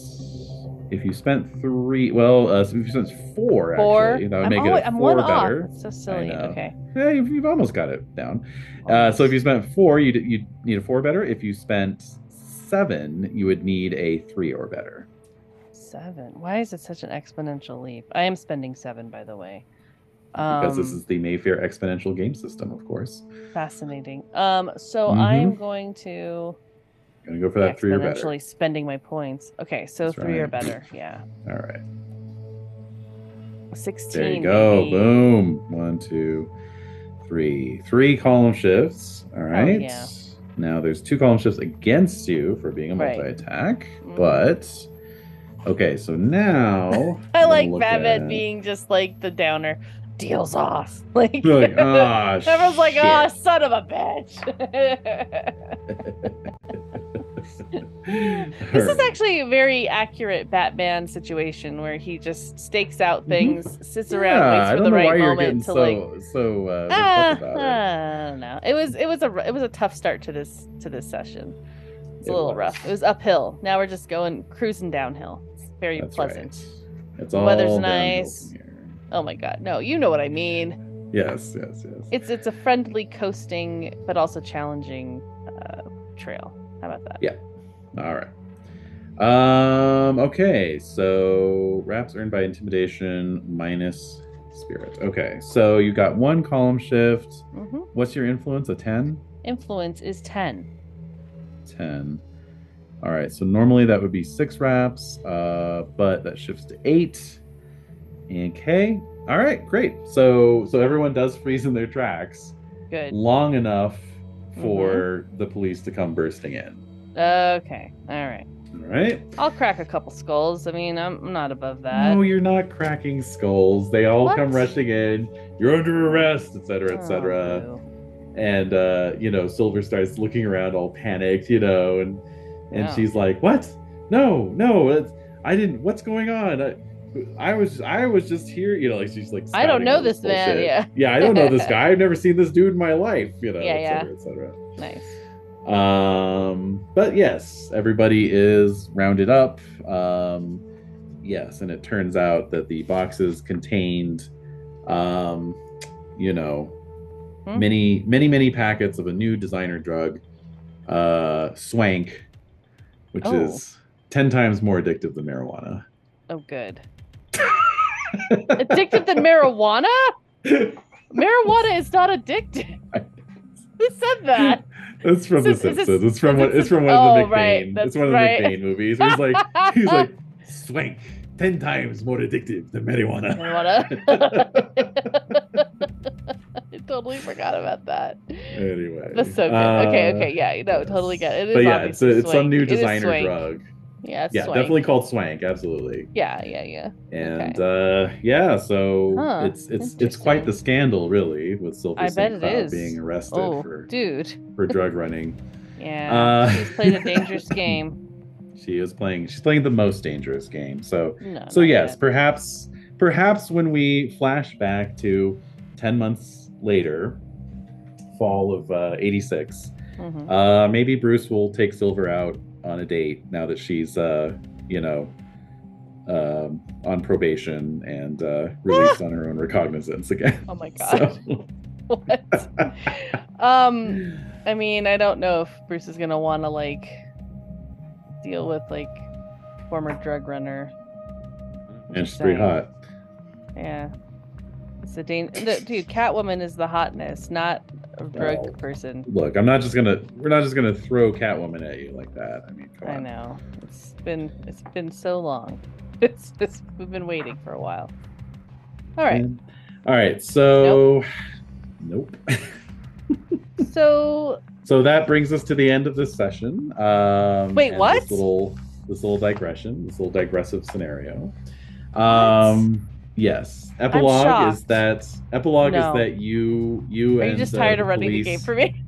[SPEAKER 1] If you spent 3, well, uh, if you spent 4,
[SPEAKER 4] Four.
[SPEAKER 1] actually, that would
[SPEAKER 4] I'm,
[SPEAKER 1] make
[SPEAKER 4] always-
[SPEAKER 1] it a
[SPEAKER 4] I'm
[SPEAKER 1] 4
[SPEAKER 4] one
[SPEAKER 1] better.
[SPEAKER 4] off. It's so silly.
[SPEAKER 1] know.
[SPEAKER 4] Okay.
[SPEAKER 1] Yeah, you've, you've almost got it down. Uh, so if you spent 4, you you need a 4 better. If you spent 7, you would need a 3 or better.
[SPEAKER 4] Seven. Why is it such an exponential leap? I am spending seven, by the way. Um,
[SPEAKER 1] because this is the Mayfair exponential game system, of course.
[SPEAKER 4] fascinating. Um, so I am going to
[SPEAKER 1] Gonna go Mm-hmm. for that three or better. All
[SPEAKER 4] exponentially spending my points. Okay, so
[SPEAKER 1] That's
[SPEAKER 4] three or
[SPEAKER 1] right.
[SPEAKER 4] better. Yeah,
[SPEAKER 1] right,
[SPEAKER 4] sixteen.
[SPEAKER 1] there you go.
[SPEAKER 4] baby.
[SPEAKER 1] Boom. One, two, three. Three column shifts. All right.
[SPEAKER 4] Oh, yeah.
[SPEAKER 1] Now there's two column shifts against you for being a
[SPEAKER 4] Right.
[SPEAKER 1] multi-attack,
[SPEAKER 4] Mhm.
[SPEAKER 1] but okay. So now
[SPEAKER 4] *laughs* I
[SPEAKER 1] we're
[SPEAKER 4] like
[SPEAKER 1] gonna look
[SPEAKER 4] Batman
[SPEAKER 1] at-
[SPEAKER 4] being just like the downer. Deals off. *laughs* Like,
[SPEAKER 1] *laughs* You're like,
[SPEAKER 4] *laughs*
[SPEAKER 1] ah,
[SPEAKER 4] everyone's like,
[SPEAKER 1] shit." *laughs*
[SPEAKER 4] "Oh, son of a bitch." *laughs* This is
[SPEAKER 1] Alright.
[SPEAKER 4] actually a very accurate Batman situation where he just stakes out things, sits around,
[SPEAKER 1] Mm-hmm. Yeah,
[SPEAKER 4] waits
[SPEAKER 1] I
[SPEAKER 4] for
[SPEAKER 1] don't
[SPEAKER 4] the
[SPEAKER 1] know why
[SPEAKER 4] right
[SPEAKER 1] you're
[SPEAKER 4] moment
[SPEAKER 1] getting
[SPEAKER 4] to
[SPEAKER 1] so
[SPEAKER 4] like
[SPEAKER 1] so uh,
[SPEAKER 4] Ah,
[SPEAKER 1] upset about it.
[SPEAKER 4] *laughs* I don't know. It was it was a r- it was a tough start to this to this session. It's a
[SPEAKER 1] It
[SPEAKER 4] little
[SPEAKER 1] was.
[SPEAKER 4] rough. It was uphill. Now we're just going cruising downhill. It's very
[SPEAKER 1] That's
[SPEAKER 4] pleasant.
[SPEAKER 1] Right. It's all
[SPEAKER 4] Weather's
[SPEAKER 1] downhill
[SPEAKER 4] nice.
[SPEAKER 1] from here.
[SPEAKER 4] Oh my god. No, you know what I mean.
[SPEAKER 1] Yes, yes, yes.
[SPEAKER 4] It's it's a friendly coasting but also challenging uh, trail. How about that?
[SPEAKER 1] All right. Um. Okay. So wraps earned by intimidation minus spirit. Okay. So you got one column shift.
[SPEAKER 4] hmm
[SPEAKER 1] What's your influence? A ten.
[SPEAKER 4] Influence is 10.
[SPEAKER 1] Ten. All right. So normally that would be six wraps. Uh. But that shifts to eight. Okay. All right. Great. So so everyone does freeze in their tracks
[SPEAKER 4] Good.
[SPEAKER 1] long enough for the police to come bursting in.
[SPEAKER 4] Okay. All right.
[SPEAKER 1] All right.
[SPEAKER 4] I'll crack a couple skulls. I mean, I'm, I'm not above that.
[SPEAKER 1] No, you're not cracking skulls. They all
[SPEAKER 4] What?
[SPEAKER 1] come rushing in. You're under arrest, etc.,
[SPEAKER 4] Oh,
[SPEAKER 1] etc.
[SPEAKER 4] boo.
[SPEAKER 1] and uh, you know silver starts looking around all panicked you know and and
[SPEAKER 4] Yeah.
[SPEAKER 1] she's like what no no it's, i didn't what's going on I, I was i was just here you know like she's like
[SPEAKER 4] I don't
[SPEAKER 1] spouting
[SPEAKER 4] know
[SPEAKER 1] all
[SPEAKER 4] this man,
[SPEAKER 1] bullshit.
[SPEAKER 4] yeah.
[SPEAKER 1] yeah i don't know
[SPEAKER 4] *laughs*
[SPEAKER 1] this guy i've never seen this dude in my life you know
[SPEAKER 4] Yeah, yeah.
[SPEAKER 1] etc etc
[SPEAKER 4] Nice.
[SPEAKER 1] um but yes everybody is rounded up um yes and it turns out that the boxes contained um you know
[SPEAKER 4] Hmm?
[SPEAKER 1] many many many packets of a new designer drug uh swank which
[SPEAKER 4] Oh.
[SPEAKER 1] is 10 times more addictive than marijuana
[SPEAKER 4] Oh,
[SPEAKER 1] *laughs*
[SPEAKER 4] good. Addictive than marijuana? Marijuana is
[SPEAKER 1] *laughs*
[SPEAKER 4] not addictive. Who said that?
[SPEAKER 1] It's from
[SPEAKER 4] Is
[SPEAKER 1] The
[SPEAKER 4] it- is it-
[SPEAKER 1] Simpsons. It's from what? It's from one
[SPEAKER 4] oh,
[SPEAKER 1] of the
[SPEAKER 4] right,
[SPEAKER 1] McBain.
[SPEAKER 4] that's
[SPEAKER 1] It's one of the
[SPEAKER 4] right.
[SPEAKER 1] McBain movies. He's
[SPEAKER 4] *laughs*
[SPEAKER 1] like, *laughs* he's like, swank, ten times more addictive than
[SPEAKER 4] *laughs*
[SPEAKER 1] marijuana.
[SPEAKER 4] Marijuana. I totally forgot about that.
[SPEAKER 1] Anyway,
[SPEAKER 4] That's so good. okay,
[SPEAKER 1] uh,
[SPEAKER 4] okay, yeah, you know, totally get it. It is
[SPEAKER 1] But yeah, it's,
[SPEAKER 4] obviously
[SPEAKER 1] a, it's some
[SPEAKER 4] swank.
[SPEAKER 1] new
[SPEAKER 4] It is
[SPEAKER 1] designer
[SPEAKER 4] swank.
[SPEAKER 1] drug.
[SPEAKER 4] Yeah, it's
[SPEAKER 1] yeah,
[SPEAKER 4] swank.
[SPEAKER 1] definitely called swank. Absolutely.
[SPEAKER 4] Yeah, yeah, yeah.
[SPEAKER 1] And uh, yeah, so
[SPEAKER 4] Huh,
[SPEAKER 1] it's it's it's quite the
[SPEAKER 4] interesting.
[SPEAKER 1] scandal, really, with Silver
[SPEAKER 4] I
[SPEAKER 1] St.
[SPEAKER 4] bet it
[SPEAKER 1] Cloud
[SPEAKER 4] is.
[SPEAKER 1] being arrested
[SPEAKER 4] Oh,
[SPEAKER 1] for
[SPEAKER 4] dude.
[SPEAKER 1] for drug running.
[SPEAKER 4] Yeah.
[SPEAKER 1] Uh,
[SPEAKER 4] She's played a
[SPEAKER 1] *laughs*
[SPEAKER 4] dangerous game.
[SPEAKER 1] She is playing. She's playing the most dangerous game. So.
[SPEAKER 4] No.
[SPEAKER 1] so
[SPEAKER 4] not
[SPEAKER 1] yes
[SPEAKER 4] yet.
[SPEAKER 1] perhaps perhaps when we flash back to 10 months later fall of uh, 86
[SPEAKER 4] Mhm.
[SPEAKER 1] uh, maybe bruce will take silver out on a date now that she's uh, you know um, on probation and uh,
[SPEAKER 4] *laughs*
[SPEAKER 1] released on her own recognizance again
[SPEAKER 4] Oh my god.
[SPEAKER 1] *laughs* so
[SPEAKER 4] *laughs* What? um I mean, I don't know if Bruce is gonna want to like deal with like former drug runner.
[SPEAKER 1] and she's pretty hot
[SPEAKER 4] Yeah, it's a dan- no, dude. Catwoman is the hotness, not a drug
[SPEAKER 1] Well,
[SPEAKER 4] person.
[SPEAKER 1] look i'm not just gonna we're not just gonna throw catwoman at you like that i mean come
[SPEAKER 4] I
[SPEAKER 1] on
[SPEAKER 4] know. It's been it's been so long. *laughs* It's just we've been waiting for a while. All right.
[SPEAKER 1] all right so nope. Mm.
[SPEAKER 4] So
[SPEAKER 1] So that brings us to the end of this session. Um,
[SPEAKER 4] Wait,
[SPEAKER 1] and
[SPEAKER 4] what?
[SPEAKER 1] This little, this little digression, this little digressive scenario. Um, yes, epilogue is
[SPEAKER 4] shocked.
[SPEAKER 1] that epilogue
[SPEAKER 4] No.
[SPEAKER 1] is that you you
[SPEAKER 4] are
[SPEAKER 1] and
[SPEAKER 4] you just
[SPEAKER 1] uh,
[SPEAKER 4] tired
[SPEAKER 1] the
[SPEAKER 4] of running
[SPEAKER 1] police...
[SPEAKER 4] the game for me?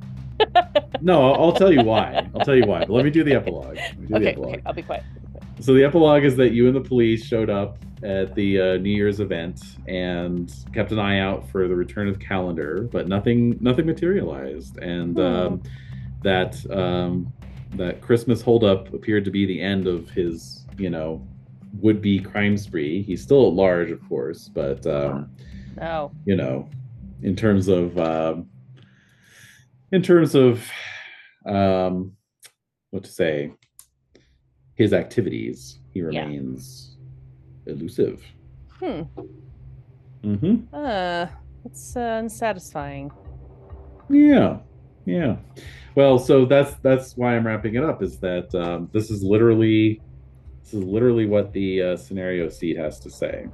[SPEAKER 1] no, I'll, I'll tell
[SPEAKER 4] *laughs*
[SPEAKER 1] you why. I'll tell you why. But let me do the epilogue. Let me do the
[SPEAKER 4] Okay,
[SPEAKER 1] epilogue.
[SPEAKER 4] okay, I'll be quiet.
[SPEAKER 1] So the epilogue is that you and the police showed up at the uh, New Year's event and kept an eye out for the return of Calendar, but nothing nothing materialized, and um, that um, that Christmas holdup appeared to be the end of his you know would be crime spree. He's still at large, of course, but um,
[SPEAKER 4] No.
[SPEAKER 1] you know in terms of um, in terms of um, what to say his activities he remains elusive
[SPEAKER 4] Hmm.
[SPEAKER 1] hmm
[SPEAKER 4] Uh, it's uh, unsatisfying.
[SPEAKER 1] yeah yeah well so that's that's why i'm wrapping it up is that um, this is literally this is literally what the uh, scenario seed has to say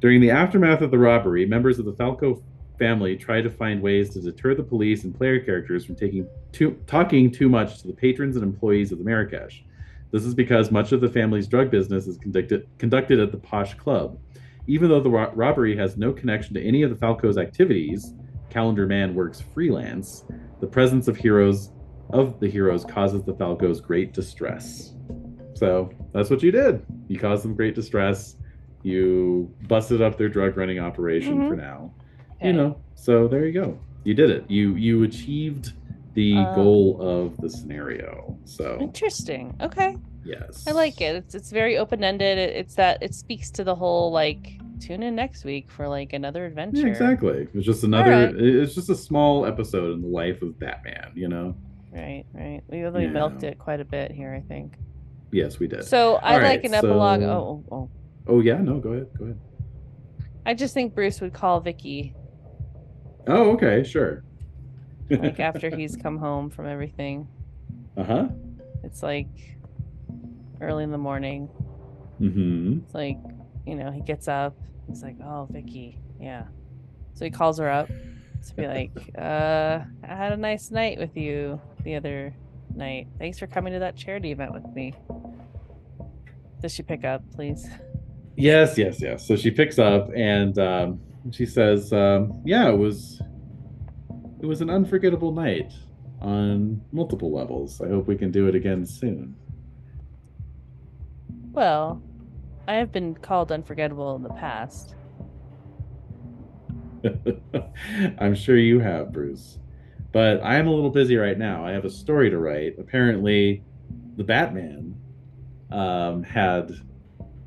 [SPEAKER 1] during the aftermath of the robbery members of the falco family try to find ways to deter the police and player characters from taking too, talking too much to the patrons and employees of the marrakesh this is because much of the family's drug business is conducted conducted at the posh club even though the ro- robbery has no connection to any of the falco's activities calendar man works freelance the presence of heroes of the heroes causes the falcos great distress so that's what you did you caused them great distress you busted up their drug running operation for now
[SPEAKER 4] Okay.
[SPEAKER 1] you know so there you go you did it you you achieved the
[SPEAKER 4] Uh,
[SPEAKER 1] goal of the scenario so
[SPEAKER 4] Interesting. Okay.
[SPEAKER 1] yes
[SPEAKER 4] I like it. It's it's very open ended. It, it's that it speaks to the whole like tune in next week for like another adventure.
[SPEAKER 1] yeah, exactly it's just another
[SPEAKER 4] Alright.
[SPEAKER 1] it's just a small episode in the life of batman you know
[SPEAKER 4] Right, right. We really
[SPEAKER 1] Yeah.
[SPEAKER 4] milked it quite a bit here, I think.
[SPEAKER 1] yes we did
[SPEAKER 4] So I
[SPEAKER 1] All
[SPEAKER 4] like
[SPEAKER 1] right,
[SPEAKER 4] an epilogue.
[SPEAKER 1] so-
[SPEAKER 4] Oh, oh, oh.
[SPEAKER 1] oh yeah no go ahead go ahead
[SPEAKER 4] I just think Bruce would call Vicky
[SPEAKER 1] oh okay sure
[SPEAKER 4] like after he's come home from everything.
[SPEAKER 1] *laughs* uh-huh
[SPEAKER 4] It's like early in the morning.
[SPEAKER 1] mm-hmm
[SPEAKER 4] It's like you know he gets up. He's like, oh, Vicky, yeah. So he calls her up to be like, uh, I had a nice night with you the other night. Thanks for coming to that charity event with me. Does she pick up, please?
[SPEAKER 1] Yes, yes, yes. So she picks up and um, she says, um, "Yeah, it was, it was an unforgettable night on multiple levels. I hope we can do it again soon."
[SPEAKER 4] Well, I have been called unforgettable in the past.
[SPEAKER 1] *laughs* I'm sure you have, Bruce. But I am a little busy right now. I have a story to write. Apparently, the Batman um, had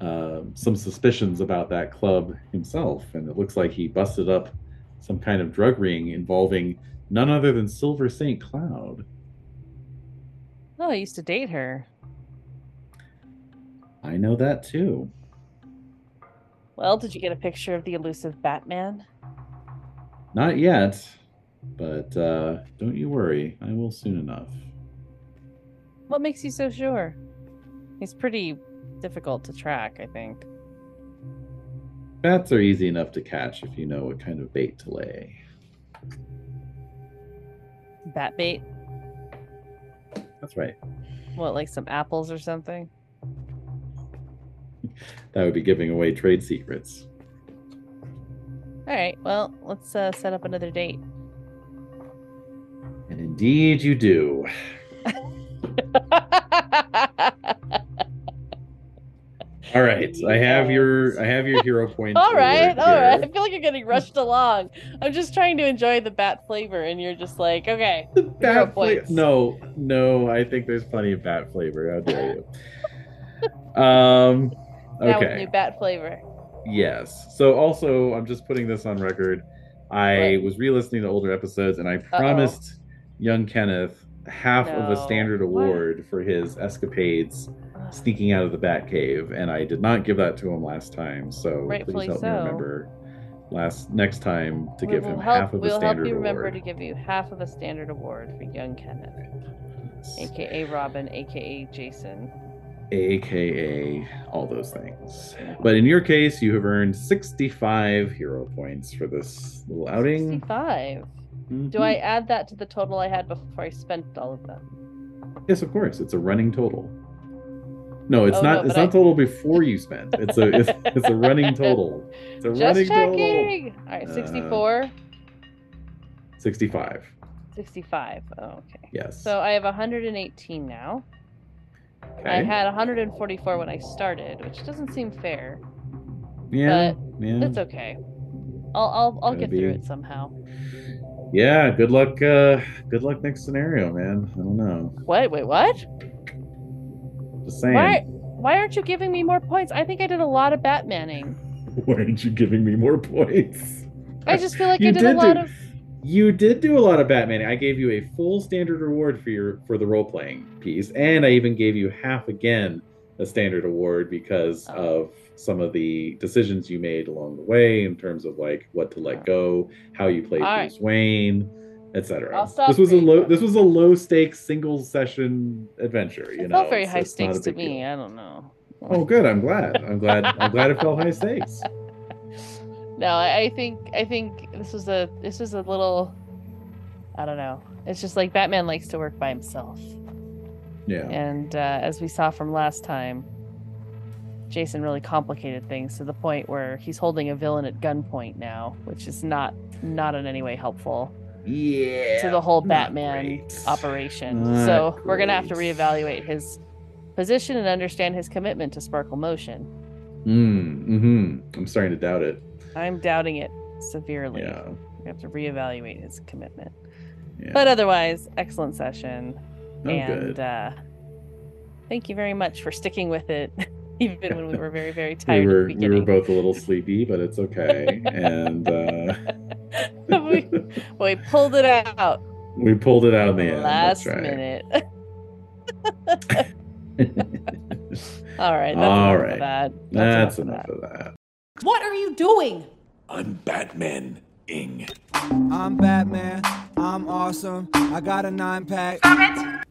[SPEAKER 1] uh, some suspicions about that club himself, and it looks like he busted up some kind of drug ring involving none other than Silver St. Cloud.
[SPEAKER 4] Oh, I used to date her.
[SPEAKER 1] I know that too.
[SPEAKER 4] Well, did you get a picture of the elusive Batman?
[SPEAKER 1] Not yet, but uh, don't you worry. I will soon enough.
[SPEAKER 4] What makes you so sure? He's pretty difficult to track, I think.
[SPEAKER 1] Bats are easy enough to catch if you know what kind of bait to lay.
[SPEAKER 4] Bat bait?
[SPEAKER 1] That's right.
[SPEAKER 4] What, like some apples or something?
[SPEAKER 1] That would be giving away trade secrets.
[SPEAKER 4] All right, well, let's uh, set up another date. *laughs*
[SPEAKER 1] And indeed, you do. All right, I have your I have your
[SPEAKER 4] *laughs*
[SPEAKER 1] hero point.
[SPEAKER 4] all right,
[SPEAKER 1] over
[SPEAKER 4] all right. I
[SPEAKER 1] here.
[SPEAKER 4] feel like you're getting rushed along. I'm just trying to enjoy the bat flavor, and you're just like, okay. Hero
[SPEAKER 1] Bat flavor?
[SPEAKER 4] points.
[SPEAKER 1] No, no. I think there's plenty of bat flavor. How dare you?
[SPEAKER 4] *laughs*
[SPEAKER 1] um.
[SPEAKER 4] Now
[SPEAKER 1] Okay.
[SPEAKER 4] with new bat flavor.
[SPEAKER 1] Yes. So also, I'm just putting this on record. I was re-listening to older episodes, and I promised young Kenneth half of
[SPEAKER 4] No.
[SPEAKER 1] a standard
[SPEAKER 4] What?
[SPEAKER 1] award for his escapades sneaking out of the Batcave, and I did not give that to him last time. So
[SPEAKER 4] Rightfully
[SPEAKER 1] please help
[SPEAKER 4] so.
[SPEAKER 1] me remember last next time to
[SPEAKER 4] We
[SPEAKER 1] give
[SPEAKER 4] will
[SPEAKER 1] him
[SPEAKER 4] help-
[SPEAKER 1] half of a
[SPEAKER 4] We'll help
[SPEAKER 1] standard
[SPEAKER 4] you remember
[SPEAKER 1] award.
[SPEAKER 4] to give you half of a standard award for young Kenneth, aka Robin, aka Jason.
[SPEAKER 1] AKA all those things. But in your case, you have earned 65 hero points for this little outing.
[SPEAKER 4] 65. Do
[SPEAKER 1] Mhm.
[SPEAKER 4] I add that to the total I had before I spent all of them?
[SPEAKER 1] Yes, of course. It's a running total. No, it's
[SPEAKER 4] Oh,
[SPEAKER 1] not.
[SPEAKER 4] no,
[SPEAKER 1] it's
[SPEAKER 4] but
[SPEAKER 1] not
[SPEAKER 4] I-
[SPEAKER 1] total before you spent. It's a. It's, it's a
[SPEAKER 4] *laughs*
[SPEAKER 1] running total. It's a running
[SPEAKER 4] Just
[SPEAKER 1] total.
[SPEAKER 4] checking. All right,
[SPEAKER 1] Uh,
[SPEAKER 4] 64,
[SPEAKER 1] Sixty-five.
[SPEAKER 4] 65. Oh, okay.
[SPEAKER 1] Yes.
[SPEAKER 4] So I have 118 now.
[SPEAKER 1] okay.
[SPEAKER 4] I had 144 when I started, which doesn't seem fair.
[SPEAKER 1] yeah. yeah.
[SPEAKER 4] It's okay. I'll I'll, I'll
[SPEAKER 1] Hmm. Gotta
[SPEAKER 4] get
[SPEAKER 1] be-
[SPEAKER 4] through it somehow.
[SPEAKER 1] Yeah. Good luck. Uh, good luck next scenario, man. I don't know.
[SPEAKER 4] What? Wait, what?
[SPEAKER 1] Just saying.
[SPEAKER 4] Why? Why aren't you giving me more points? I think I did a lot of Batmaning.
[SPEAKER 1] *laughs* Why aren't you giving me more points?
[SPEAKER 4] I just feel
[SPEAKER 1] *laughs*
[SPEAKER 4] like
[SPEAKER 1] You
[SPEAKER 4] I did,
[SPEAKER 1] did
[SPEAKER 4] a lot
[SPEAKER 1] do-
[SPEAKER 4] of.
[SPEAKER 1] You did do a lot of Batman. I gave you a full standard reward for your for the role playing piece, and I even gave you half again a standard award because
[SPEAKER 4] Oh.
[SPEAKER 1] of some of the decisions you made along the way in terms of like what to
[SPEAKER 4] Oh.
[SPEAKER 1] let go, how you played
[SPEAKER 4] All
[SPEAKER 1] Bruce Wayne,
[SPEAKER 4] I'll
[SPEAKER 1] etc.
[SPEAKER 4] stop
[SPEAKER 1] This was a
[SPEAKER 4] being-
[SPEAKER 1] low this was a low stakes single session adventure. You
[SPEAKER 4] It
[SPEAKER 1] know,
[SPEAKER 4] felt very
[SPEAKER 1] It's-
[SPEAKER 4] high
[SPEAKER 1] it's not a
[SPEAKER 4] stakes to
[SPEAKER 1] big
[SPEAKER 4] me.
[SPEAKER 1] deal.
[SPEAKER 4] I don't know.
[SPEAKER 1] Oh, good. I'm glad. I'm glad. I'm glad it felt high
[SPEAKER 4] *laughs*
[SPEAKER 1] stakes.
[SPEAKER 4] No, I, I think I think this was a this was a little. I don't know. It's just like Batman likes to work by himself,
[SPEAKER 1] Yeah.
[SPEAKER 4] and uh, as we saw from last time, Jason really complicated things to the point where he's holding a villain at gunpoint now, which is not not in any way helpful
[SPEAKER 1] Yeah.
[SPEAKER 4] to the whole
[SPEAKER 1] not
[SPEAKER 4] Batman
[SPEAKER 1] great.
[SPEAKER 4] operation.
[SPEAKER 1] Not
[SPEAKER 4] so we're gonna have to
[SPEAKER 1] great.
[SPEAKER 4] reevaluate his position and understand his commitment to Sparkle Motion.
[SPEAKER 1] Mm, mm-hmm. I'm starting to doubt it.
[SPEAKER 4] I'm doubting it severely.
[SPEAKER 1] Yeah.
[SPEAKER 4] We have to reevaluate his commitment.
[SPEAKER 1] yeah.
[SPEAKER 4] But otherwise, excellent session.
[SPEAKER 1] Oh,
[SPEAKER 4] and
[SPEAKER 1] good.
[SPEAKER 4] uh thank you very much for sticking with it, *laughs* even when we were very, very tired
[SPEAKER 1] we
[SPEAKER 4] at the
[SPEAKER 1] were we
[SPEAKER 4] beginning.
[SPEAKER 1] were both a little sleepy, but it's
[SPEAKER 4] *laughs*
[SPEAKER 1] okay. and uh,
[SPEAKER 4] we, we pulled it out
[SPEAKER 1] *laughs* we pulled it out in the end.
[SPEAKER 4] last
[SPEAKER 1] Oh, That's right. *laughs*
[SPEAKER 4] minute. *laughs* All right, that's
[SPEAKER 1] All
[SPEAKER 4] enough
[SPEAKER 1] right.
[SPEAKER 4] of that.
[SPEAKER 1] That's
[SPEAKER 4] of
[SPEAKER 1] enough of that.
[SPEAKER 5] What are you doing?
[SPEAKER 6] I'm Batman Ing.
[SPEAKER 7] I'm Batman. I'm awesome. I got a nine pack.